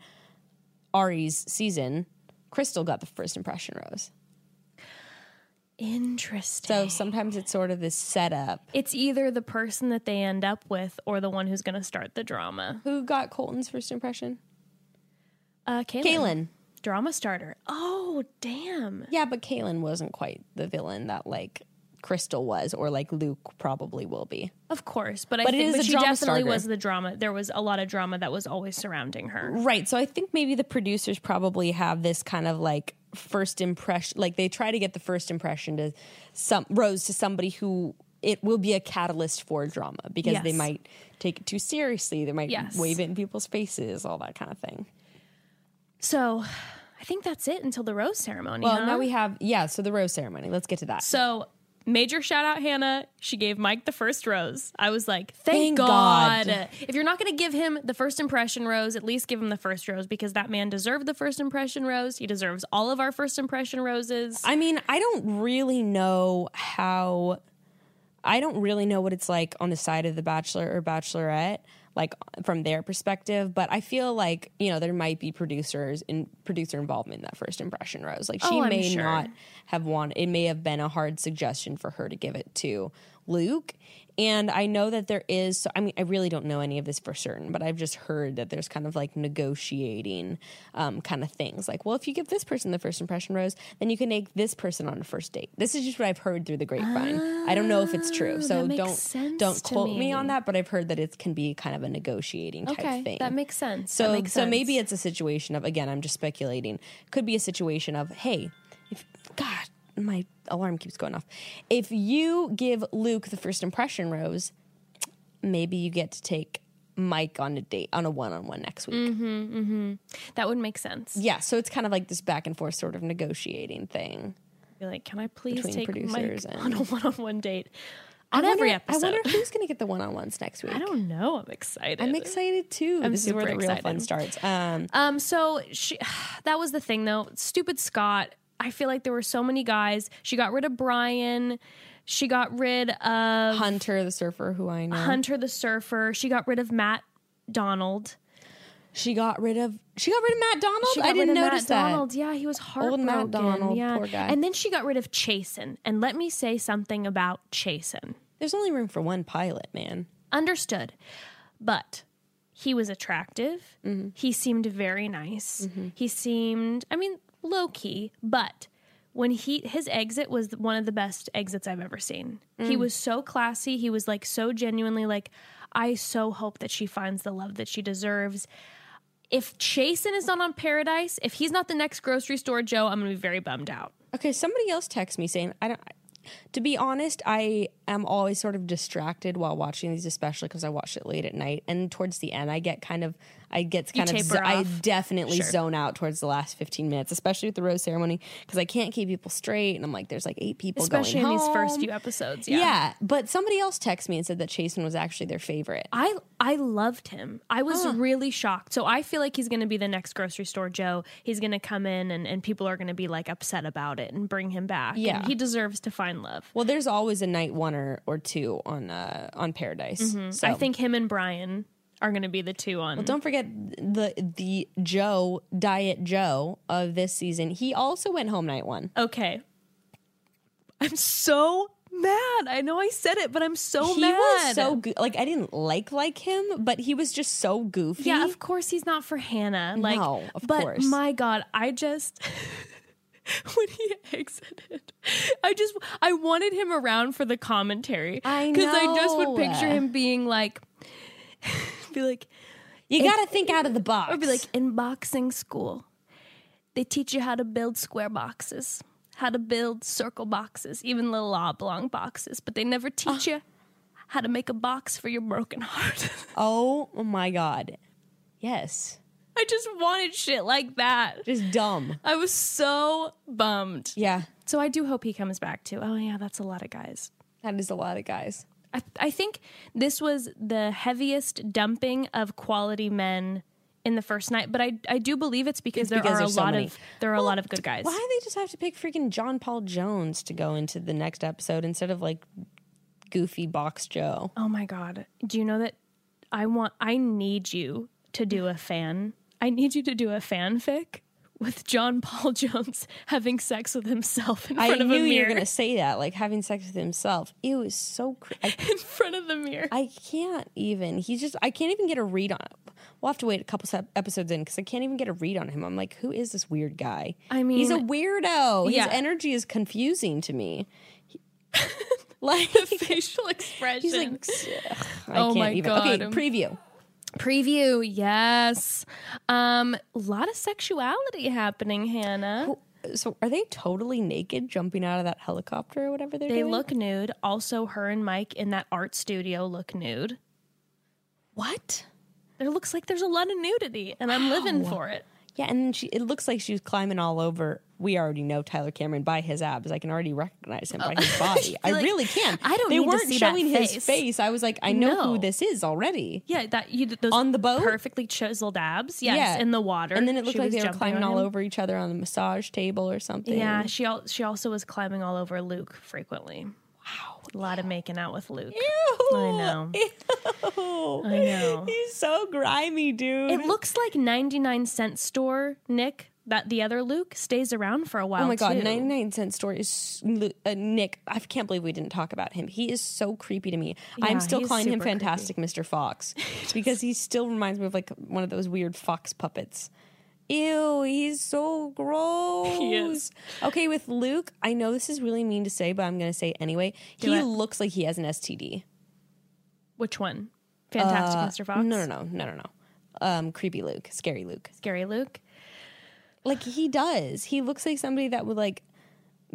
Speaker 3: Ari's season, Crystal got the first impression rose.
Speaker 2: Interesting.
Speaker 3: So sometimes it's sort of this setup.
Speaker 2: it's either the person that they end up with or the one who's going to start the drama.
Speaker 3: Who got Colton's first impression?
Speaker 2: Uh, Kaylin.
Speaker 3: Kaylin.
Speaker 2: Drama starter. Oh, damn.
Speaker 3: Yeah, but Kaylin wasn't quite the villain that like Crystal was, or like Luke probably will be.
Speaker 2: Of course, but, I
Speaker 3: But it
Speaker 2: think
Speaker 3: is
Speaker 2: but
Speaker 3: a
Speaker 2: she
Speaker 3: drama
Speaker 2: definitely
Speaker 3: starter.
Speaker 2: was the drama. There was a lot of drama that was always surrounding her.
Speaker 3: Right. So I think maybe the producers probably have this kind of like first impression, like they try to get the first impression to some rose to somebody who it will be a catalyst for drama because they
Speaker 2: Yes.
Speaker 3: might take it too seriously. They might
Speaker 2: Yes.
Speaker 3: wave it in people's faces, all that kind of thing.
Speaker 2: So, I think that's it until the rose ceremony.
Speaker 3: Well,
Speaker 2: huh?
Speaker 3: now we have, yeah, so the rose ceremony. Let's get to that.
Speaker 2: So, major shout out Hannah. She gave Mike the first rose. I was like,
Speaker 3: Thank
Speaker 2: thank, God.
Speaker 3: God.
Speaker 2: If you're not going to give him the first impression rose, at least give him the first rose because that man deserved the first impression rose. He deserves all of our first impression roses.
Speaker 3: I mean, I don't really know how. I don't really know what it's like on the side of the bachelor or bachelorette, like from their perspective. But I feel like you know there might be producers in producer involvement in that first impression rose. Like she
Speaker 2: Oh, I'm
Speaker 3: may
Speaker 2: sure.
Speaker 3: not have wanted. It may have been a hard suggestion for her to give it to Luke. And I know that there is. So I mean, I really don't know any of this for certain, but I've just heard that there's kind of like negotiating um, kind of things. Like, well, if you give this person the first impression rose, then you can take this person on a first date. This is just what I've heard through the grapevine. I don't know if it's true, so
Speaker 2: Ah, that makes
Speaker 3: don't
Speaker 2: sense
Speaker 3: don't
Speaker 2: to
Speaker 3: quote me.
Speaker 2: me.
Speaker 3: on that. But I've heard that it can be kind of a negotiating type thing.
Speaker 2: that makes sense.
Speaker 3: So
Speaker 2: That makes
Speaker 3: so
Speaker 2: sense.
Speaker 3: maybe it's a situation of again, I'm just speculating. Could be a situation of hey, if God, my alarm keeps going off. If you give Luke the first impression rose, maybe you get to take Mike on a date on a one on one next week.
Speaker 2: Mm-hmm. that would make sense.
Speaker 3: Yeah, so it's kind of like this back and forth sort of negotiating thing.
Speaker 2: Be like, can I please
Speaker 3: Between
Speaker 2: take Mike
Speaker 3: producers
Speaker 2: on
Speaker 3: and-
Speaker 2: a *laughs* one-on-one date on every
Speaker 3: wonder-
Speaker 2: episode?
Speaker 3: I wonder who's going to get the one on ones next week.
Speaker 2: *laughs* I don't know. I'm excited.
Speaker 3: I'm excited too. this is where
Speaker 2: super
Speaker 3: the real fun
Speaker 2: excited.
Speaker 3: starts. Um,
Speaker 2: Um, so she, *sighs* that was the thing though. Stupid Scott. I feel like there were so many guys. She got rid of Brian. She got rid of
Speaker 3: Hunter, the surfer, who I know,
Speaker 2: Hunter the Surfer. She got rid of Matt Donald.
Speaker 3: she got rid of. She got rid of Matt Donald.
Speaker 2: She got
Speaker 3: Oh, I didn't
Speaker 2: rid of
Speaker 3: notice
Speaker 2: Matt
Speaker 3: that.
Speaker 2: Donald. Yeah, he was
Speaker 3: Old
Speaker 2: heartbroken.
Speaker 3: Matt Donald,
Speaker 2: yeah.
Speaker 3: poor guy.
Speaker 2: And then she got rid of Chasen. And let me say something about Chasen.
Speaker 3: There's only room for one pilot, man.
Speaker 2: Understood. But he was attractive. He seemed very nice. He seemed, I mean, low key, but when he his exit was one of the best exits I've ever seen. He was so classy. He was like so genuinely like I so hope that she finds the love that she deserves. If Chasen is not on Paradise, if he's not the next grocery store Joe, I'm going to be very bummed out.
Speaker 3: Okay, somebody else texted me saying, I don't. To be honest, I am always sort of distracted while watching these, especially because I watch it late at night. And towards the end, I get kind of, I get kind of,
Speaker 2: taper
Speaker 3: I
Speaker 2: off.
Speaker 3: definitely zone out towards the last fifteen minutes, especially with the rose ceremony, because I can't keep people straight, and I'm like, there's like eight people,
Speaker 2: Especially in
Speaker 3: going
Speaker 2: these first
Speaker 3: home.
Speaker 2: few episodes.
Speaker 3: Yeah. but somebody else texted me and said that Chasen was actually their favorite.
Speaker 2: I I loved him. I was really shocked. So I feel like he's going to be the next grocery store Joe. He's going to come in and, and people are going to be like upset about it and bring him back. And
Speaker 3: Yeah.
Speaker 2: he deserves to find love.
Speaker 3: Well, there's always a night one or, or two on uh, on Paradise. So
Speaker 2: Mm-hmm. I think him and Brian are going to be the two on.
Speaker 3: don't forget the the Joe Diet Joe of this season. He also went home night one.
Speaker 2: okay. I'm so mad. I know I said it, but I'm so
Speaker 3: he
Speaker 2: mad.
Speaker 3: was so go- like I didn't like like him, but he was just so goofy.
Speaker 2: Yeah, of course he's not for Hannah. Like,
Speaker 3: No, of
Speaker 2: but
Speaker 3: course.
Speaker 2: my God, I just *laughs* when he exited, I just I wanted him around for the commentary
Speaker 3: I
Speaker 2: I just would
Speaker 3: know.
Speaker 2: picture him being like, *laughs* be like,
Speaker 3: you got to think out of the box.
Speaker 2: I'd be like, in boxing school, they teach you how to build square boxes, how to build circle boxes, even little oblong boxes, but they never teach
Speaker 3: Ah.
Speaker 2: you how to make a box for your broken heart. *laughs*
Speaker 3: oh my god, yes,
Speaker 2: I just wanted shit like that.
Speaker 3: just dumb.
Speaker 2: I was so bummed.
Speaker 3: Yeah,
Speaker 2: So I do hope he comes back too. Oh yeah, that's a lot of guys.
Speaker 3: that is a lot of guys.
Speaker 2: I, I think this was the heaviest dumping of quality men in the first night, but I I do believe it's because there
Speaker 3: because
Speaker 2: are a
Speaker 3: there's so
Speaker 2: lot
Speaker 3: many.
Speaker 2: of there are a lot of good guys.
Speaker 3: Why do they just have to pick freaking John Paul Jones to go into the next episode instead of like goofy box Joe.
Speaker 2: Oh my god. Do you know that I want I need you to do a fan. I need you to do a fanfic with John Paul *laughs* Jones having sex with himself in
Speaker 3: I
Speaker 2: front of a
Speaker 3: knew you were
Speaker 2: mirror.
Speaker 3: gonna say that, like having sex with himself. It was so. Cr- I,
Speaker 2: in front of the mirror.
Speaker 3: I can't even. He's just. I can't even get a read on. We'll have to wait a couple sep- episodes in because I can't even get a read on him. I'm like, who is this weird guy?
Speaker 2: I
Speaker 3: he's a
Speaker 2: mean-
Speaker 3: weirdo.
Speaker 2: Yeah.
Speaker 3: His energy is confusing to me.
Speaker 2: *laughs*
Speaker 3: He- like *laughs*
Speaker 2: Facial expression.
Speaker 3: he's like. s- ugh, I
Speaker 2: Oh
Speaker 3: can't
Speaker 2: my
Speaker 3: even. Okay,
Speaker 2: God.
Speaker 3: preview.
Speaker 2: preview. Yes. Um a lot of sexuality happening, Hannah.
Speaker 3: So are they totally naked jumping out of that helicopter or whatever they're
Speaker 2: They
Speaker 3: doing?
Speaker 2: look nude. Also, her and Mike in that art studio look nude.
Speaker 3: what?
Speaker 2: There looks like there's a lot of nudity, and I'm living for it.
Speaker 3: Yeah, and then she it looks like she was climbing all over. We already know Tyler Cameron by his abs. I can already recognize him by his
Speaker 2: *laughs*
Speaker 3: body. I
Speaker 2: Oh. like,
Speaker 3: really can.
Speaker 2: I don't
Speaker 3: They
Speaker 2: need to
Speaker 3: weren't
Speaker 2: see that
Speaker 3: showing
Speaker 2: face.
Speaker 3: his face. I was like, I know
Speaker 2: No.
Speaker 3: who this is already.
Speaker 2: Yeah, that you those
Speaker 3: On the boat?
Speaker 2: perfectly chiseled abs. Yes,
Speaker 3: Yeah.
Speaker 2: in the water,
Speaker 3: And then it looked
Speaker 2: She
Speaker 3: like
Speaker 2: was
Speaker 3: they were
Speaker 2: jumping
Speaker 3: climbing
Speaker 2: on
Speaker 3: all
Speaker 2: him.
Speaker 3: over each other on the massage table or something.
Speaker 2: Yeah, she al- she also was climbing all over Luke frequently.
Speaker 3: Wow.
Speaker 2: A lot of making out with Luke.
Speaker 3: Ew.
Speaker 2: I know.
Speaker 3: *laughs* Ew.
Speaker 2: I know.
Speaker 3: *laughs* He's so grimy, dude.
Speaker 2: It looks like 99 cent store Nick that the other Luke stays around for a while.
Speaker 3: Oh my god,
Speaker 2: too.
Speaker 3: 99 Cent Store is Lu- uh, Nick. I can't believe we didn't talk about him. He is so creepy to me.
Speaker 2: Yeah,
Speaker 3: I'm still
Speaker 2: he's
Speaker 3: calling him
Speaker 2: super creepy.
Speaker 3: Fantastic Mr.
Speaker 2: *laughs*
Speaker 3: Fox because he still reminds me of like one of those weird fox puppets. Ew, he's so gross.
Speaker 2: *laughs* He is.
Speaker 3: Okay, with Luke, I know this is really mean to say, but I'm going to say it anyway. he
Speaker 2: it.
Speaker 3: looks like he has an STD.
Speaker 2: Which one? Fantastic Mr. Fox.
Speaker 3: Uh, No, no, no, no, no, no. Um, creepy Luke, scary Luke.
Speaker 2: Scary Luke.
Speaker 3: like he does. He looks like somebody that would like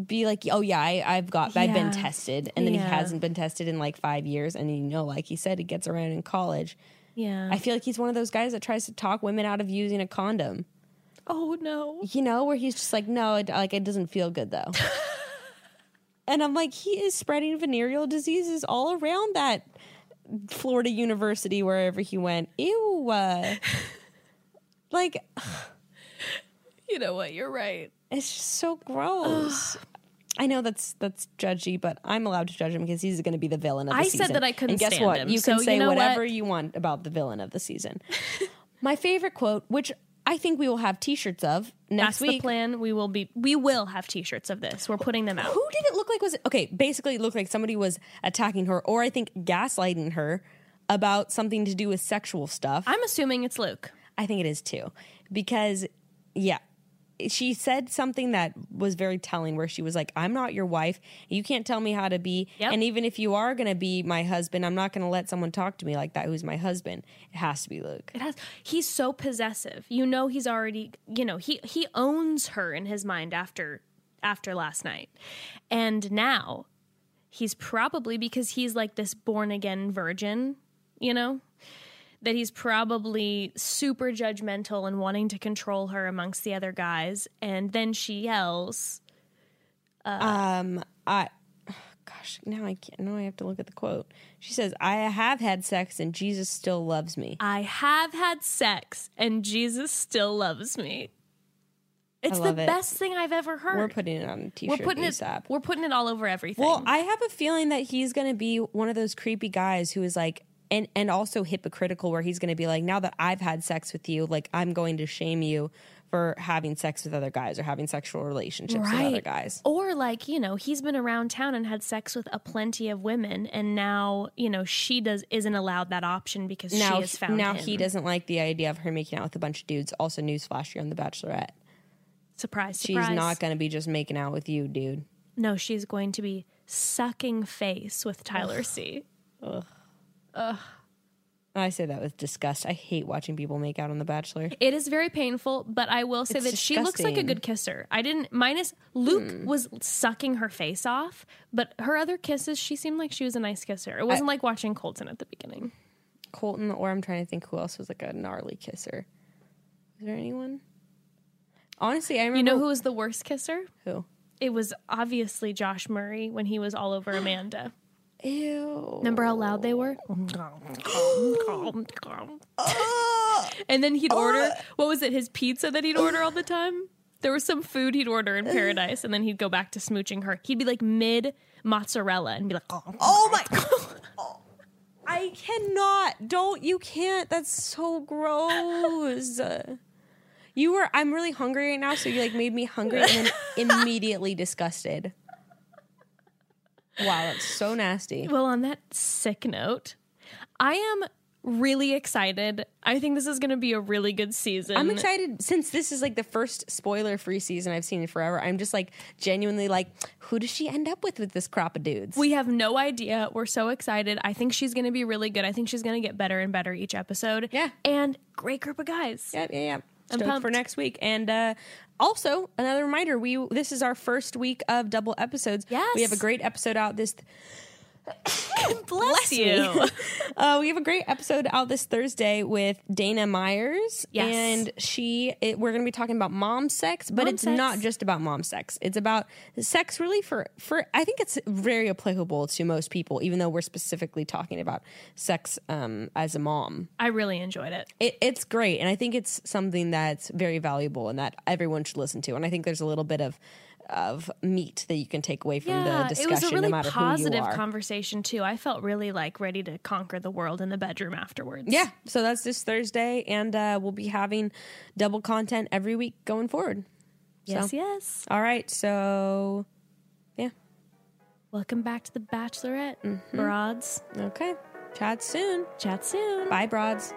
Speaker 3: be like, oh yeah, I, I've got, I've
Speaker 2: Yeah.
Speaker 3: been tested, and then
Speaker 2: Yeah.
Speaker 3: he hasn't been tested in like five years, and you know, like he said, he gets around in college.
Speaker 2: Yeah.
Speaker 3: I feel like he's one of those guys that tries to talk women out of using a condom.
Speaker 2: oh no.
Speaker 3: You know, where he's just like, no, it, like it doesn't feel good
Speaker 2: *laughs*
Speaker 3: though. and I'm like, he is spreading venereal diseases all around that Florida university wherever he went. Ew.
Speaker 2: *laughs*
Speaker 3: uh, like
Speaker 2: You know what? You're right.
Speaker 3: It's just so gross. I know that's that's judgy, but I'm allowed to judge him because he's going to be the villain of the
Speaker 2: I said
Speaker 3: season.
Speaker 2: that I couldn't
Speaker 3: And guess
Speaker 2: stand
Speaker 3: what?
Speaker 2: him,
Speaker 3: You
Speaker 2: so
Speaker 3: can
Speaker 2: you
Speaker 3: say
Speaker 2: know
Speaker 3: whatever
Speaker 2: what?
Speaker 3: you want about the villain of the
Speaker 2: *laughs*
Speaker 3: season. My favorite quote, which I think we will have T-shirts of next
Speaker 2: That's the
Speaker 3: week.
Speaker 2: plan. We will be. We will have T-shirts of this. We're putting them out.
Speaker 3: Who did it look like? Was it, okay. Basically, it looked like somebody was attacking her, or I think gaslighting her about something to do with sexual stuff.
Speaker 2: I'm assuming it's Luke.
Speaker 3: I think it is too, because yeah, she said something that was very telling, where she was like, "I'm not your wife. You can't tell me how to be.
Speaker 2: Yep.
Speaker 3: And even if you are going to be my husband, I'm not going to let someone talk to me like that. Who's my husband? It has to be Luke.
Speaker 2: It has. He's so possessive. You know, he's already. You know, he he owns her in his mind after after last night, and now he's probably because he's like this born again virgin. You know. That he's probably super judgmental and wanting to control her amongst the other guys. And then she yells,
Speaker 3: I." Gosh, now I can't. Now I have to look at the quote. She says, "I have had sex, and Jesus still loves me."
Speaker 2: I have had sex and Jesus still loves me. It's the
Speaker 3: love it.
Speaker 2: best thing I've ever heard.
Speaker 3: We're putting it on a
Speaker 2: We're
Speaker 3: t-shirt.
Speaker 2: putting it
Speaker 3: ASAP.
Speaker 2: we're putting it all over everything.
Speaker 3: Well, I have a feeling that he's going to be one of those creepy guys who is like, and and also hypocritical, where he's going to be like, now that I've had sex with you, like I'm going to shame you for having sex with other guys or having sexual relationships with other guys.
Speaker 2: Or like, you know, he's been around town and had sex with a plenty of women and now, you know, she does isn't allowed that option because
Speaker 3: Now,
Speaker 2: she has found
Speaker 3: now
Speaker 2: him.
Speaker 3: he doesn't like the idea of her making out with a bunch of dudes. Also, newsflash, you're on The Bachelorette.
Speaker 2: Surprise,
Speaker 3: She's
Speaker 2: surprise.
Speaker 3: not going to be just making out with you, dude.
Speaker 2: No, she's going to be sucking face with Tyler C.
Speaker 3: I say that with disgust. I hate watching people make out on The Bachelor.
Speaker 2: It is very painful, but I will say
Speaker 3: It's
Speaker 2: that she looks like a
Speaker 3: disgusting.
Speaker 2: good kisser. I didn't minus Luke was sucking her face off, but her other kisses, she seemed like she was a nice kisser. It wasn't like watching Colton at the beginning.
Speaker 3: Colton, or I'm trying to think who else was like a gnarly kisser. Is there anyone? Honestly, I remember
Speaker 2: You know who was the worst kisser?
Speaker 3: who.
Speaker 2: It was obviously Josh Murray when he was all over Amanda.
Speaker 3: Ew.
Speaker 2: Remember how loud they were? and then he'd order what was it, his pizza that he'd order all the time? There was some food he'd order in paradise, and then he'd go back to smooching her. He'd be like mid mozzarella and be like, oh.
Speaker 3: Oh my god. I cannot. Don't you can't. That's so gross. *laughs* You were I'm really hungry right now, so you like made me hungry *laughs* and then immediately disgusted. Wow, that's so nasty.
Speaker 2: Well, on that sick note, I am really excited. I think this is going to be a really good season.
Speaker 3: I'm excited since this is like the first spoiler free season I've seen in forever. I'm just like genuinely like, who does she end up with with this crop of dudes?
Speaker 2: We have no idea. We're so excited. I think she's going to be really good. I think she's going to get better and better each episode.
Speaker 3: Yeah.
Speaker 2: And great group of guys.
Speaker 3: Yep, yeah, yeah.
Speaker 2: I'm
Speaker 3: Stoked for
Speaker 2: pumped.
Speaker 3: next week. And uh, also another reminder: we this is our first week of double episodes.
Speaker 2: Yes.
Speaker 3: we have a great episode out this.
Speaker 2: Bless, you. *laughs*
Speaker 3: uh, we have a great episode out this Thursday with Dana Myers,
Speaker 2: Yes.
Speaker 3: and she. It, we're going to be talking about mom sex, but
Speaker 2: Mom
Speaker 3: it's
Speaker 2: sex.
Speaker 3: not just about mom sex. It's about sex, really. For for I think it's very applicable to most people, even though we're specifically talking about sex um, as a mom
Speaker 2: I really enjoyed it.
Speaker 3: it, it's great and i think it's something that's very valuable and that everyone should listen to and i think there's a little bit of of meat that you can take away from the
Speaker 2: it
Speaker 3: discussion
Speaker 2: was a really
Speaker 3: no matter who
Speaker 2: positive
Speaker 3: you are
Speaker 2: conversation too. I felt really like ready to conquer the world in the bedroom afterwards.
Speaker 3: yeah so that's this thursday and uh, we'll be having double content every week going forward
Speaker 2: Yes,
Speaker 3: So-
Speaker 2: yes.
Speaker 3: all right so yeah
Speaker 2: Welcome back to the
Speaker 3: Mm-hmm.
Speaker 2: Bachelorette, broads.
Speaker 3: okay chat soon
Speaker 2: Chat soon.
Speaker 3: bye broads